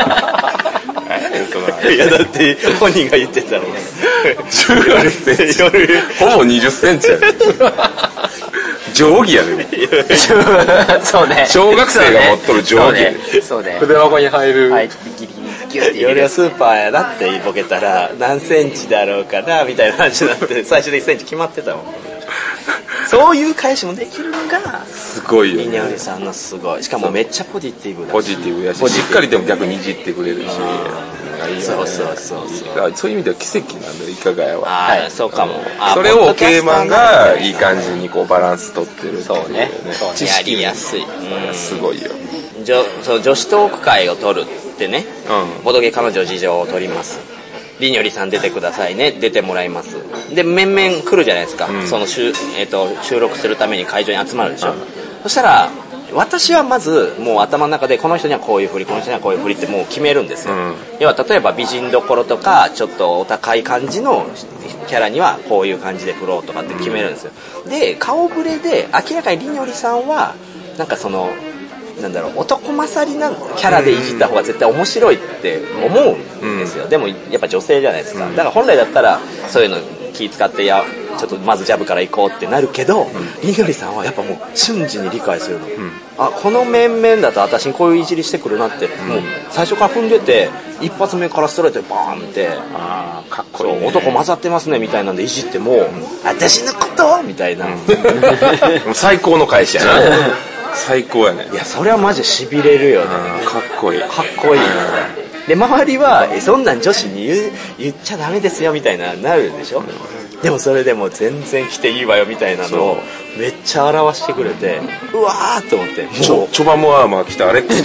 [SPEAKER 1] やねんその
[SPEAKER 2] いやだって本人が言ってたもん
[SPEAKER 1] 18センチ
[SPEAKER 2] 夜
[SPEAKER 1] ほぼ20センチやね定規やね
[SPEAKER 4] そうね
[SPEAKER 1] 小学生が持っとる定
[SPEAKER 4] そう
[SPEAKER 1] 規や
[SPEAKER 4] ね
[SPEAKER 1] ね
[SPEAKER 4] そうね
[SPEAKER 3] 筆箱に入る、
[SPEAKER 4] はいギリギリギュッて入れ
[SPEAKER 2] 夜
[SPEAKER 4] る
[SPEAKER 2] 用スーパーやだってボケたら何センチだろうかなみたいな話になって最初で1センチ決まってたもんそういう返しもできるのが
[SPEAKER 1] すごいよね
[SPEAKER 2] 稲織さんのすごいしかもめっちゃポジティブだ
[SPEAKER 1] ポジティブやししっかりでも逆にいじってくれるしいいよ
[SPEAKER 2] そ
[SPEAKER 1] ね
[SPEAKER 2] うそうそうそう
[SPEAKER 1] だからそういう意味では奇跡なんだよいかがやは
[SPEAKER 2] ああ、そうかもあー
[SPEAKER 1] それを
[SPEAKER 2] ポッドキャ
[SPEAKER 1] K
[SPEAKER 2] スタ
[SPEAKER 1] マ
[SPEAKER 2] ー
[SPEAKER 1] ン
[SPEAKER 2] なんだ
[SPEAKER 1] がいい感じにこうバランス取ってるっていう
[SPEAKER 4] そうねそうね
[SPEAKER 2] やりやすい、うん
[SPEAKER 1] すごいよ
[SPEAKER 2] 女その女子トーク会を取るってね、ボドゲ彼女事情を取りますりにょりさん出てくださいね出てもらいますで面々来るじゃないですか、その収えっと収録するために会場に集まるでしょ、そしたら私はまずもう頭の中でこの人にはこういう振りこの人にはこういう振りってもう決めるんですよ、要は例えば美人どころとかちょっとお高い感じのキャラにはこういう感じで振ろうとかって決めるんですよ、で顔ぶれで明らかにりにょりさんはなんかそのなんだろう男勝りなキャラでいじった方が絶対面白いって思うんですよ、でもやっぱ女性じゃないですか、だから本来だったらそういうの気使っていやちょっとまずジャブから行こうってなるけど、りのりさんはやっぱもう瞬時に理解するの、あこの面々だと私にこういういじりしてくるなって、もう最初から踏んでて一発目からストレートでバーンって
[SPEAKER 4] あーかっこ
[SPEAKER 2] そ
[SPEAKER 4] いういね
[SPEAKER 2] 男混ざってますねみたいなんでいじっても、私のことみたいな、
[SPEAKER 1] もう最高の会社やな最高やね
[SPEAKER 2] いやそれはマジでしびれるよね、
[SPEAKER 1] うんかっこいい
[SPEAKER 2] かっこいいで周りはえそんなん女子に言う言っちゃダメですよみたいななるでしょでもそれでも全然来ていいわよみたいなのをめっちゃ表してくれてうわーっと思って
[SPEAKER 1] ち
[SPEAKER 2] も
[SPEAKER 1] ょ
[SPEAKER 2] う
[SPEAKER 1] チョバモアーマー来たアレックス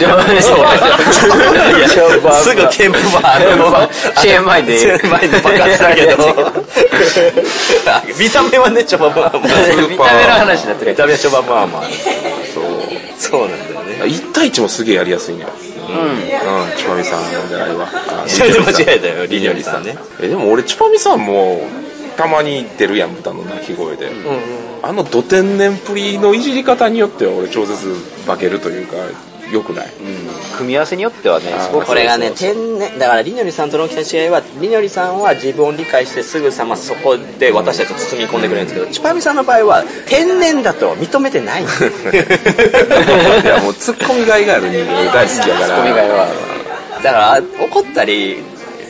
[SPEAKER 2] いやすぐテンプバー の
[SPEAKER 4] 支援前で
[SPEAKER 2] チェーン前に爆発するけど 見た目はねちょばば
[SPEAKER 4] 見た目の話になってる
[SPEAKER 2] 見た目はちょばばまあそうそうなんだよね
[SPEAKER 1] 1対1もすげえやりやすいねうん、チュパミさんの狙いは あ
[SPEAKER 2] それで間違えたよりにょりさんね
[SPEAKER 1] えでも俺チュパミさんもたまに出るやん豚の鳴き声で、あのど天然プリのいじり方によっては俺超絶化けるというかよくない、
[SPEAKER 4] 組み合わせによってはねすごく
[SPEAKER 2] これがね天然だからりのりさんとの大きな違いはりのりさんは自分を理解してすぐさまそこで私たちを包み込んでくれるんですけど、ちぱみさんの場合は天然だと認めてない
[SPEAKER 1] いやもうツッコミがいがある人間大好きやから
[SPEAKER 4] ツッコミがいは
[SPEAKER 2] だから怒ったり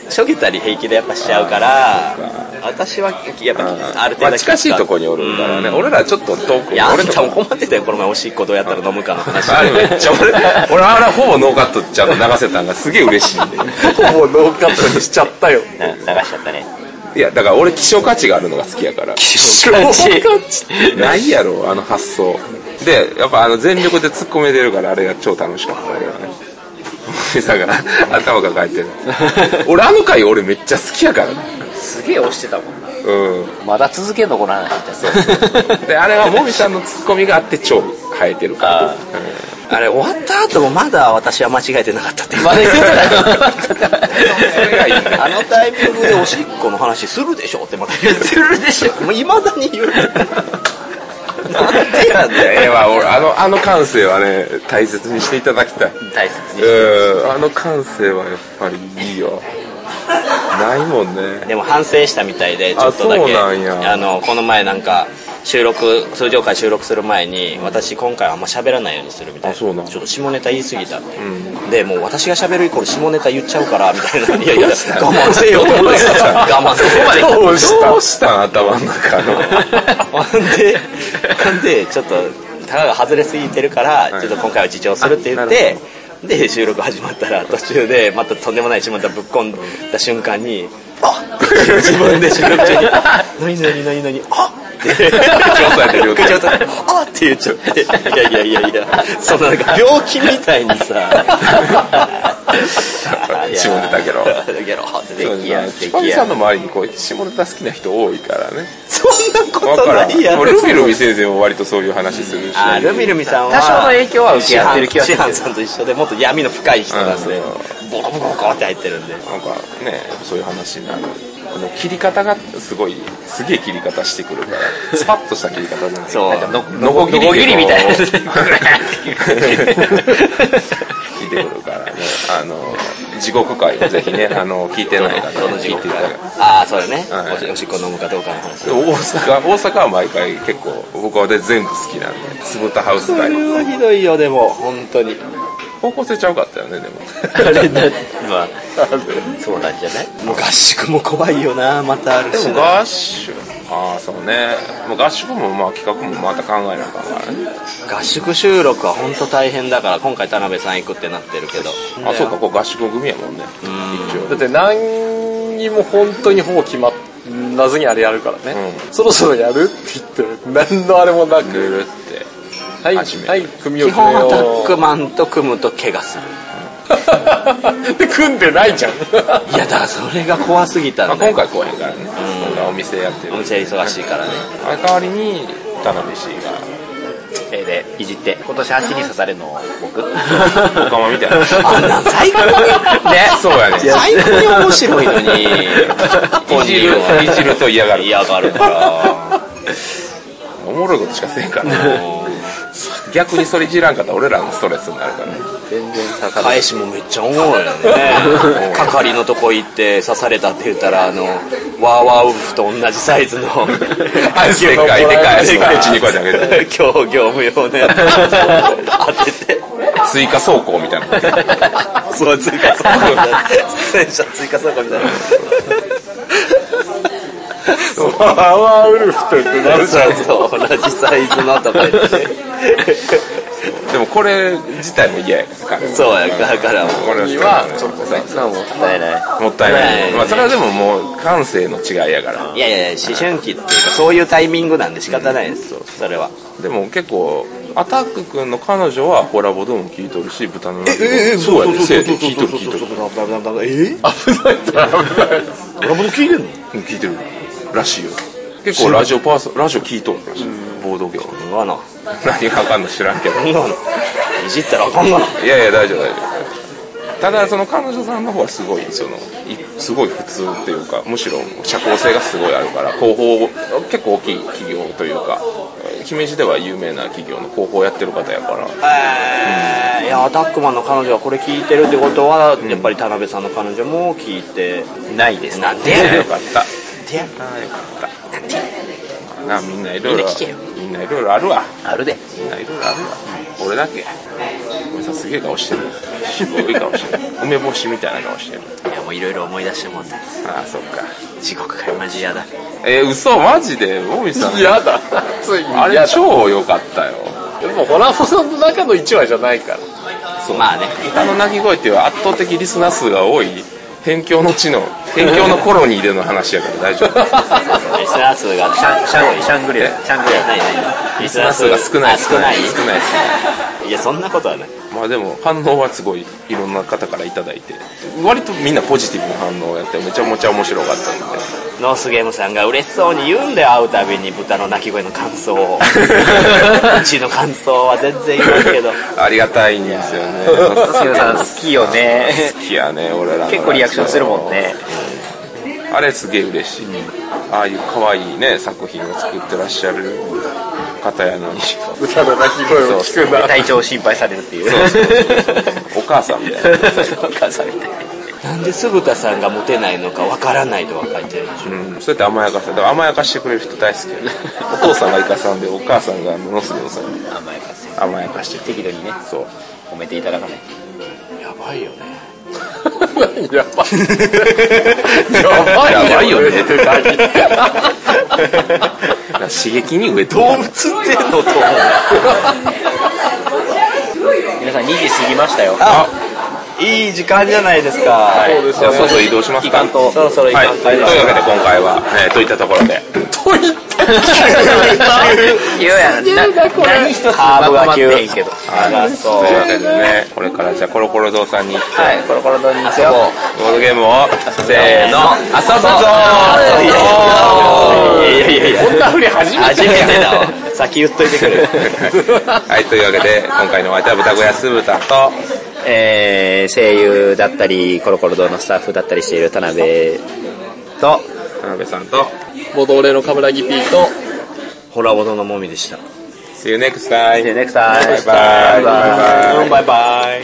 [SPEAKER 2] しょげたり平気でやっぱしちゃうから私はやっぱある程度
[SPEAKER 1] まあ、近しいとこにおるからね、俺らちょっと遠く
[SPEAKER 2] いやあ
[SPEAKER 1] 俺
[SPEAKER 2] ん
[SPEAKER 1] と
[SPEAKER 2] たも困ってたよこの前おしっこどうやったら飲むかの話
[SPEAKER 1] あれめっちゃ 俺、俺あれほぼノーカットちゃんと流せたんがすげえ嬉しいんで。
[SPEAKER 2] もうノーカットにしちゃったよ
[SPEAKER 4] な流しちゃったね
[SPEAKER 1] いや、だから俺希少価値があるのが好きやから。 ないやろ、あの発想。で、やっぱあの全力で突っ込めてるからあれが超楽しかった、俺はね。 さが頭が抱えてる。 俺あの回俺めっちゃ好きやからね。
[SPEAKER 4] すげえ押してたもんな
[SPEAKER 1] う
[SPEAKER 4] まだ続けんのこの話って
[SPEAKER 1] ん。 で、あれはもみさんの突っ込みがあって超生えて るから。
[SPEAKER 2] あれ終わった後もまだ私は間違えてなかったって
[SPEAKER 4] まだ言って
[SPEAKER 1] それがいいね
[SPEAKER 2] あのタイミングでおしっこの話するでしょってまた言ってるでしょもういまだに言うなんでやねん
[SPEAKER 1] ええわ、俺あの、あの感性はね、大切にしていただきたい。
[SPEAKER 4] 大切に
[SPEAKER 1] うん、あの感性はやっぱりいいよ。ないもんね。
[SPEAKER 2] でも反省したみたいでちょっとだ
[SPEAKER 1] あそう
[SPEAKER 2] け
[SPEAKER 1] なんや
[SPEAKER 2] あのこの前なんか収録通常回収録する前に私今回はあんま喋らないようにするみたいな
[SPEAKER 1] あそうなん
[SPEAKER 2] ちょっと下ネタ言い過ぎたって、でもう私が喋るイコール下ネタ言っちゃうからみたいないやい や我慢せよと思って我慢せよ
[SPEAKER 1] どうしたどうしたん頭の中の。
[SPEAKER 2] ほんで、ほんで、ちょっと、たかが外れすぎてるから、ちょっと今回は自重するって言って、で収録始まったら途中でまたとんでもない島田ぶっ込んだ瞬間に「あっ!」って自分で収 録中に「何何何何あっ!」って口
[SPEAKER 1] 押さえてるよ
[SPEAKER 2] 口押さえて「あっ!」って言っちゃっていやいやいやいやそんななんか病気みたいに さ
[SPEAKER 1] 下ネタゲ ロ
[SPEAKER 2] ゲロって
[SPEAKER 1] で
[SPEAKER 2] 出来や出
[SPEAKER 1] チ
[SPEAKER 2] 来
[SPEAKER 1] パミさんの
[SPEAKER 2] や
[SPEAKER 1] 周りにこう下ネタ好きな人多いからね
[SPEAKER 2] そんなこ
[SPEAKER 1] わ
[SPEAKER 2] と
[SPEAKER 1] か
[SPEAKER 2] な
[SPEAKER 1] らん
[SPEAKER 2] いやろ
[SPEAKER 1] ルミルミ先生も割とそういう話するし
[SPEAKER 2] あルミルミさんは
[SPEAKER 4] 多少の影響は受
[SPEAKER 2] 師
[SPEAKER 4] け合って
[SPEAKER 2] 範
[SPEAKER 4] る気はす
[SPEAKER 2] 師
[SPEAKER 4] る
[SPEAKER 2] 範さんと一緒でもっと闇の深い人なんで
[SPEAKER 1] う
[SPEAKER 2] ボコボコボコって入ってるんで
[SPEAKER 1] なんかねそういう話になるあの切り方がすごいすげえ切り方してくるからスパッとした切り方じゃない
[SPEAKER 2] そう
[SPEAKER 1] なんかのこぎり
[SPEAKER 4] のこぎりみ たいな
[SPEAKER 1] でこう聞いてくるからねあの地獄界をぜひねあの聞いてない方
[SPEAKER 2] その
[SPEAKER 1] に
[SPEAKER 2] 地
[SPEAKER 1] 聞いて
[SPEAKER 2] 獄
[SPEAKER 1] い
[SPEAKER 2] か
[SPEAKER 1] ただ
[SPEAKER 2] らああそうだね
[SPEAKER 1] はい
[SPEAKER 2] おしおしっこ飲むかどうかの話
[SPEAKER 1] 大阪大阪は毎回結構僕はで全部好きなんでつぶたハウス
[SPEAKER 2] そ
[SPEAKER 1] 大
[SPEAKER 2] れはひどいよでも本当に
[SPEAKER 1] 高校生ちゃうかったよねでも
[SPEAKER 2] あれだまあそうなんじゃないもう合宿も怖いよなまたある
[SPEAKER 1] で
[SPEAKER 2] し
[SPEAKER 1] も
[SPEAKER 2] な
[SPEAKER 1] 合宿ああそうねもう合宿もまあ企画もまた考えなあかんからね
[SPEAKER 2] 合宿収録は本当大変だから今回田辺さん行くってなってるけど
[SPEAKER 1] あそうかこう合宿組やもんね一応
[SPEAKER 3] だって何にも本当にほぼ決まらずにあれやるからね、そろそろやるって言って何のあれもなく
[SPEAKER 1] ぐるって
[SPEAKER 3] はい、
[SPEAKER 1] 始める
[SPEAKER 3] はい、組を
[SPEAKER 2] 基
[SPEAKER 3] 決め
[SPEAKER 2] 本アタ
[SPEAKER 3] よ
[SPEAKER 2] ックマンと組むと怪我する
[SPEAKER 3] うで 組んでないじゃん
[SPEAKER 2] いやだからそれが怖すぎた
[SPEAKER 1] まあ、
[SPEAKER 2] んだ
[SPEAKER 1] 今
[SPEAKER 2] よ
[SPEAKER 1] 回来へんからね今回お店やってる
[SPEAKER 2] お店忙しいからね
[SPEAKER 1] あ代わりに田辺氏が
[SPEAKER 4] えーでいじって今年足に刺されるの僕ね
[SPEAKER 1] おかまみたいな
[SPEAKER 2] あんなん最高に
[SPEAKER 1] そうやね
[SPEAKER 2] 最高に面白いのに
[SPEAKER 1] いじるいじると嫌がる
[SPEAKER 2] 嫌がるから
[SPEAKER 1] おもろいことしかせんからね逆にそれいじらんかったら俺らのストレスになるからね
[SPEAKER 4] 全然刺さ
[SPEAKER 2] 返しもめっちゃおもろいよね 係のとこ行って刺されたって言ったらあのワーワーウルフと同じサイズの
[SPEAKER 1] あでかいでかいで かいちにこうやってあげて
[SPEAKER 2] 今日業務用ね当てて
[SPEAKER 1] 追加走行みたいな
[SPEAKER 2] そう 追加倉庫みたいな出演者追加倉庫みたいな
[SPEAKER 3] ワワウルフと言ってなるじゃん
[SPEAKER 2] そう同じサイズのとか言って
[SPEAKER 1] でもこれ自体も嫌やから
[SPEAKER 2] そうやだからもう
[SPEAKER 1] これはちょっとね
[SPEAKER 4] るのもったいない
[SPEAKER 1] もったいない、
[SPEAKER 2] ね
[SPEAKER 1] まあ、それはでももう感性の違いやから
[SPEAKER 2] いやいやいや思春期っていうかそういうタイミングなんで仕方ないですよそれは
[SPEAKER 1] でも結構アタック君の彼女はホラボドも聞いとるし豚の鳴き声そうやねせいで聞いとる聞いとる
[SPEAKER 2] え
[SPEAKER 1] うん聞いてるらしいよ結構ラジオパーソラジオ聞いとるらしいボードゲーム
[SPEAKER 2] んがな
[SPEAKER 1] 何があかんの知らんけど
[SPEAKER 2] んがないじったらあかんがない
[SPEAKER 1] やいや大丈夫大丈夫ただその彼女さんの方はすごいそのいすごい普通っていうかむしろ社交性がすごいあるから広報結構大きい企業というか姫路では有名な企業の広報やってる方やから
[SPEAKER 2] えーいやアタックマンの彼女はこれ聞いてるってことは、やっぱり田辺さんの彼女も聞いてないですなんで
[SPEAKER 1] よかったあーよかったなあみんないろいろみんないろいろあるわ
[SPEAKER 4] あるで
[SPEAKER 1] みんないろいろあるわ俺だけおめさんすげえ顔してるすごい顔してる梅干しみたいな顔してる
[SPEAKER 2] いやもういろいろ思い出してもうた
[SPEAKER 1] ああそっか
[SPEAKER 2] 地獄からマジ嫌だ
[SPEAKER 1] えー、嘘マジで大石さん
[SPEAKER 3] やだついに
[SPEAKER 1] あ
[SPEAKER 3] いや
[SPEAKER 1] れ超良かったよ
[SPEAKER 3] でもホラボさんの中の1話じゃないから
[SPEAKER 2] まあね
[SPEAKER 1] 歌の鳴き声っていう圧倒的リスナー数が多い辺境の地の辺境のコロニーでの話やから大 丈夫
[SPEAKER 2] リスナー数がシャンシャンシャングリラシャングリラないないリスナー
[SPEAKER 1] 数が少ない
[SPEAKER 2] あ少な
[SPEAKER 1] 少ない
[SPEAKER 2] い
[SPEAKER 1] です
[SPEAKER 2] いやそんなことはない
[SPEAKER 1] まあでも反応はすごいいろんな方からいただいて割とみんなポジティブな反応をやってめちゃめちゃ面白かったんで
[SPEAKER 2] ノースゲームさんが嬉しそうに言うんだよ会うたびに豚の鳴き声の感想 をうちの感想は全然言わんけど
[SPEAKER 1] ありがたいんですよね
[SPEAKER 4] 杉野さん好きよね
[SPEAKER 1] 好きやね俺らの
[SPEAKER 4] 結構リアクションするもんね
[SPEAKER 1] あれすげえ嬉しい、ああいう可愛いね作品を作ってらっしゃる方やのに
[SPEAKER 3] 歌の鳴き声を聞くな
[SPEAKER 4] 体調を心配されるっていう
[SPEAKER 1] お母さんみたいな
[SPEAKER 4] そうかされて
[SPEAKER 2] なんで酢豚さんがモテないのかわからないとは書いてる
[SPEAKER 1] うん、そうやって甘やかせだから甘やかしてくれる人大好きよ ねお父さんがイカさんでお母さんがものすごいさん
[SPEAKER 4] 甘やかせ
[SPEAKER 1] 甘やかして
[SPEAKER 4] 適度にね
[SPEAKER 1] そう
[SPEAKER 4] 褒めていただかない
[SPEAKER 2] やばいよね
[SPEAKER 3] やばい
[SPEAKER 1] や
[SPEAKER 3] や
[SPEAKER 1] ば
[SPEAKER 3] ば
[SPEAKER 1] い
[SPEAKER 3] い
[SPEAKER 1] よ
[SPEAKER 3] よ
[SPEAKER 1] ね
[SPEAKER 3] ね
[SPEAKER 1] だから刺激に植えと
[SPEAKER 2] 動物ってんのと思う
[SPEAKER 4] 皆
[SPEAKER 2] さん2時過ぎましたよ
[SPEAKER 5] いい時間じゃないですか。
[SPEAKER 1] じゃあそろそろ移動します
[SPEAKER 2] い
[SPEAKER 1] か
[SPEAKER 2] かんと
[SPEAKER 5] そろそろ行
[SPEAKER 1] はい
[SPEAKER 5] かんと
[SPEAKER 1] というわけで今回は、えーといったところで
[SPEAKER 2] 言うやんな何一つ
[SPEAKER 5] カ
[SPEAKER 2] ま
[SPEAKER 5] ーブ
[SPEAKER 2] とま
[SPEAKER 5] が
[SPEAKER 2] っ
[SPEAKER 5] 急。
[SPEAKER 2] てへんけど
[SPEAKER 5] あそう
[SPEAKER 1] というわけでねこれからじゃあコロコロ堂さんに行って
[SPEAKER 2] はいコロコロ堂に行こう
[SPEAKER 1] ボードゲームをせーの
[SPEAKER 2] 遊ぼう
[SPEAKER 1] いやいやいや
[SPEAKER 3] こんなふり初め
[SPEAKER 5] 初
[SPEAKER 3] て
[SPEAKER 5] めてだ。先言っといてくれ。
[SPEAKER 1] はいというわけで今回のお相手は豚小屋酢豚と
[SPEAKER 2] えー、声優だったりコロコロ堂のスタッフだったりしている田辺と
[SPEAKER 1] 田辺さんと
[SPEAKER 3] ボドレの冠城 P と
[SPEAKER 8] ホラボドのもみでした
[SPEAKER 1] See you next time
[SPEAKER 2] See you next time.
[SPEAKER 1] Bye bye.
[SPEAKER 2] Bye.
[SPEAKER 5] バイバイ。